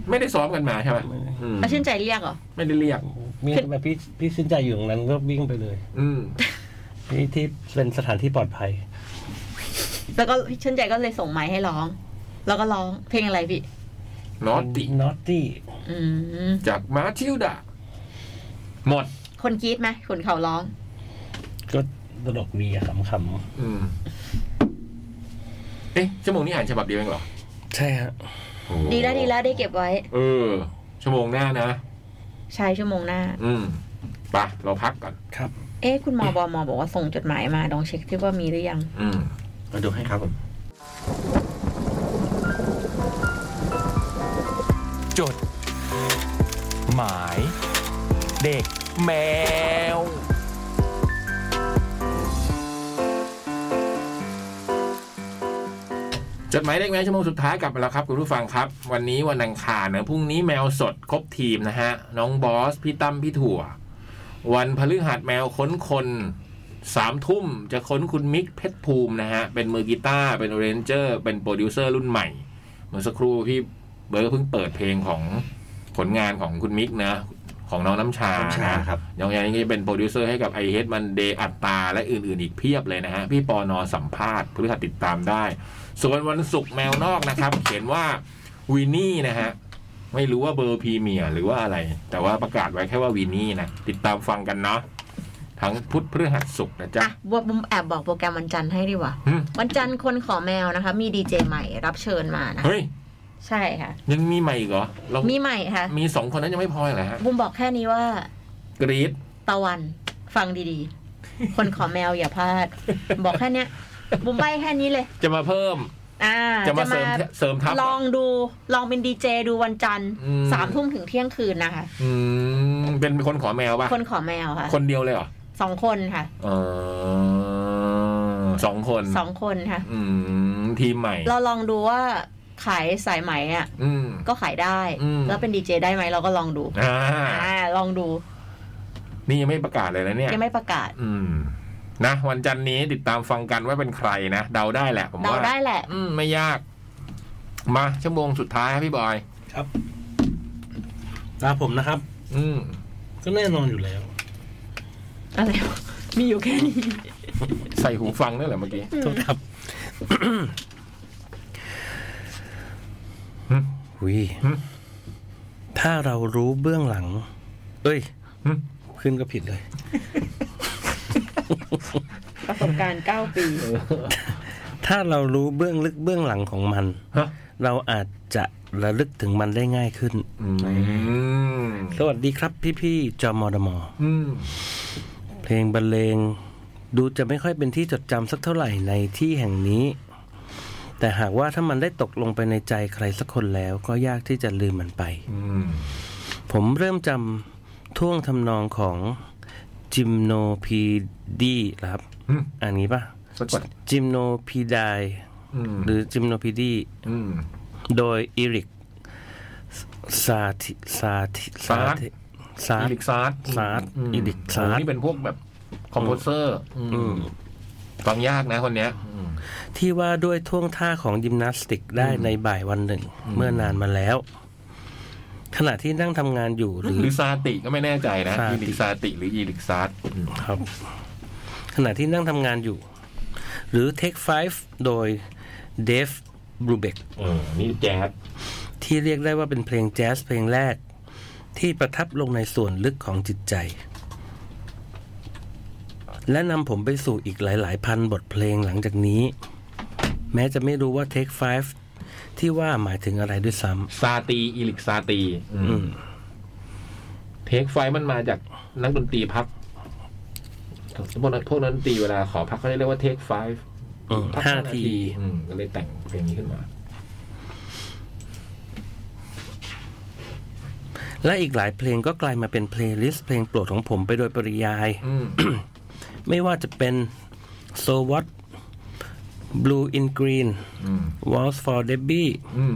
ไม่ได้ซ้อมกันมาใช่ไหมอืม
เขาชื่นใจเรียกเหรอ
ไม่ได้เรียก
มีแบบพี่พี่สินใจอยู่ตรงนั้นก็วิ่งไปเลย
อืม
ที่ที่เป็นสถานที่ปลอดภัย
แล้วก็ชื่นใจก็เลยส่งไม้ให้ร้อง แล้วก็ร้องเพลงอะไรพี่
นอตติ
นอตตี้
อืม
จากมาทิลดาหมด
คนกรีดไหมคนเขาร้อง
ก็ตลกดีอะขำ
อืม เอ๊ะชั่วโมงนี้อ่านฉบับเดียวเองเหรอ
ๆใช่ฮะ
โอ้
ดีแล้วดีแล้วได้เก็บไว้
เออ ชั่วโมงหน้านะ
ใช่ชั่วโมงหน้า
อืมไปะเราพักก่อน
ครับ
เอ๊ะคุณหมอบอมอบอกว่าส่งจดหมายมาลองเช็คที่ว่ามีหรือยัง
อืม
มาดูให้ครับผม
จด หมาย เด็กแมว
จดหมายเล็กแมวชั่วโมงสุดท้ายกลับมาแล้วครับ คุณผู้ฟังครับ วันนี้วันอังคารนะพรุ่งนี้แมวสดครบทีมนะฮะ น้องบอส พี่ตั้มพี่ถั่ว วันพฤหัสแมวค้นคนสามทุ่มจะค้นคุณมิกเพชรภูมินะฮะ เป็นมือกีตาร์เป็นเรนเจอร์ เป็นโปรดิวเซอร์รุ่นใหม่ เมื่อสักครู่พี่เบิร์ดเพิ่งเปิดเพลงของผลงานของคุณมิกนะ ของน้องน้ำชา
น้ำชา
นะครับ น้องยานี่เป็นโปรดิวเซอร์ให้กับไอเฮดมันเดอัตตา และอื่นๆอีกเพียบเลยนะฮะ พี่ปอนอสัมภาษณ์พฤหัสติดตามได้ ส่วนวันศุกร์แมวนอกนะครับ เขียนว่าวินนี่นะฮะ ไม่รู้ว่าเบอร์พรีเมียร์หรือว่าอะไร แต่ว่าประกาศไว้แค่ว่าวินนี่นะ ติดตามฟังกันเนาะทั้งพุธพฤหัสศุกร์นะจ๊ะ
อ่ะบัวบุมแอบบอกโปรแกรมวันจันทร์ให้ดีกว่า
อืม
วันจันทร์คนขอแมวนะคะ มีดีเจใหม่รับเชิญมานะ
เฮ้ย
ใช่ค่ะ
ยังมีใหม่อีกเหรอเรา
มีใหม่ค่ะ
มีสองคนนั้นยังไม่พอเหรอฮะ
บุมบอกแค่นี้ว่าก
รีด
ตะวันฟังดีๆ คนขอแมวอย่าพลาด บอกแค่เนี้ย บุมใบแค่นี้เลย
จะมาเพิ่ม
อ่า
จะมาเสริมเสริมทัพเหร
ลองดูลองเป็นดีเจดูวันจันทร์
อืม
สามทุ่มถึงเที่ยงคืนนะคะ
อืมเป็นคนขอแมวป่ะ
คนขอแมวค่ะ
คนเดียวเลยเหรอ
สองคนค่ะ
เออสองคน
สองคนค่ะ
อืมทีมใหม่
เราลองดูว่าขายสายไหมอ่ะ
อืม
ก็ขายได้
อืม
แล้วเป็นดีเจได้ไหมเราก็ลองดู
อ่า
อ่าลองดู
นี่ยังไม่ประกาศเลยนะเนี่ย
ยังไม่ประกาศ
อืม นะ วันจันทร์นี้ติดตามฟังกันว่าเป็นใครนะ เดาได้แหละ ผม
เดา
ว่า
ได้แหละ
อืม ไม่ยาก มาชั่วโมงสุดท้ายครับพี่บอย
ครับ ตามผมนะครับ
อืม
ก็แน่นอนอยู่แล้ว
อะไรวะมีอยู่แค่นี้
ใส่หูฟังด้วยเหรอเมื่อกี้
โทษครับ
หึ
หุย
หึ
ถ้าเรารู้เบื้องหลัง เอ้ย
หึ
ขึ้นก็ผิดเลย
ประสบการณ์เก้าปี
ถ้าเรารู้เบื้องลึกเบื้องหลังของมัน
ฮะ
เราอาจจะระลึกถึงมันได้ง่ายขึ้น
อืม
สวัสดีครับพี่ๆจอมอดมอ
อืม
เพลงบรรเลงดูจะไม่ค่อยเป็นที่จดจำสักเท่าไหร่ในที่แห่งนี้ แต่หากว่าถ้ามันได้ตกลงไปในใจใครสักคนแล้วก็ยากที่จะลืมมันไป
อืม
ผมเริ่มจ ท่วงทำนองของจิมโนพีดีครับ
อืม
อันนี้ปะ
สะกด
จิมโนพีได
อืม
หรือจิมโนพีดี
อืม
โดยอิริกซาธิซาธิ
ซาร์ท
ซา
อี
ธิ
ลิกซาร์ด
ซาร์ท
ม
อิริกซา
โห
ร์ท
นี่เป็นพวกแบบคอมโพเซอร์
อืม
ฟังยากนะคนเนี้ย
ที่ว่าด้วยท่วงท่าของยิมนาสติกได้ในบ่ายวันหนึ่ง เมื่อนานมาแล้ว ขณะที่นั่งทำงานอยู่หรือ
หรือซาติก็ไม่แน่ใจนะ
ซาติ
อีลิกซาติหรืออีลิกซาร์ด
ครับ ขณะที่นั่งทำงานอยู่ หรือ Take 5 โดย Dave b r u b e c k
นี่แจ๊ด
ที่เรียกได้ว่าเป็นเพลงแจ๊สเพลงแรก ที่ประทับลงในส่วนลึกของจิตใจ และนำผมไปสู่อีกหลาย ๆ พันบทเพลงหลังจากนี้ แม้จะไม่รู้ว่า Take 5 ที่ว่าหมายถึงอะไรด้วยซ้
ซาตีอีลิกซาตี
ำอืม
เทคไฟมันมาจากนักดนตรีพักพวกนักพวกนักดนตรีเวลาขอพักเขาจะเรียกว่าเทคไฟ
อืมห้าที
อืมก็เลยแต่งเพลงนี้ขึ้นมา
และอีกหลายเพลงก็กลายมาเป็นเพลย์ลิสต์เพลงโปรดของผมไปโดยปริยาย
อืม
ไม่ว่าจะเป็น So What Blue in Green
อืม
Walls for Debbie
อืม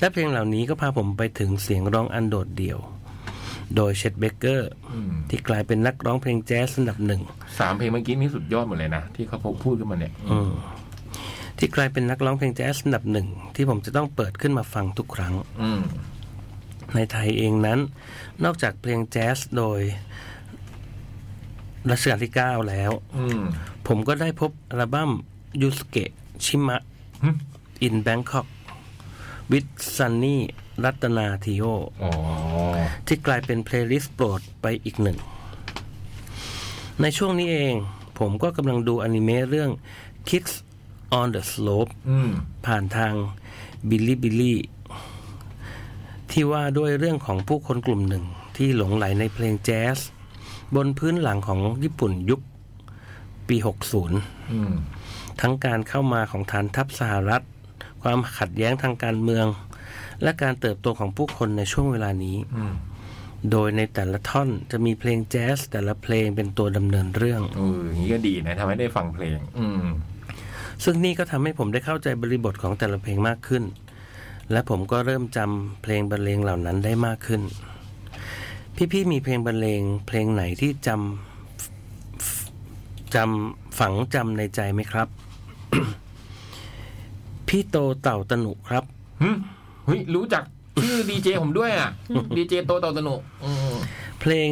และเพลงเหล่านี้ก็พาผมไปถึงเสียงร้องอันโดดเดี่ยว โดยเชดเบเกอร์
อืม
ที่กลายเป็นนักร้องเพลงแจ๊สอันดับหนึ่ง
สามเพลงเมื่อกี้นี่สุดยอดหมดเลยนะ ที่เขาพูดขึ้นมาเนี่ย
อืมที่กลายเป็นนักร้องเพลงแจ๊สอันดับหนึ่งที่ผมจะต้องเปิดขึ้นมาฟังทุกครั้ง
อืม
ในไทยเองนั้น นอกจากเพลงแจ๊สโดยรัชกาลที่ 9 แล้ว
อืม
ผมก็ได้พบอัลบั้มยูสเกะชิมะ
หึ
in Bangkok with Sunny รัตนาทิโอ
อ๋อ
ที่กลายเป็นเพลย์ลิสต์โปรดไปอีกหนึ่ง ในช่วงนี้เอง ผมก็กำลังดูอนิเมะเรื่อง Kids on the Slope
อืม
ผ่านทางบิลลี่บิลลี่ที่ว่าด้วยเรื่องของผู้คนกลุ่มหนึ่งที่หลงไหลในเพลงแจ๊สบนพื้นหลังของญี่ปุ่นยุคปี 60
อืม
ทั้งการเข้ามาของฐานทัพสหรัฐ ความขัดแย้งทางการเมือง และการเติบโตของผู้คนในช่วงเวลานี้
อืม
โดยในแต่ละท่อนจะมีเพลงแจ๊สแต่ละเพลงเป็นตัวดำเนินเรื่อง
เอออย่างนี้ก็ดีนะทำให้ได้ฟังเพลง อืม
ซึ่งนี่ก็ทำให้ผมได้เข้าใจบริบทของแต่ละเพลงมากขึ้น และผมก็เริ่มจำเพลงบรรเลงเหล่านั้นได้มากขึ้น พี่ๆมีเพลงบรรเลงเพลงไหนที่จำจำฝังจำในใจไหมครับ พี่โตเต่าตนุครับ
หึเฮ้ยรู้จักชื่อ ดีเจผมด้วยอ่ะ ดีเจโตเต่าตนุอืม
เพลง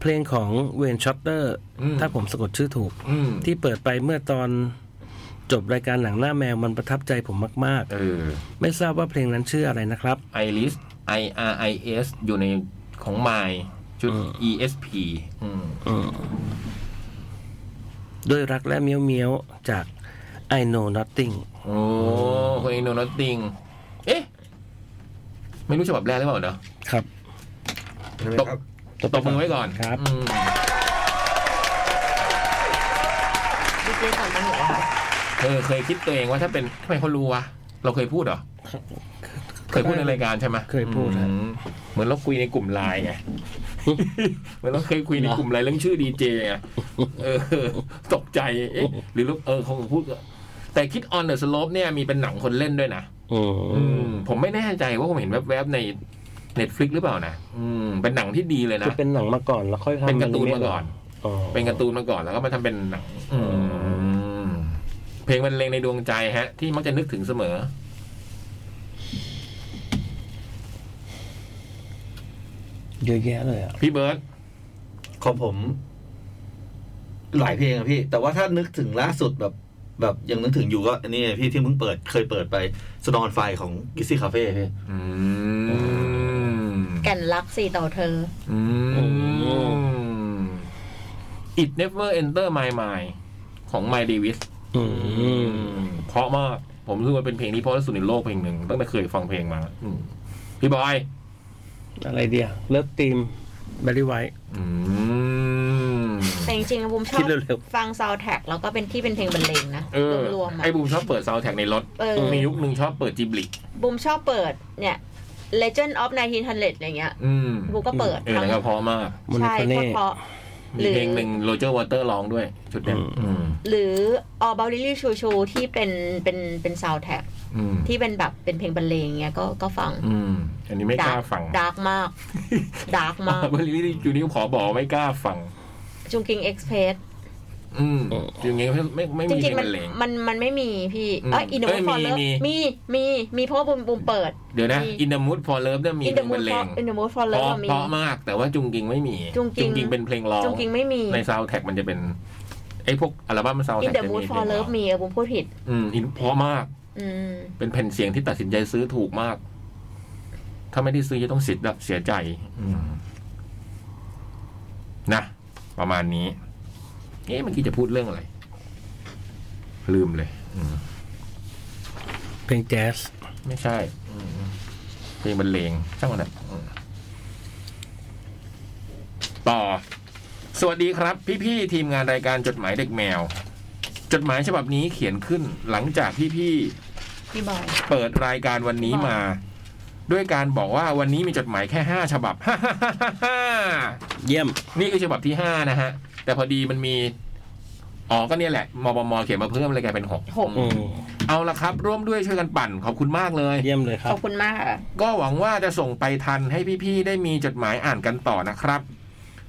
เพลงของเวนชอตเตอร์
อืม
ถ้าผมสะกดชื่อถูก
อืม
ที่เปิดไปเมื่อตอนจบรายการหนังหน้าแมวมันประทับใจผมมาก
เออ
ๆ ไม่ทราบว่าเพลงนั้นชื่ออะไรนะครับ
ไอริส I R I S อยู่ในของไมชุด
อืม
E S P อืม
ด้วยรักและเมี้ยวเมี้ยวจาก I Know Nothing
โอ้คนเองโนนติง เอ๊ะ ไม่รู้ฉบับแรกหรือเปล่าเนอะ
ครับ
ตบตบมือไว้ก่อน
ครับ
อืม
ดิเจต่อตะหนุอะค่ะ
เออเคยคิดตัวเองว่าถ้าเป็นทำไมเขารู้วะเราเคยพูดเหรอ เคยพูดในรายการใช่ไหม
เคยพูดฮะ
อืมเหมือนเราคุยในกลุ่มไลน์ ไง เหมือนเราเคยคุยในกลุ่มไลน์เรื่องชื่อดีเจไงเออ ตกใจเอ๊ะหรือเราเออเขาพูดก็แต่คิดออนเดอะสโลปเนี่ยมีเป็นหนังคนเล่นด้วยนะ
อื
อื
ม
มผมไม่แน่ใจว่าผมเห็นแวบๆในเน็ตฟลิกหรือเปล่านะอืมเป็นหนังที่ดีเลยนะ
คือเป็นหนังมาก่อนแล้วค่อยทำ
เป็นการ์ตูนมาก่อน
อ๋อ
เป็นการ์ตูนมาก่อนแล้วก็มาทำเป็นหนังอืมเพลงบรรเลงในดวงใจฮะ ที่มักจะนึกถึงเสมอ
เยอะแยะเลยอ่ะ
พี่เบิร์ต
ของผม หลายเพลงอะพี่ แต่ว่าถ้านึกถึงล่าสุดแบบ แบบยังนึกถึงอยู่ก็อันนี้ไงพี่ที่เพิ่งเปิดเคยเปิดไปสนอนไฟของกิซี่คาเฟ่พี่
อืม
แก่นรักสี่ต่อเธอ
อืม It Never Enter My Mind ของ My Davis
อืม
เพราะมาก ผมรู้สึกว่าเป็นเพลงที่เพราะที่สุดในโลกเพลงหนึ่งตั้งแต่เคยฟังเพลงมา อืมพี่บอย
อะไรเดียวเลิฟตีมบริไว
อืม
แต่จริงๆอะบูมชอ
คิ
บ
ดเร็ว
ฟังซาวแท็กแล้วก็เป็นที่เป็นเพลงบรรเลงนะ
เออ
รวมๆอะ
ไอ้บูมชอบเปิดซาวด์แทร็กในรถ
เออ
มียุคหนึ่งชอบเปิดจิบลิ
บูมชอบเปิดเนี่ย Legend of 1900อะไรเงี้ย
อืม
บูก็เปิด
เออแล้วก็เพอมาก
มอน
ใช่
โค
โค
เน่
ตรเพราะ
มี
หรือ
เพลงหนึ่งโรเจอร์วอเตอร์ร้องด้วยชุดเนี้ยอืม
หรือ All About Lily Chu Chu ที่เป็นเป็นเป็นซาวแท็ก
อืม
ที่เป็นแบบเป็นเพลงบรรเลงเงี้ยก็ก็ฟัง
อืมอันนี้ไม่กล้าฟัง
ดาร์ก มากดาร์กมาก
บริลี่ยูนิวขอบอกไม่กล้าฟัง
จุงกิงเอ็กซ์เพรส
อืมจริงๆไม่ไม่ไม่
จ
มีเพลงบ
ริงๆมั
ร
น
รเลง
มันมันไม่มีพี่
อืม
เอ้ยอินเดอ
เอ้
ร์
ย
มูฟอล
มี
เลิฟ
มี
มีมีมีเพราะว่าบูมบูมเปิด
เดี๋ยวนะ
มี
In the Mood for Love เนี่ยมี
อิน
เพ
เด
ล
อง ร์
บ
มู
ร
ฟ
รเล
อล
ง
อินเดอร์มูฟอล
เพ
เลิ
ราะ
ฟมี
เพราะมาก แต่ว่าจุงกิงไม่มี
จุงกิง
งกิงเป็นเพลงร้อง
จุงกิงไม่มี
ในซาวแท็กมันจะเป็นไอ้พวกอัลบั้มซาว
อิ
แท็
น
ก
เดอ
จะ
ร์มู
มี
ฟ
เพ
อ
ล
ล
ง
เลิ
ร้อ
ฟ
ง
มีเออบูมพูดผิด
อืมอินเพราะมาก
อืม
เป็นแผ่นเสียงที่ตัดสินใจซื้อถูกมาก ถ้าไม่ได้ซื้อจะต้องเสียดเสียใจ อืมนะ ประมาณนี้ เอ๊ะเมื่อกี้จะพูดเรื่องอะไร ลืมเลย อืม
เพลงแจ๊ส
ไม่ใช่ อืมเพลงบรรเลงช่างมันเถอะอืมต่อ สวัสดีครับ พี่ๆทีมงานรายการจดหมายเด็กแมว จดหมายฉบับนี้เขียนขึ้น หลังจากพี่ๆ
พี่บอย
เปิดรายการวันนี้มา ด้วยการบอกว่าวันนี้มีจดหมายแค่ห้าฉบั บ
เยี่ยม
นี่คือฉบับที่ห้านะฮะ แต่พอดีมันมีอ๋อก็เนี่ยแหละมบมเขียนมาเพิ่มเลยกลายเป็นหก
หก
อืม
เอาละครับ ร่วมด้วยช่วยกันปั่นขอบคุณมากเลย
เยี่ยมเลยครั
ข
บ
อบคุณมากค่ะ
ก็หวังว่าจะส่งไปทันให้พี่ๆได้มีจดหมายอ่านกันต่อนะครับ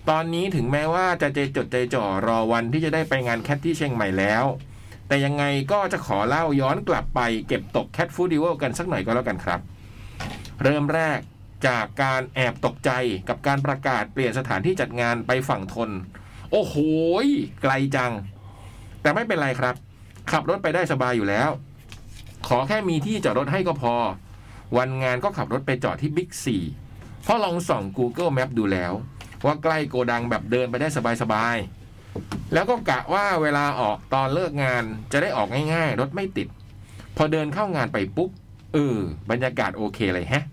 ตอนนี้ถึงแม้ว่าจะใจจดใจจ่อรอวันที่จะได้ไปงานแคทที่เชียงใหม่แล้ว แต่ยังไงก็จะขอเล่าย้อนกลับไปเก็บตกแคทฟูดิวกันสักหน่อยก็แล้วกันครับ เริ่มแรกจากการแอบตกใจกับการประกาศเปลี่ยนสถานที่จัดงานไปฝั่งทน โอ้โหยไกลจัง แต่ไม่เป็นไรครับ ขับรถไปได้สบายอยู่แล้ว ขอแค่มีที่จอดรถให้ก็พอ วันงานก็ขับรถไปจอดที่บิ๊กซีพอลองส่อง Google Map ดูแล้ว ว่าใกล้โกดังแบบเดินไปได้สบายๆ แล้วก็กะว่าเวลาออกตอนเลิกงานจะได้ออกง่ายๆ รถไม่ติด พอเดินเข้างานไปปุ๊บ เออ บรรยากาศโอเคเลยแฮะ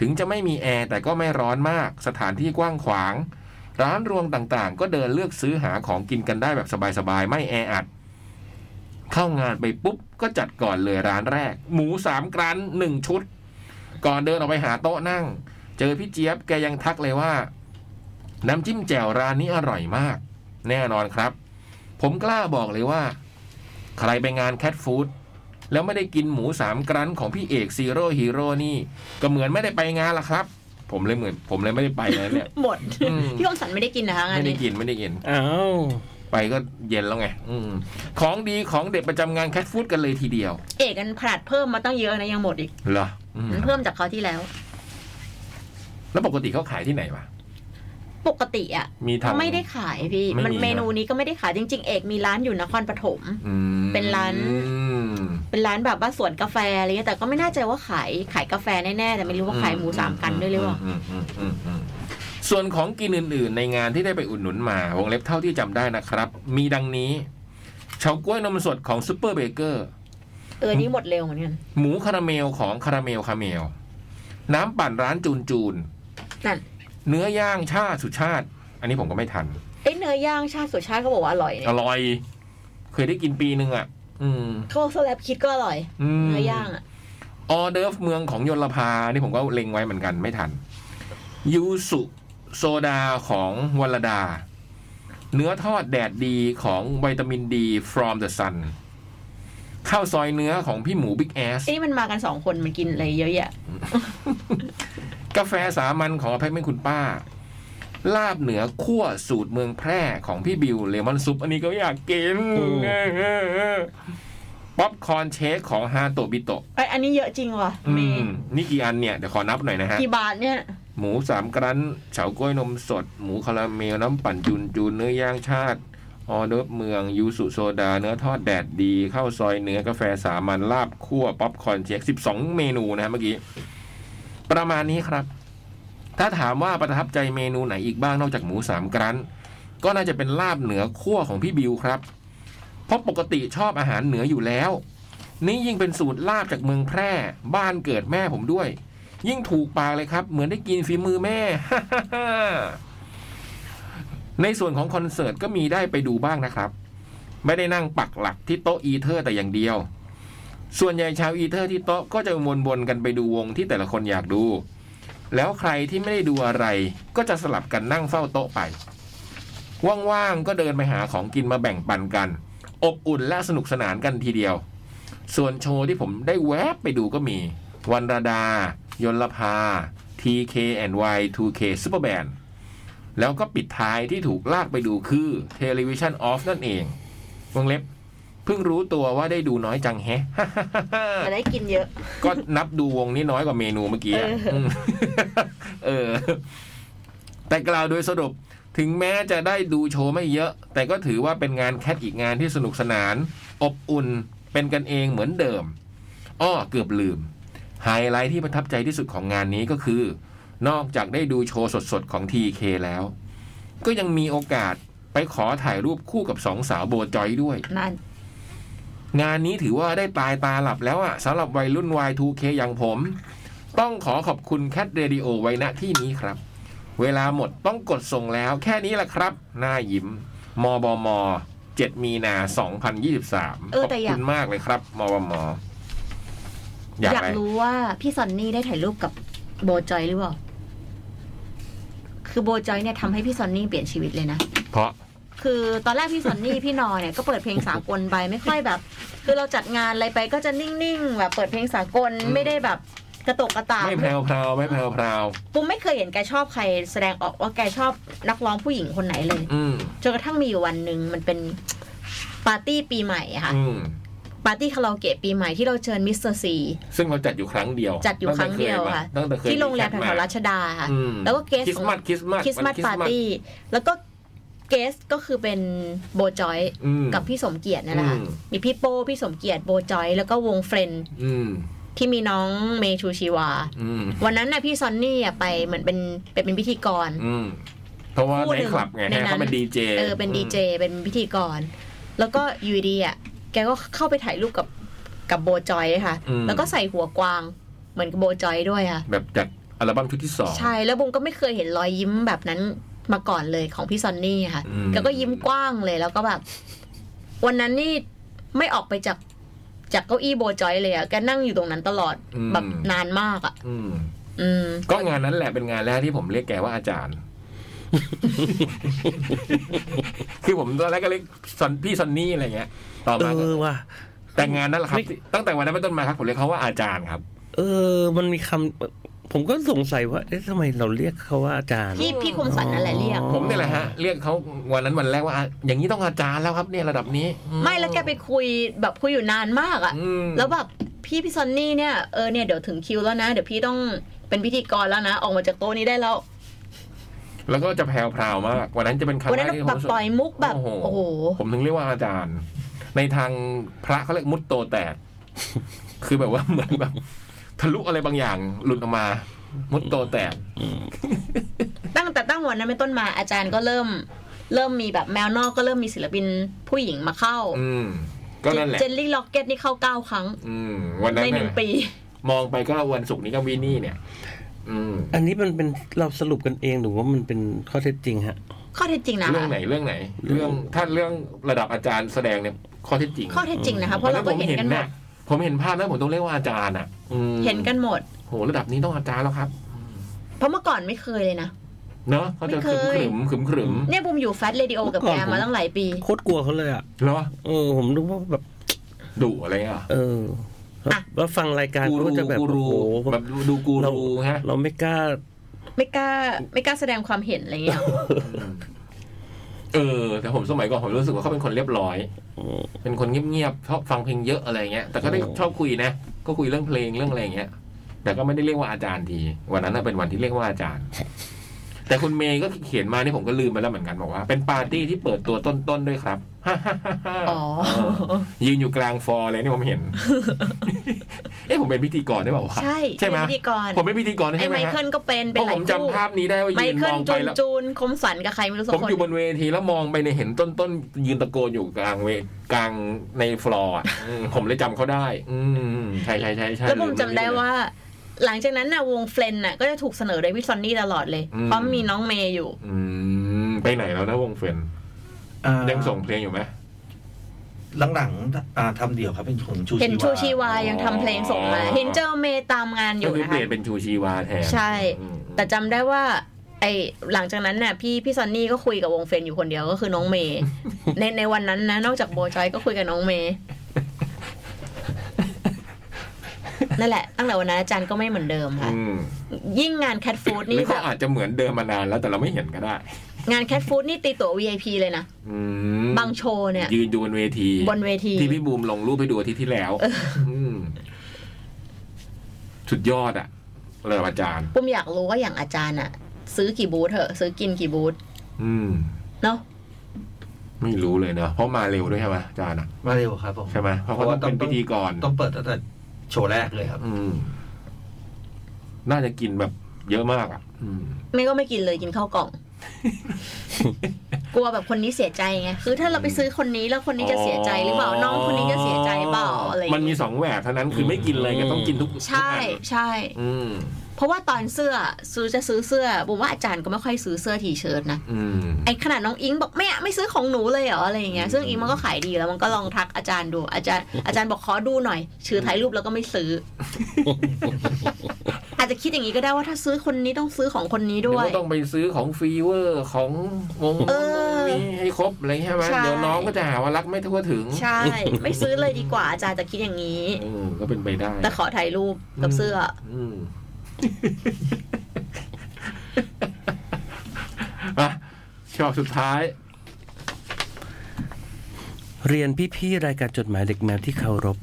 ถึงจะไม่มีแอร์แต่ก็ไม่ร้อนมาก สถานที่กว้างขวาง ร้านรวงต่างๆ ก็เดินเลือกซื้อหาของกินกันได้แบบสบายๆ ไม่แออัด เข้างานไปปุ๊บ ก็จัดก่อนเลยร้านแรก หมูสามกรันหนึ่งชุด ก่อนเดินออกไปหาโต๊ะนั่ง เจอพี่เจี๊ยบแกยังทักเลยว่า น้ำจิ้มแจ่วร้านนี้อร่อยมาก แน่นอนครับ ผมกล้าบอกเลยว่า ใครไปงานแคทฟู้ดแล้วไม่ได้กินหมูสามกรันของพี่เอกซีโร่ฮีโร่นี่ ก็เหมือนไม่ได้ไปงานละครับ ผมเลยเหมือน ผมเลยไม่ได้ไปนะ เนี่ย
หมด
อืม
พี่คมสันไม่ได้กินนะคะงาน
ไม่ได้
นี้
กินไม่ได้กิน
อ้าว
ไปก็เย็นแล้วไงอืมของดีของเด็ดประจำงานแคทฟู้ดกันเลยทีเดียว
เอกกันขนาดเพิ่มมาตั้งเยอะนะยังหมดอีก
เหรออืม
มันเพิ่มจากเขาวที่แล้ว
แล้วปกติเขาขายที่ไหนวะ
ปกติอ่ะ
มีทำ
ไม่ได้ขายพี่
ไม่มี
มัน
นะ
เมนูนี้ก็ไม่ได้ขายจริง ๆ เอกมีร้านอยู่นครปฐม
อืม
เป็นร้าน
อืม
เป็นร้านแบบว่าสวนกาแฟอะไรเงี้ยแต่ก็ไม่แน่ใจว่าขายขายกาแฟแน่ๆแต่ไม่รู้ว่าขายหมูสามกันด้วยหรือเปล่า
อืมอืมอืมอืมส่วนของกินอื่นๆ ในงานที่ได้ไปอุดหนุนมาวงเล็บเท่าที่จำได้นะครับ มีดังนี้เฉาก๊วยนมสดของซูเปอร์เบเกอร์
เออนี่หมดเร็วเหมือนกัน
หมูคาราเมลของคาราเมลคาเมล น้ำปั่นร้านจูนจูน
นั่น
เนื้อย่างชาติสุชาติ อันนี้ผมก็ไม่ทัน
เอ้ยเนื้อย่างชาติสุชาติเขาบอกว่าอร่อยเนี่
อย ร่อย เคยได้กินปีหนึ่งอ่ะ อืม
เขาบอกสแลบคิดก็อร่อย
ม
เนื้อย่างอ่ะ
ออเดิร์ฟเมืองของยลภานี่ผมก็เล็งไว้เหมือนกันไม่ทัน ยูสุโซดาของวัลดา เนื้อทอดแดดดีของวิตามินดี from the sun ข้าวซอยเนื้อของพี่หมูบิ๊กแอส
เอ้ยมันมากันสองคนมันกินอะไรเยอะแยะ
กาแฟสามัญของอภัยเม่คุณป้า ลาบเหนือขั้วสูตรเมืองแพร่ของพี่บิวเลมอนซุป อันนี้ก็อยากกิน
อืม
ป๊อปคอร์นเชคของฮาโตบิโตะ
ไอยอันนี้เยอะจริงว่ะ
อื
เม
มนี่กี่อันเนี่ย เดี๋ยวขอนับหน่อยนะฮะ
กี่บาทเนี่ย
หมูสามกรันเฉากล้วยนมสด หมูคาราเมลน้ำปั่นจุนจูนเนื้อย่างชาติ ออเดิร์ฟเมือง ยูสุโซดา เนื้อทอดแดดดีข้าวซอยเนื้อกาแฟสามัญลาบคั่ว ป๊อปคอร์นเชค12 เมนูนะฮะเมื่อกี้ ประมาณนี้ครับ ถ้าถามว่าประทับใจเมนูไหนอีกบ้างนอกจากหมูสามกรันก็น่าจะเป็นลาบเหนือคั่วของพี่บิวครับ เพราะปกติชอบอาหารเหนืออยู่แล้ว นี่ยิ่งเป็นสูตรลาบจากเมืองแพร่ บ้านเกิดแม่ผมด้วย ยิ่งถูกปากเลยครับ เหมือนได้กินฝีมือแม่ ในส่วนของคอนเสิร์ตก็มีได้ไปดูบ้างนะครับ ไม่ได้นั่งปักหลักที่โต๊ะอีเทอร์แต่อย่างเดียว ส่วนใหญ่ชาวอีเทอร์ที่โต๊ะก็จะวนๆกันไปดูวงที่แต่ละคนอยากดู แล้วใครที่ไม่ได้ดูอะไร ก็จะสลับกันนั่งเฝ้าโต๊ะไป ว่างๆก็เดินไปหาของกินมาแบ่งปันกัน อบอุ่นและสนุกสนานกันทีเดียว ส่วนโชว์ที่ผมได้แวบไปดูก็มี วันรดา ยนลภา TK&Y 2K Superband แล้วก็ปิดท้ายที่ถูกลากไปดูคือ Television Off นั่นเองวงเล็บ เพิ่งรู้ตัวว่าได้ดูน้อยจังแฮะ
จะได้กินเยอะ
ก็นับดูวงนี้น้อยกว่าเมนูเมื่อกี้อะ
เอออื
ม เออ แต่กล่าวโดยสรุป ถึงแม้จะได้ดูโชว์ไม่เยอะ แต่ก็ถือว่าเป็นงานแคทอีกงานที่สนุกสนาน อบอุ่นเป็นกันเองเหมือนเดิม อ้อเกือบลืม ไฮไลท์ที่ประทับใจที่สุดของงานนี้ก็คือ นอกจากได้ดูโชว์สดๆ ของ TK แล้ว ก็ยังมีโอกาสไปขอถ่ายรูปคู่กับสองสาวโบจอยด้วย
นั่น
งานนี้ถือว่าได้ตายตาหลับแล้วอะสำหรับวัยรุ่น Y2K อย่างผม ต้องขอขอบคุณแคทเรดิโอไว้ณที่นี้ครับ เวลาหมดต้องกดส่งแล้ว แค่นี้แหละครับ หน้ายิ้ม มบม 7 มีนา 2023
เออ
ขอบ
แต่อยา
คุ
ก
ณมากเลยครับ มบม อยาก
อยา
อะ
ก
ไร
รู้ว่าพี่ซอนนี่ได้ถ่ายรูปกับโบจอยหรือเปล่า คือโบจอยเนี่ยทำให้พี่ซอนนี่เปลี่ยนชีวิตเลยนะ
เพราะ
คือตอนแรกพี่ซอนนี่พี่นอเนี่ยก็เปิด เพลงสากลไปไม่ค่อยแบบ คือเราจัดงานอะไรไปก็จะนิ่งๆแบบเปิดเพลงสากล
อืม
ไม่ได้แบบกระตกกระตาก
ไม่แพรวพราวไม่แพรวพราว
ปุ้มไม่เคยเห็นแกชอบใคร แสดงออกว่าแกชอบนักร้องผู้หญิงคนไหนเลย
อืม
จนกระทั่งมีอยู่วันหนึ่งมันเป็นปาร์ตี้ปีใหม่อะค่ะ
อืม
ปาร์ตี้คาราโอเกะปีใหม่ที่เราเชิญมิสเตอร์ซี
ซึ่งเราจัดอยู่ครั้งเดียว
จัดอยู่ครั้งเดียวค่ะ
ตั้งแต่เคยมา
ที่โรงแรมแถวๆรัชดาค่ะ
อืม
แล้วก็เกส
คริสต์มาสคริสต์มาส
คริสต์มาส
วัน
ปาร์ตี้ แล้วก็เกสก็คือเป็นโบจอย
อืม
กับพี่สมเกียรตินั่นแหละค่ะ
อืม
มีพี่โป้พี่สมเกียรติโบจอย แล้วก็วงเฟรนด์
อืม
ที่มีน้องเมย์ชูชีวา
อืม
วันนั้นน่ะพี่ซอนนี่อะไปเหมือนเป็นไปเป็นพิธีกร
อืมเพราะว่า
คู่
ใน
หนึ่ง
คลับไง
ใน
ฮะ
นั้น
เขาเป็นดีเจ
เออเป็นดีเจเป็นพิธีกร แล้วก็อยูดีอ่ะแกก็เข้าไปถ่ายรูปกับกับโบจอยค่ะ แล้วก็ใส่หัวกวางเหมือนกับโบจอยด้วยค่ะ
แบบจากอัลบั้มชุดที่สอง
ใช่แล้วบงก็ไม่เคยเห็นรอยยิ้มแบบนั้นมาก่อนเลยของพี่ซอนนี่ค่ะ
อืม
แกก็ยิ้มกว้างเลยแล้วก็แบบ วันนั้นนี่ไม่ออกไปจากจากเก้าอี้โบจอยเลยอะแกนั่งอยู่ตรงนั้นตลอดแบบนานมากอะ
อืม
อืม
ก็งานนั้นแหละเป็นงานแรกที่ผมเรียกแกว่าอา จารย์ คือผมตอนแรกก็เรียกซอนพี่ซอนนี่อะไรเงี้ย ต่อ
เอ
มาก็
อว่ะ
แต่งานนั่นแหละครับ
ไม่
ที่ตั้งแต่วันนั้นเป็นต้นมาครับผมเรียกเขาว่าอาจารย์ครับ
เออ มันมีคำผมก็สงสัยว่า เอ๊ะทำไมเราเรียกเขาว่าอาจารย์
พี่พี่คมสันนั่นแหละเรียก
ผมนี่แหละฮะ เรียกเขาวันนั้นวันแรกว่าอ่ะอย่างนี้ต้องอาจารย์แล้วครับ เนี่ยระดับนี้อื
ไม่แล้วแกไปคุยแบบคุยอยู่นานมากอะ
อืม
แล้วแบบพี่พี่ซอนนี่เนี่ยเออเนี่ยเดี๋ยวถึงคิวแล้วนะเดี๋ยวพี่ต้องเป็นพิธีกรแล้วนะออกมาจากโต๊ะนี้ได้แล้ว
แล้วก็จะแพรวๆมากวันนั้นจะเป็นครั้ง
วัน
แรก
นั้น
ที่ผม
แบบ
รู้สึก
ปล่อยมุกแบบโอ้โห
ผมถึงเรียกว่าอาจารย์ ในทางพระเขาเรียกมุดโตแตก คือแบบว่าเหมือนแบบทะลุอะไรบางอย่างหลุดออกมา มุดโตแตก
ตั้งแต่ตั้งวันนั้นเป็นต้นมาอาจารย์ก็เริ่ม เริ่มมีแบบแมวนอกก็เริ่มมีศิลปินผู้หญิงมาเข้า
อืม ก็นั่นแหละ
เจนลี่ล็อกเก็ตนี่เข้าเก้าครั้ง
อืม วันนั้น
ในหนึ่ง
น่ะ
ปี
มองไปก็วันศุกร์นี้ก็วินนี่เนี่ย อืม
อันนี้มันเป็นเราสรุปกันเองหรือว่ามันเป็นข้อเท็จจริงฮะ
ข้อเท็จจริงนะ
เรื่องไหนเรื่องไหน เรื่องถ้าเรื่องระดับอาจารย์แสดงเนี่ยข้อเท็จจริง
ข้อเท็จจริงนะคะเพราะเราก็
ผม
เห็นกันหม
เน่ะ
ด
ผมเห็นภาพแล้วผมต้องเรียกว่าอาจารย์อ่ะอืม
เห็นกันหมด
โหระดับนี้ต้องอาจารย์แล้วครับ
เพราะเมื่อก่อนไม่เคยเลยนะ
เนาะเขาจะ
ไม่
ข
เคย
ึมๆขึมๆขึม
เนี่ยบุมอยู่แฟลตเรดิโอกับ
เมื่
แก
อก่อนผม
มาตั้งหลายปี
โคตรกลัวเขาเลยอ่ะ
ๆเหรอ
เออ ผมนึกว่าแบบ
ดุอะไรอ่ะ
เออ
อ่ะ
ว่าฟังรายการ
กู
เขา
รู
ก็จะแบบ
กูรู
โอ้โห
แบบดูกู
เรา
รูฮะ
เราไม่กล้า
ไม่กล้าไม่กล้าแสดงความเห็นอะไร อย่างเงี้ยหรอ
เออ แต่ผมสมัยก่อนผมรู้สึกว่าเขาเป็นคนเรียบร้อย เป็นคนเงียบๆชอบฟังเพลงเยอะอะไรเงี้ย แต่ก็ได้
โอ้
ชอบคุยนะ ก็คุยเรื่องเพลงเรื่องอะไรเงี้ย แต่ก็ไม่ได้เรียกว่าอาจารย์ทีวันนั้นนะเป็นวันที่เรียกว่าอาจารย์ แต่คุณเมย์ก็เขียนมานี่ผมก็ลืมไปแล้วเหมือนกันบอกว่า เป็นปาร์ตี้ที่เปิดตัวต้นๆด้วยครับ
อ๋อ
ยืนอยู่กลางฟอร์เลยนี่ผมเห็น เอ๊ะผมเป็นพิธีกรได้เปล่าวะ
ใช่
ใช่ไหม
เป็นพิธีกร
ผมเป็นพิธีกร
ไอ้
ใช่ไหม
ไม
ฮะ
เคิลก็เป็น
เพ
เป็น
ราะผ
หลาย
ม
คู่
จำภาพนี้ได้ว่า
ไม
ยืน
เคิ
ม
ล
อง
จู
ไป
น
แล้ว
จูนคมสันกับใครไม่รู้สัก
ผม
คน
อยู่บนเวทีแล้วมองไปในยเห็นต้นต้นยืนตะโกนอยู่กลางเวกลางในฟลอร์อะอืมผมเลยจำเขาได้ อืมใช่ใช่ใช่ใช่
แล้วผมจำได้
เรื่องนี้
ว่า หลังจากนั้นน่ะวงเฟรนน่ะก็จะถูกเสนอโดยพี่ซอนนี่ตลอดเลย
อืม
เพราะมีน้องเมย์อยู่
อืมไปไหนแล้วนะวงเฟรน
อ่า
ยังส่งเพลงอยู่ไหม
หลังๆอ่าทำเดี่ยวครับเป็นของชูชีวา
เห็นชูชีวายังทำเพลงส่งมา เห็นเจ้าเมย์ตามงาน
ก็
อยู่
คือ
นะ
เปลี่ยน
คะ
เป็นชูชีวาแทน
ใช่
อืมอื
แต่จำได้ว่า ไอหลังจากนั้นเนี่ยพี่พี่ซอนนี่ก็คุยกับวงเฟรนอยู่คนเดียวก็คือน้องเมย์ ในในวันนั้นนะ นอกจากโบจอยก็คุยกับน้องเมย์นั่นแหละ ตั้งแต่วันนั้นอาจารย์ก็ไม่เหมือนเดิมค่ะ
อืม
ยิ่งงานแคทฟู้ด
หรือ
นี่แบ
เขา
บ
อาจจะเหมือนเดิมมานานแล้วแต่เราไม่เห็นก็ได้
งานแคทฟู้ดนี่ตีตั๋ว VIP เลยนะ
อืม
บางโชว์เนี่ย
ยืนดูบนเวที
บนเวที
ที่พี่บูมลงรูปให้ดูอาทิตย์ที่แล้วมสุดยอดอะระดับอาจารย์
ปุ้มอยากรู้ว่าอย่างอาจารย์อะซื้อกี่บูธเถอะ ซื้อกินกี่บูธ
อืม
เนาะ
ไม่รู้เลยเนอะเพราะมาเร็วด้วยใช่ไหมอาจารย์อะ
มาเร็วครับผม
ใช่ไหมเพราะเขาต้องเป็นพิธีกร
ต้องเปิดตั้งแต่โชว์แรกเลยครับ
อืม น่าจะกินแบบเยอะมากอะอืม
ไม่ก็ไม่กินเลยกินข้าวก ล่อง กลัวแบบคนนี้เสียใจไงคือถ้าเราไปซื้อคนนี้แล้วคนนี้จะเสียใจหรือเปล่าน้องคนนี้จะเสียใจเปล่าอะไรอย่าง
มันมี
เงี้ย
สองแหวกเท่านั้นคือไม่กินเลยก็ต้องกินทุก
ใช่ใช่
ทุกอันอืม
เพราะว่าตอนเสื้อซื้อจะซื้อเสื้อบุมว่าอาจารย์ก็ไม่ค่อยซื้อเสื้อทีเชิ้ตนะ
อืม
ไอ้ขนาดน้องอิงบอกแม่ไม่ซื้อของหนูเลยเหรออะไรอย่างเงี้ยซึ่งอิงมันก็ขายดีแล้วมันก็ลองทักอาจารย์ดูอาจารย์อาจารย์บอกขอดูหน่อยชื่อถ่ายรูปแล้วก็ไม่ ซื้อ อาจจะคิดอย่างนี้ก็ได้ว่าถ้าซื้อคนนี้ต้องซื้อของคนนี้ด้ว
เดี๋
ย
ยวก็ต้องไปซื้อของฟีเวอร์ของงง
เออ
มีให้ครบอะไรใช่ไหม
ใช่
เดี๋ยวน้องก็จะหาว่ารักไม่ทั่วถึง
ใช่ ไม่ซื้อเลยดีกว่าอาจารย์จะคิดอย่างนี้
เออก็เป็นไปได้
แต่ขอถ่ายรูปกับเสื้อ
อืม อ่ะชอบสุดท้าย
เรียนพี่ๆรายการจดหมายเด็กแมวที่เคารพ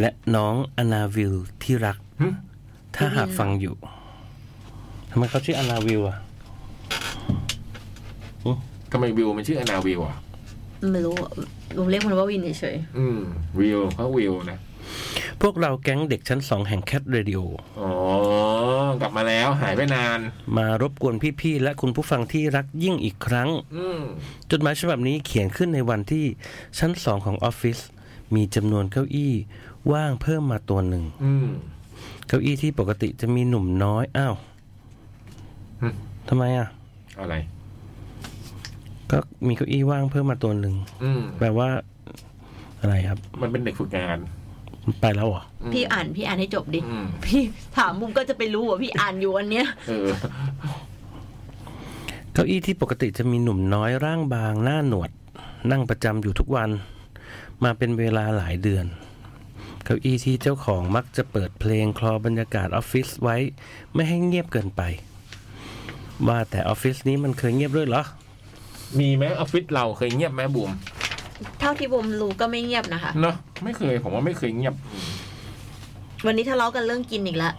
และน้องอนาวิลที่รัก
หึ
ถ้าหากฟังอยู่ทำไมเขาชื่ออนาวิลอ่ะ
ทำไมวิวมันชื่ออนาวิวอ่ะ
ไม่รู้อะบุมเรียกมันว่าวินเฉย
อืม วิวเขาวิวนะ
พวกเราแก๊งเด็กชั้นสองแห่งแคทเรดิโอ
อ๋อกลับมาแล้วหายไปนาน
มารบกวนพี่ๆและคุณผู้ฟังที่รักยิ่งอีกครั้ง
อืม
จดหมายฉบับนี้เขียนขึ้นในวันที่ชั้นสองของออฟฟิศมีจำนวนเก้าอี้ว่างเพิ่มมาตัวหนึ่ง
อืม
เก้าอี้ที่ปกติจะมีหนุ่มน้อย อ้าว
หึ
ทำไมอ่ะ
อะไร
ก็มีเก้าอี้ว่างเพิ่มมาตัวหนึ่ง
อืม
แปลว่า อะไรครับ
มันเป็นเด็กฝึกงาน
มันไปแล้วเหรอ
อืม
ๆพี่อ่านพี่อ่านให้จบดิ
อืม
พี่ถามบุมก็จะไปรู้ว่าพี่อ่านอยู่วันเนี้ย
เออ
เก้าอี้ที่ปกติจะมีหนุ่มน้อยร่างบางหน้าหนวด นั่งประจำอยู่ทุกวัน มาเป็นเวลาหลายเดือน เก้าอี้ที่เจ้าของมักจะเปิดเพลงคลอบรรยากาศออฟฟิศไว้ ไม่ให้เงียบเกินไป ว่าแต่ออฟฟิศนี้มันเคยเงียบด้วยเหรอ
มีไหมออฟฟิศเราเคยเงียบไหมบุ๋ม
เท่าที่บุมรู้ก็ไม่เงียบนะคะ
เนาะไม่เคย ผมว่าไม่เคยเงียบ
วันนี้ทะเลาะกันเรื่องกินอีกแล้ว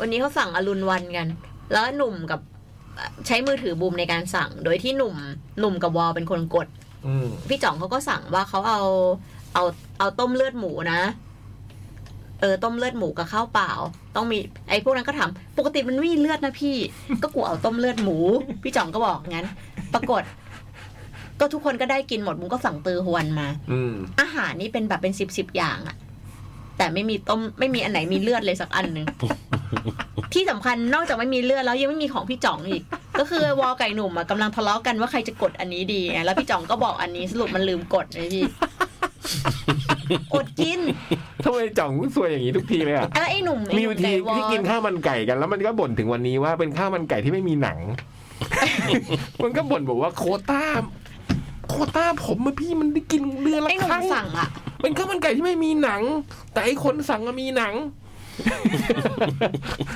วันนี้เขาสั่งอรุณวันกัน แล้วหนุ่มกับใช้มือถือบูมในการสั่ง โดยที่หนุ่มหนุ่มกับวอลเป็นคนกด
อืม
พี่จ่องเขาก็สั่งว่าเขาเอา เอาเอาต้มเลือดหมูนะ เออต้มเลือดหมูกับข้าวเปล่า ต้องมีไอ้พวกนั้นก็ถามปกติมันไม่มีเลือดนะพี่ ก็กูเอาต้มเลือดหมู พี่จ่องก็บอกงั้น ปรากฏ ก็ทุกคนก็ได้กินหมดบูมก็สั่งตือหวนมา
อืม
อาหารนี่เป็นแบบเป็นสิบสิบอย่างอะแต่ไม่มีต้มไม่มีอันไหนมีเลือดเลยสักอัน หนึ่ง ที่สำคัญนอกจากไม่มีเลือดแล้วยังไม่มีของพี่จ่องอีก ก็คือวอไก่หนุ่มอะกำลังทะเลาะกันว่าใครจะกดอันนี้ดีไงแล้วพี่จ่องก็บอกอันนี้สรุปมันลืมกดเลย พี่ อดกิน
ทำไมจ่องสวยอย่างนี้ทุกทีเลยอ่ะ
แล้วไอ้หนุ่มไอ้
มี
ห
วัน
นุ่ม
ที
ไก่วอ
ที่กินข้าวมันไก่กัน แล้วมันก็บ่นถึงวันนี้ว่าเป็นข้าวมันไก่ที่ไม่มีห นัง มันก็บ่นบอกว่าโควต้า โควต้าผมมาพี่มันได้กินเดือนละ
ไอ้หนุ่
ค
ม
รั้ง
สั่งอะ
เป็นข้าวมันไก่ที่ไม่มีหนัง แต่ไอคนสั่งอะมีห นัง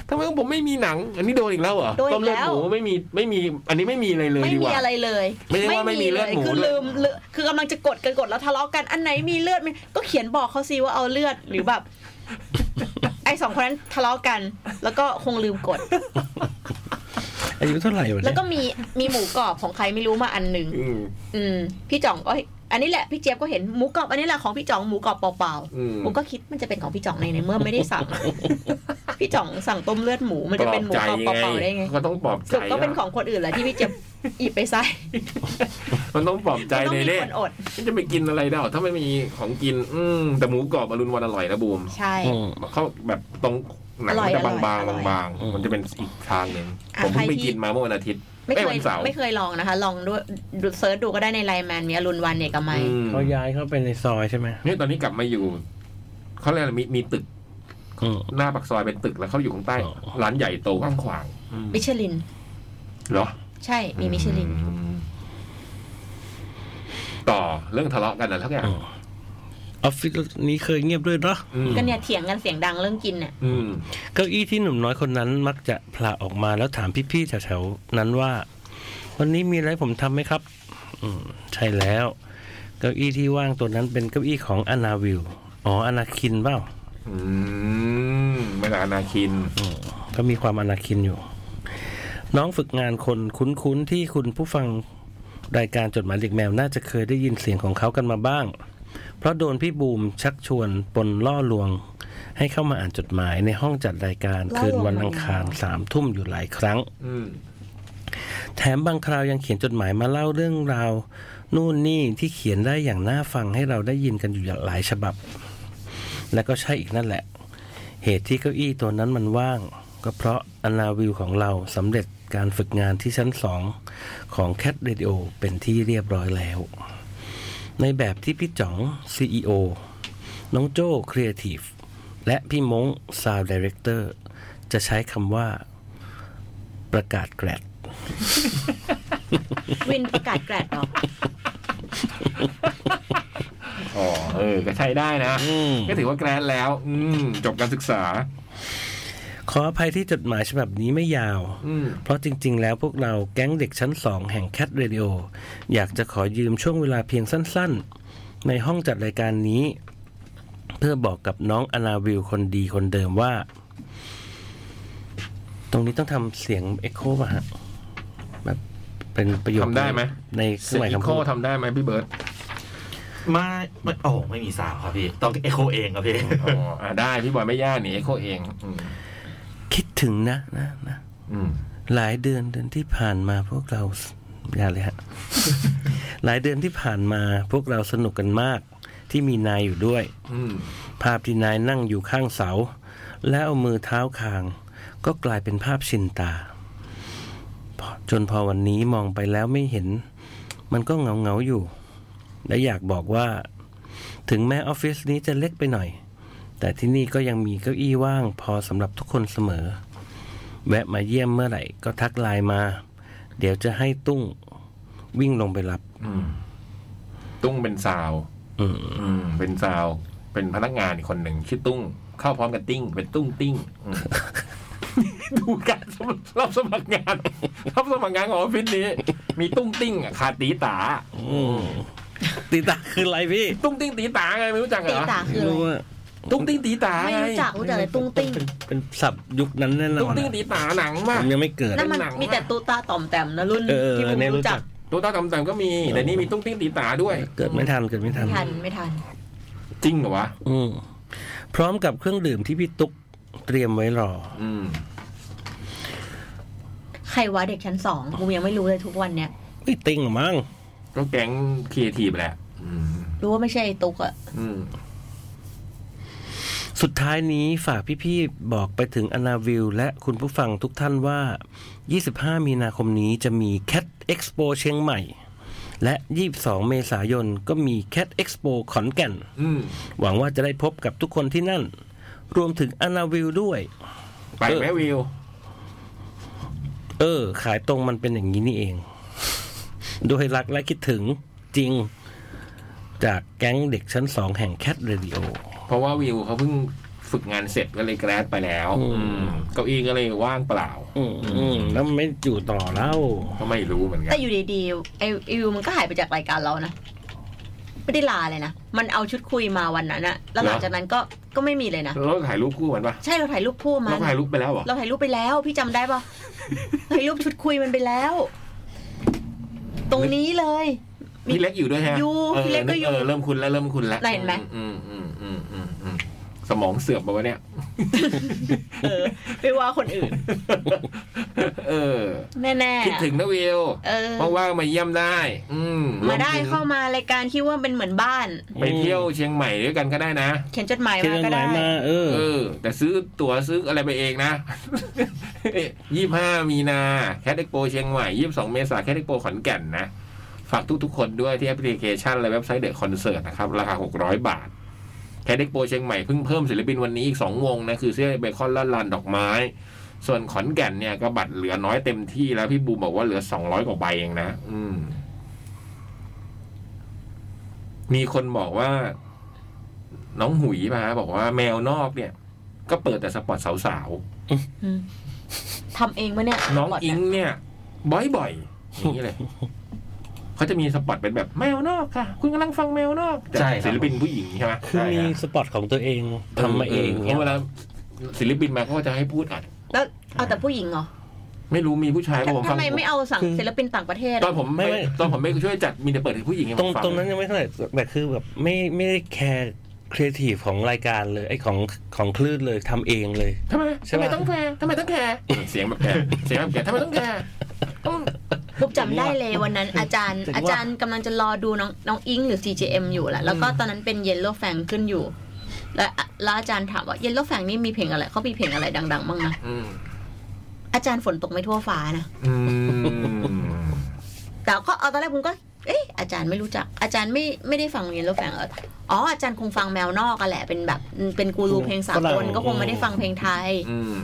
ทำไมของผมไม่มีหนัง อันนี้โดนอีกแล้วเหรอ
โดนอี
ต้ม
ก
เลื
แล้
อด
ว
หมูไม่มีไม่มี อันนี้ไม่มีอะไรเลย
ไม่
ดีก
มี
ว่า
อะไรเลย
ไม่ใช่ว่าไม่มีเลือดหมู
คือ
ด้วย
ลืมเลือดคือกำลังจะกดกันกดแล้วทะเลาะกันอันไหนมีเลือดมันก็เขียนบอกเขาสิว่าเอาเลือดหรือแบบ ไอ้สองคนนั้นทะเลาะกัน แล้วก็คงลืมกด
อายุเท่าไหร่วะ
แล้
เนี่
วย ก็มีมีหมูกรอบของใครไม่รู้มาอันหนึ่ง
อืม
อืม พี่จ่องก็เอ้ยอันนี้แหละพี่เจี๊ยบก็เห็นหมูกรอบอันนี้แหละของพี่จ่องหมูกรอบเปล่า
อืม
ๆผมก็คิดมันจะเป็นของพี่จ่องในในเมื่อ ไม่ได้สั่ง พี่จ่องสั่งต้มเลือดหมูมันจะเป็นหมูกรอบเปล่าๆได้ไง
ก็ต้องปลอบ
ส
ใจ
รุปก็เป็นของคนอื่นแหละที่พี่เจี๊ยบหยิบไปใส่
มันต้องปลอบใจ
มันต้อง
ใน
มี
เล่
คนอด
มันจะไปกินอะไรได้หรอถ้าไม่มีของกิน อืมแต่หมูกรอบอรุณวันอร่อยนะบูม
ใช่
อืม
เขาแบบตรงหนัง
อร่อย
มันจะบางๆ
อร่อย
บาง
อืม
ๆมันจะเป็นอีกทางหนึ่ง
อ่ะ
ผมเพิ่ง
ใคร
ไป
ที่
กินมาเมื่อวันอาทิตย์
ไม่เค
อ้
ย
วันเสาร์
ไม่เคยลองนะคะ ลองด้วยดูเซิร์ชดูก็ได้ในไลน์แมนมีอรุณวันเอกมัย
อืม
เขาย้ายเข้าไปในซอยใช่ไหม
เนี่ยตอนนี้กลับมาอยู่เขาเรียกอะไรมีมีตึก
อืม
หน้าปากซอยเป็นตึกแล้วเข้าอยู่ข้างใต้
อ๋อ
ร้านใหญ่โตกว้างขวาง
มิชลิน
เหรอ
ใช่มีมิชลิน
อืมต่อเรื่องทะเลาะกันนะทักอย่าง
ออฟฟิศนี้เคยเงียบด้วยเหรอ
อืม
ก็เนี่ยเถียงกันเสียงดังเรื่องกินเนี่ย
อืม
เก้าอี้ที่หนุ่มน้อยคนนั้นมักจะผละออกมาแล้วถามพี่ๆแถวๆนั้นว่า วันนี้มีอะไรให้ผมทำไหมครับ อืมใช่แล้ว เก้าอี้ที่ว่างตัวนั้นเป็นเก้าอี้ของอนาวิลอ๋ออนาคินเปล่า
อืมไม่ใช่อนาคิน
อืมก็มีความอนาคินอยู่ น้องฝึกงานคนคุ้นๆที่คุณผู้ฟังรายการจดหมายเด็กแมวน่าจะเคยได้ยินเสียงของเขากันมาบ้าง เพราะโดนพี่บูมชักชวนปนล่อลวง ให้เข้ามาอ่านจดหมายในห้องจัดรายการคืนวันอังคารสามทุ่มอยู่หลายครั้ง
อืม
แถมบางคราวยังเขียนจดหมายมาเล่าเรื่องราว นู่นนี่ที่เขียนได้อย่างน่าฟังให้เราได้ยินกันอยู่หลายฉบับ และก็ใช่อีกนั่นแหละ เหตุที่เก้าอี้ตัวนั้นมันว่าง ก็เพราะอนาวิวของเราสำเร็จการฝึกงานที่ชั้นสองของแคทเรดิโอเป็นที่เรียบร้อยแล้ว ในแบบที่พี่จ๋อง CEO น้องโจ้ครีเอทีฟและพี่มงซาวดีเรคเตอร์จะใช้คำว่าประกาศแกรด
วินประกาศแกรดเหรอ
อ๋อเออ ก็ใช้ได้นะ
อืม
ก็ถือว่าแกรนแล้ว อืม จบการศึกษา
ขออภัยที่จดหมายฉบับนี้ไม่ยาว
อืม
เพราะจริง ๆ แล้วพวกเราแก๊งเด็กชั้นสองแห่งแคทเรดิโออยากจะขอยืมช่วงเวลาเพียงสั้น ๆ ในห้องจัดรายการนี้ เพื่อบอกกับน้องอนาวิลคนดีคนเดิมว่า ตรงนี้ต้องทำเสียงเอ็โคป่ะฮะแบบเป็นประโยค
ทำได้ไหม
ในเครื่องหมาย
อี
คำ
โค
พูด
ทำได้ไหมพี่เบิร์ต
ไม่ไม่โอ้ไม่มีสาวครับพี่ ต้องเอโคเองครับพี่
อ๋ออ่ะได้ พี่บอยไม่ยากนี่เอโคเอง อืม
คิดถึงนะนะนะ
อืม
หลายเดือนเดือนที่ผ่านมาพวกเราอย่าเลยฮะ หลายเดือนที่ผ่านมาพวกเราสนุกกันมาก ที่มีนายอยู่ด้วย
อืม
ภาพที่นายนั่งอยู่ข้างเสา แล้วเอามือเท้าคาง ก็กลายเป็นภาพชินตา จนพอวันนี้มองไปแล้วไม่เห็น มันก็เงาเงาๆอยู่ และอยากบอกว่า ถึงแม้ออฟฟิศนี้จะเล็กไปหน่อย แต่ที่นี่ก็ยังมีเก้าอี้ว่างพอสำหรับทุกคนเสมอ แวะมาเยี่ยมเมื่อไหร่ก็ทักไลน์มา เดี๋ยวจะให้ตุ้งวิ่งลงไปรับ
อืม ตุ้งเป็นสาว
อืม
อืม เป็นสาว เป็นพนักงานอีกคนหนึ่งชื่อตุ้ง เข้าพร้อมกับติ้ง เป็นตุ้งติ้งอืมดูการสมัครรับสมัครงาน รับสมัครงานของออฟฟิศนี้ มีตุ้งติ้งอ่ะขาดตีตา
อืมตีตาคืออะไรพี่
ตุ้งติ้งตีตาไงไม่รู้จักเหร
ตี
อ
ตาคือ
ไม่
อะไร
รู้ว่า
ตุ้งติ้งตีตา
ไม่
ไง
รู้จักรู้จักแต่ตุ้งติ้ง
เป็นเป็นศัพท์ยุคนั้นแน่น
ตุ้
อง น
ติ้ง
อะ
ตีตาหนัง
ผม
าก
มยังไม่เกิด
นั่นมัน
หนังอะ
มีแต่ตูตาต่อมแต้มนะรุ่น
เออเออ
ที่ผม
เนี่ยรู้
รู้
จั
จั
ก
ก
ตัวเต้าตำแต่ก็มี แต่นี่มีตุ้งติ้งตีตาด้วย
เกิดไม่ทันเกิดไม่ทัน
ไม่ทันไม่ทัน
จริงเหรอวะ
อืมพร้อมกับเครื่องดื่มที่พี่ตุ๊กเตรียมไว้รอ
อืม
ใครวะเด็กชั้นสองกูยังไม่รู้เลยทุกวันเนี่ย
ไม่ติงหรอมั้ง
ก็แก๊งครีเอทีฟแหละ อืม
รู้ว่าไม่ใช่ไอ้ตุ๊กอะ
อืม
สุดท้ายนี้ฝากพี่ๆบอกไปถึงอนาวิลและคุณผู้ฟังทุกท่านว่า 25 มีนาคมนี้จะมี Cat Expo เชียงใหม่ และ 22 เมษายนก็มี Cat Expo ขอนแก่น
อืม
หวังว่าจะได้พบกับทุกคนที่นั่น รวมถึงอนาวิลด้วย
ไปไหมวิว
เออ ขายตรงมันเป็นอย่างนี้นี่เอง โดยรักและคิดถึงจริง จากแก๊งเด็กชั้นสองแห่งแคทเรดิโอ
เพราะว่าวิวเขาเพิ่งฝึกงานเสร็จก็เลยแกรดไปแล้ว
อืม
อืม เก้าอี้ก็เลยว่างเปล่า
อืมอืมแล้วมันไม่อยู่ต่อแล้ว
ก็ไม่รู้เหมือนกั
แต่
น
อยู่ดีๆไอ้ไอ้วิวมันก็หายไปจากรายการเรานะไม่ได้ลาเลยนะมันเอาชุดคุยมาวันนั้นอะแล้วหลัง
เหรอ
จากนั้นก็ก็ไม่มีเลยนะ
แล้วถ่ายรูปคู่กันปะ
ใช่เราถ่ายรูปคู่มั
เรา
น
ถ่ายรูปไปแล้วเหรอ
เราถ่ายรูปไปแล้ว พี่จำได้ปะ ถ่ายรูปชุดคุยมันไปแล้ว ตรงนี้เลย
พี่เล็กอยู่ด้วยฮะ
อยู่
ออ
พี่เล็กก็อยู่
เออเริ่มคุณแล้วเริ่มคุณแล้ว
ไหนเห็นไหม
อืมอืมอืมอืมอืมสมองเสื่อมปะวะเนี่ย
เออไม่ว่าคนอื่น
เออ
แน่ๆ
คิดถึงนะวิว
เออ
เพราะว่ามาเยี่ยมได้ อืม
มาได้
รวถึง
เข้ามารายการที่ว่าเป็นเหมือนบ้าน
ไปเที่ยวเชียงใหม่ด้วยกันก็ได้นะ
เขียนจดหมาย
ที่
มา
เรื่อง
ก็
ไหน
ได้
มาเออ
เออ แต่ซื้อตั๋วซื้ออะไรไปเองนะ ยี่ห้ามีนาแคดเอ็กโปเชียงใหม่ยี่สองเมษาแคดเอ็กโปขอนแก่นนะ ฝากทุกๆคนด้วยที่แอปพลิเคชันและเว็บไซต์เดอะคอนเสิร์ตนะครับ ราคาหกร้อยบาท แคดเอ็กโปเชียงใหม่เพิ่งเพิ่มศิลปินวันนี้อีกสองวงนะคือเสื้อเบคอนและลานดอกไม้ ส่วนขอนแก่นเนี่ยก็บัตรเหลือน้อยเต็มที่แล้วพี่บูมบอกว่าเหลือสองร้อยกว่าใบเองนะอืม มีคนบอกว่า น้องหุยมาบอกว่าแมวนอกเนี่ย ก็เปิดแต่สปอตสาว
อืมทำเองปะเนี่ย
ๆน้อง
บทเย
อิงเนี่ย บ่อยๆอย่างนี้เลยเขาจะมีสปอตเป็นแบบแมวนอกค่ะ คุณกำลังฟังแมวนอกจาก
ใช่ครับ
ศิลปินผู้หญิงใช่ไหม
คือมีสปอตของตัวเองทำมาเอง
เพ
เนี่ย
ราะเวลาศิลปินมาเขาก็จะให้พูดอัด
แล้วเอาแต่ผู้หญิงเหรอ
ไม่รู้มีผู้ชายก็ผม
ทำ
ฟัง
ไมไม่เอาสั่งศิลปินต่างประเทศ
ตอนผมไม่ตอนผมไม่ช่วยจัดมีแต่เปิดให้ผู้หญิงให้ผ
ตรง
มฟัง
ตรงนั้นยังไม่เท่าไหร่แต่คือแบบไม่ไม่ได้แคร์ครีเอทีฟของรายการเลยไอของของคลื่นเลยทำเองเลย
ทำไม
ใช่
ทำ
ปะ
ไมต้องแคร์ทำไมต้องแคร์เสียงแบบแคร์เสียงแบบแคร์ทำไมต้องแคร์ต้อง
ปุ๊บจำได้เลยวันนั้น อาจารย์
ถึงว่า
อาจารย์กำลังจะรอดูน้องน้องอิงหรือ CJM อยู่แหละแล้วก็ตอนนั้นเป็น Yellow Fang ขึ้นอยู่ และแล้วอาจารย์ถามว่า Yellow Fang นี่มีเพลงอะไรเขามีเพลงอะไรดัง ๆ บ้างนะ
อืม
อาจารย์ฝนตกไม่ทั่วฟ้านะ
อืม
แต่ก็เอาตอนแรกผมก็ เอ๊ะอาจารย์ไม่รู้จัก อาจารย์ไม่ไม่ได้ฟังเยลโลแฟงเอออ๋ออาจารย์คงฟังแมวนอกกันแหละ เป็นแบบ เป็นกูรูเพลงสา
ฝรั่
กล
ง
ก็คงไม่ได้ฟังเพลงไทย
อืม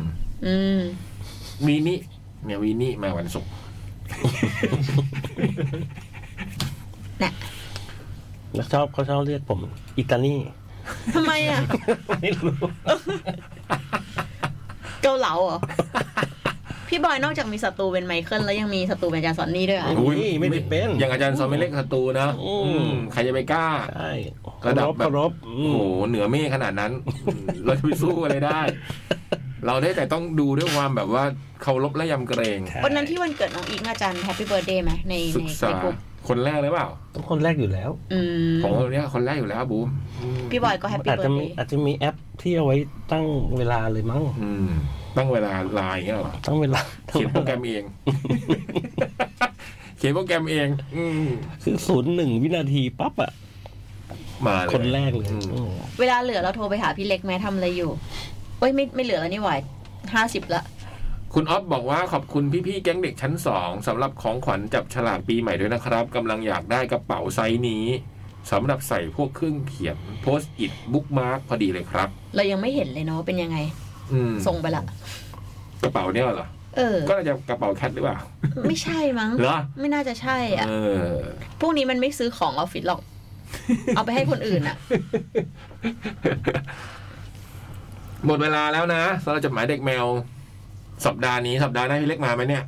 อืม
วีนี่เนี่ยวีนี่มาวันศุกร์
แล้วชอบเขาชอบเรียกผมอิตาลี
ทำไมอ่ะ
ไม่รู้
เกาเหลาเหรอ พี่บอยนอกจากมีศัตรูเป็นไมเคิลแล้วยังมีศัตรูเป็นอาจารย์สอนนี่ด้วยเหรอ่ะ
อุ๊ย
ไม่ได้เป็น
อย่างอาจารย์สอนไม่เล็กศัตรูนะ
อืม
อืมใครจะไปกล้า
ใช่
ระดับแบบ
เคารพ
โอ้โหเหนือเมฆขนาดนั้น เราจะไปสู้อะไรได้ เราได้แต่ต้องดูด้วยความแบบว่าเคารพและยำเกรง
วันนั้นที่วันเกิดน้องอิงอาจารย์แฮปปี้เบิร์ดเดย์ไหมใน
ศึ
ใน
ก
ใน
ษาก
ลุ่ม
คนแรกเลยเปล่า
ต้องคนแรกอยู่แล้ว
อืม
ผมคนเนี้ยคนแรกอยู่แล้วบูม
พี่บอยก็แฮปปี้
อาจ
เบิ
จะ
ร์ด
มี
เดย์
อาจจะมีแอปที่เอาไว้ตั้งเวลาเลยมั้ง
อืมตั้งเวลาไลน์เงี้ยเหรอ
ตั้งเว ลา
เขียนโปรแกรมเอง เขียนโปรแกรมเอง อืม
คือศูนย์หนึ่งวินาทีปั๊บอะ
มาเลย
คนแรกเลย
อืม
อืม
เวลาเหลือเราโทรไปหาพี่เล็กแม่ทำอะไรอยู่เอ้ยไม่ไม่เหลือแล้วนี่หว่าห้าสิบละ
คุณออฟบอกว่าขอบคุณพี่ๆแก๊งเด็กชั้นสองสำหรับของขวัญจับฉลากปีใหม่ด้วยนะครับกำลังอยากได้กระเป๋าไซส์นี้สำหรับใส่พวกเครื่องเขียนโพสต์อิดบุ๊กมาร์พอดีเลยครับ
เรายังไม่เห็นเลยเนาะว่าเป็นยังไง
อืม
ส่งไปละ
กระเป๋าเนี่ยเหรอ
เออ
ก็น่าจะกระเป๋าแคทหรือเปล่า
ไม่ใช่มั้ง
เหรอ
ไม่น่าจะใช่อ่ะ
เออ
พวกนี้มันไม่ซื้อของออฟฟิศหรอก เอาไปให้คนอื่นอ่ะ
หมดเวลาแล้วนะสำหรับจดหมายเด็กแมว สัปดาห์นี้สัปดาห์หน้าพี่เล็กมาไหมเนี่ย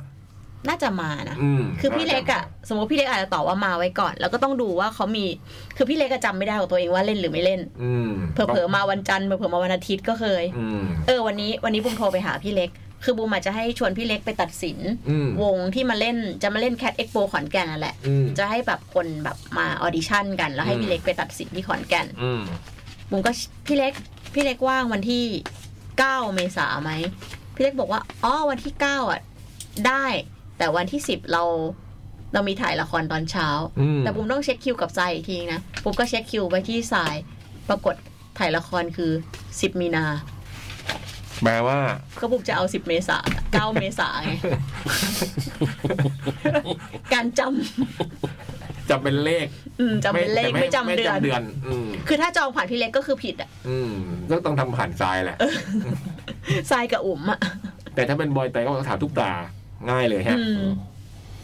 น่าจะมานะ
อืม
คือพี่เล็กอะสมมติพี่เล็กอาจจะตอบว่ามาไว้ก่อน แล้วก็ต้องดูว่าเขามี คือพี่เล็กก็จำไม่ได้ของตัวเองว่าเล่นหรือไม่เล่น
อืม
เผลอๆมาวันจันทร์เผลอๆมาวันอาทิตย์ก็เคย
อืม
เออวันนี้วันนี้บุมโทรไปหาพี่เล็ก คือบุมอาจจะให้ชวนพี่เล็กไปตัดสิน
อืม
วงที่มาเล่นจะมาเล่นแคดเอ็กโปขอนแก่นนั่นแหละ
อืม
จะให้แบบคนแบบมาออดิชั่นกัน แล้วให้
อืม
พี่เล็กไปตัดสินที่ขอนแก่น
อืม
บุมก็พี่เล็กพี่เล็กว่างวันที่ 9 เมษาไหมพี่เล็กบอกว่าอ๋อวันที่ 9 อ่ะ ได้ แต่วันที่ 10 เราเรามีถ่ายละครตอนเช้า
อืม
แต่บุมต้องเช็คคิวกับทรายอีกทีนะบุมก็เช็คคิวไว้ที่ทราย ปรากฏถ่ายละครคือ 10 มีนา
แปลว่า
ก็บุมจะเอา 10 เมษา9 เมษา ไง การจ
จะเป็นเลข
ำอืมจำเป็นเลข
แต่
ไม่จำเดือน
เดือน อืม
คือถ้าจองผ่านพี่เล็กก็คือผิดอ่ะ
อืมก็ต้องทำผ่านทรายแหละ
ทรายกับอุ๋มอ่ะ
แต่ถ้าเป็นบอยไตก็ต้องถามทุกตาง่ายเลยฮะ
อืม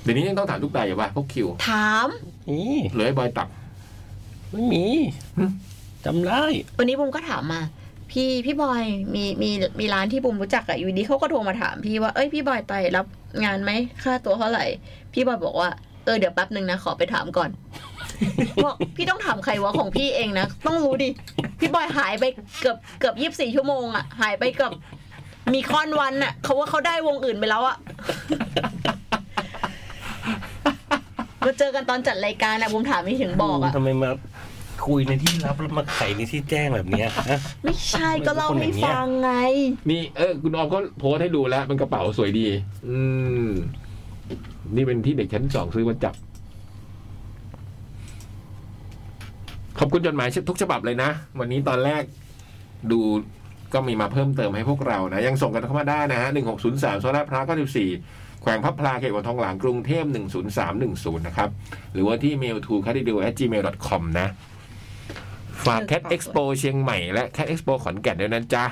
เดี๋ยวนี้ยังต้องถามทุกตาอยู่ป่ะพวกคิว
ถาม
นี่
เหลือไอ้บอยตับ
ไม่มี
หึ
จำได้
วันนี้บุมก็ถามมา พี่พี่บอยมีมีมีร้านที่บุมรู้จักอะอยู่ดีเขาก็โทรมาถามพี่ว่าเอ้ยพี่บอยไปรับงานไหมค่าตัวเท่าไหร่ พี่บอยบอกว่าเออเดี๋ยวแป๊บหนึ่งนะขอไปถามก่อน บอกพี่ต้องถามใครวะของพี่เองนะต้องรู้ดิพี่บอยหายไปเกือบเกือบยี่สิบสี่ชั่วโมงอะหายไปเกือบมีคอนวันอะเขาว่าเขาได้วงอื่นไปแล้วอะ มาเจอกันตอนจัดรายการอะบุมถามไม่ถึงบอกอะ
ทำไมมาคุยในที่ลับแล้วมาไขในที่แจ้งแบบเนี้ย ฮะ
ไม่ใช่ก็เล่าให้ฟังไง
นี่เออคุณออมก็โพสต์ให้ดูแล้วเป็นกระเป๋าสวยดี อืม นี่เป็นที่เด็กชั้นสองซื้อมาจับ ขอบคุณจดหมายทุกฉบับเลยนะ วันนี้ตอนแรกดูก็มีมาเพิ่มเติมให้พวกเรานะ ยังส่งกันเข้ามาได้นะฮะหนึ่งหกศูนย์สามโซลาพระก็สิบสี่แขวงพับพลาเขตวังทองหลางกรุงเทพหนึ่งศูนย์สามหนึ่งศูนย์นะครับ หรือว่าที่ mail to c a d i d o gmail com นะ ฝากแคด
ฝากด้
เอ็
ว
ก
ย
ซ์โปเชียงใหม่และแคดเอ็กซ์โปขอนแก่นด้วยนะจ๊ะ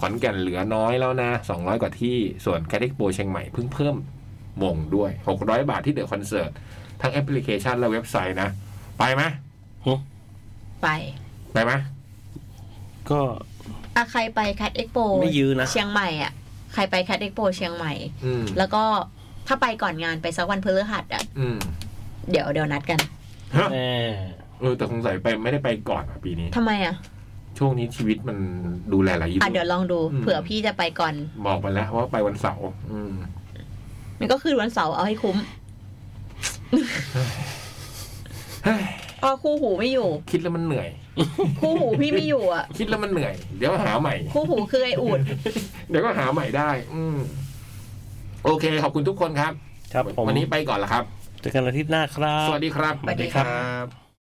ขอนแก่นเหลือน้อยแล้วนะ 200 กว่าที่ส่วนแคดเอ็กซ์โปเชียงใหม่เพิ่งเพิ่มมงด้วย 600 บาทที่เดอะคอนเสิร์ตทั้งแอปพลิเคชันและเว็บไซต์นะ ไปไหม
ไป
ไปไหม
ก็
อะใครไปแคดเอ็กโป
ไม่ยื้อนะ
เชียงใหม่อะใครไปแคดเอ็กโปเชียงใหม่
อืม
แล้วก็ถ้าไปก่อนงานไปสักวันพฤหัสอะ
อืม
เดี๋ยวเดี๋ยวนัดกัน
ฮะ
แหม
เออแต่สงสัยไปไม่ได้ไปก่อนอะปีนี้
ทำไมอะ
ช่วงนี้ชีวิตมันดูแลหลายอย่า
อ่ะเดี๋ยว
ง
ลองดู
อืม
เผื่อพี่จะไปก่อน
บอกไปแล้วว่าไปวันเสาร์อืม
มันก็คือวันเสาร์เอาให้คุ้ม
เฮ้ย
อ๋อคู่หูไม่อยู่
คิดแล้วมันเหนื่อย
คู่หูพี่ไม่อยู่อ่ะ
คิดแล้วมันเหนื่อย เดี๋ยวหาใหม่
คู่หูคือไอ้อูด
เดี๋ยวก็หาใหม่ได้ อืม โอเค ขอบคุณทุกคนครับ
ครับผม
วันนี้ไปก่อนละครับ
เจอกันอาทิตย์หน้าครับ
สวัสดีครับ
สวัสดีครับ
ครับ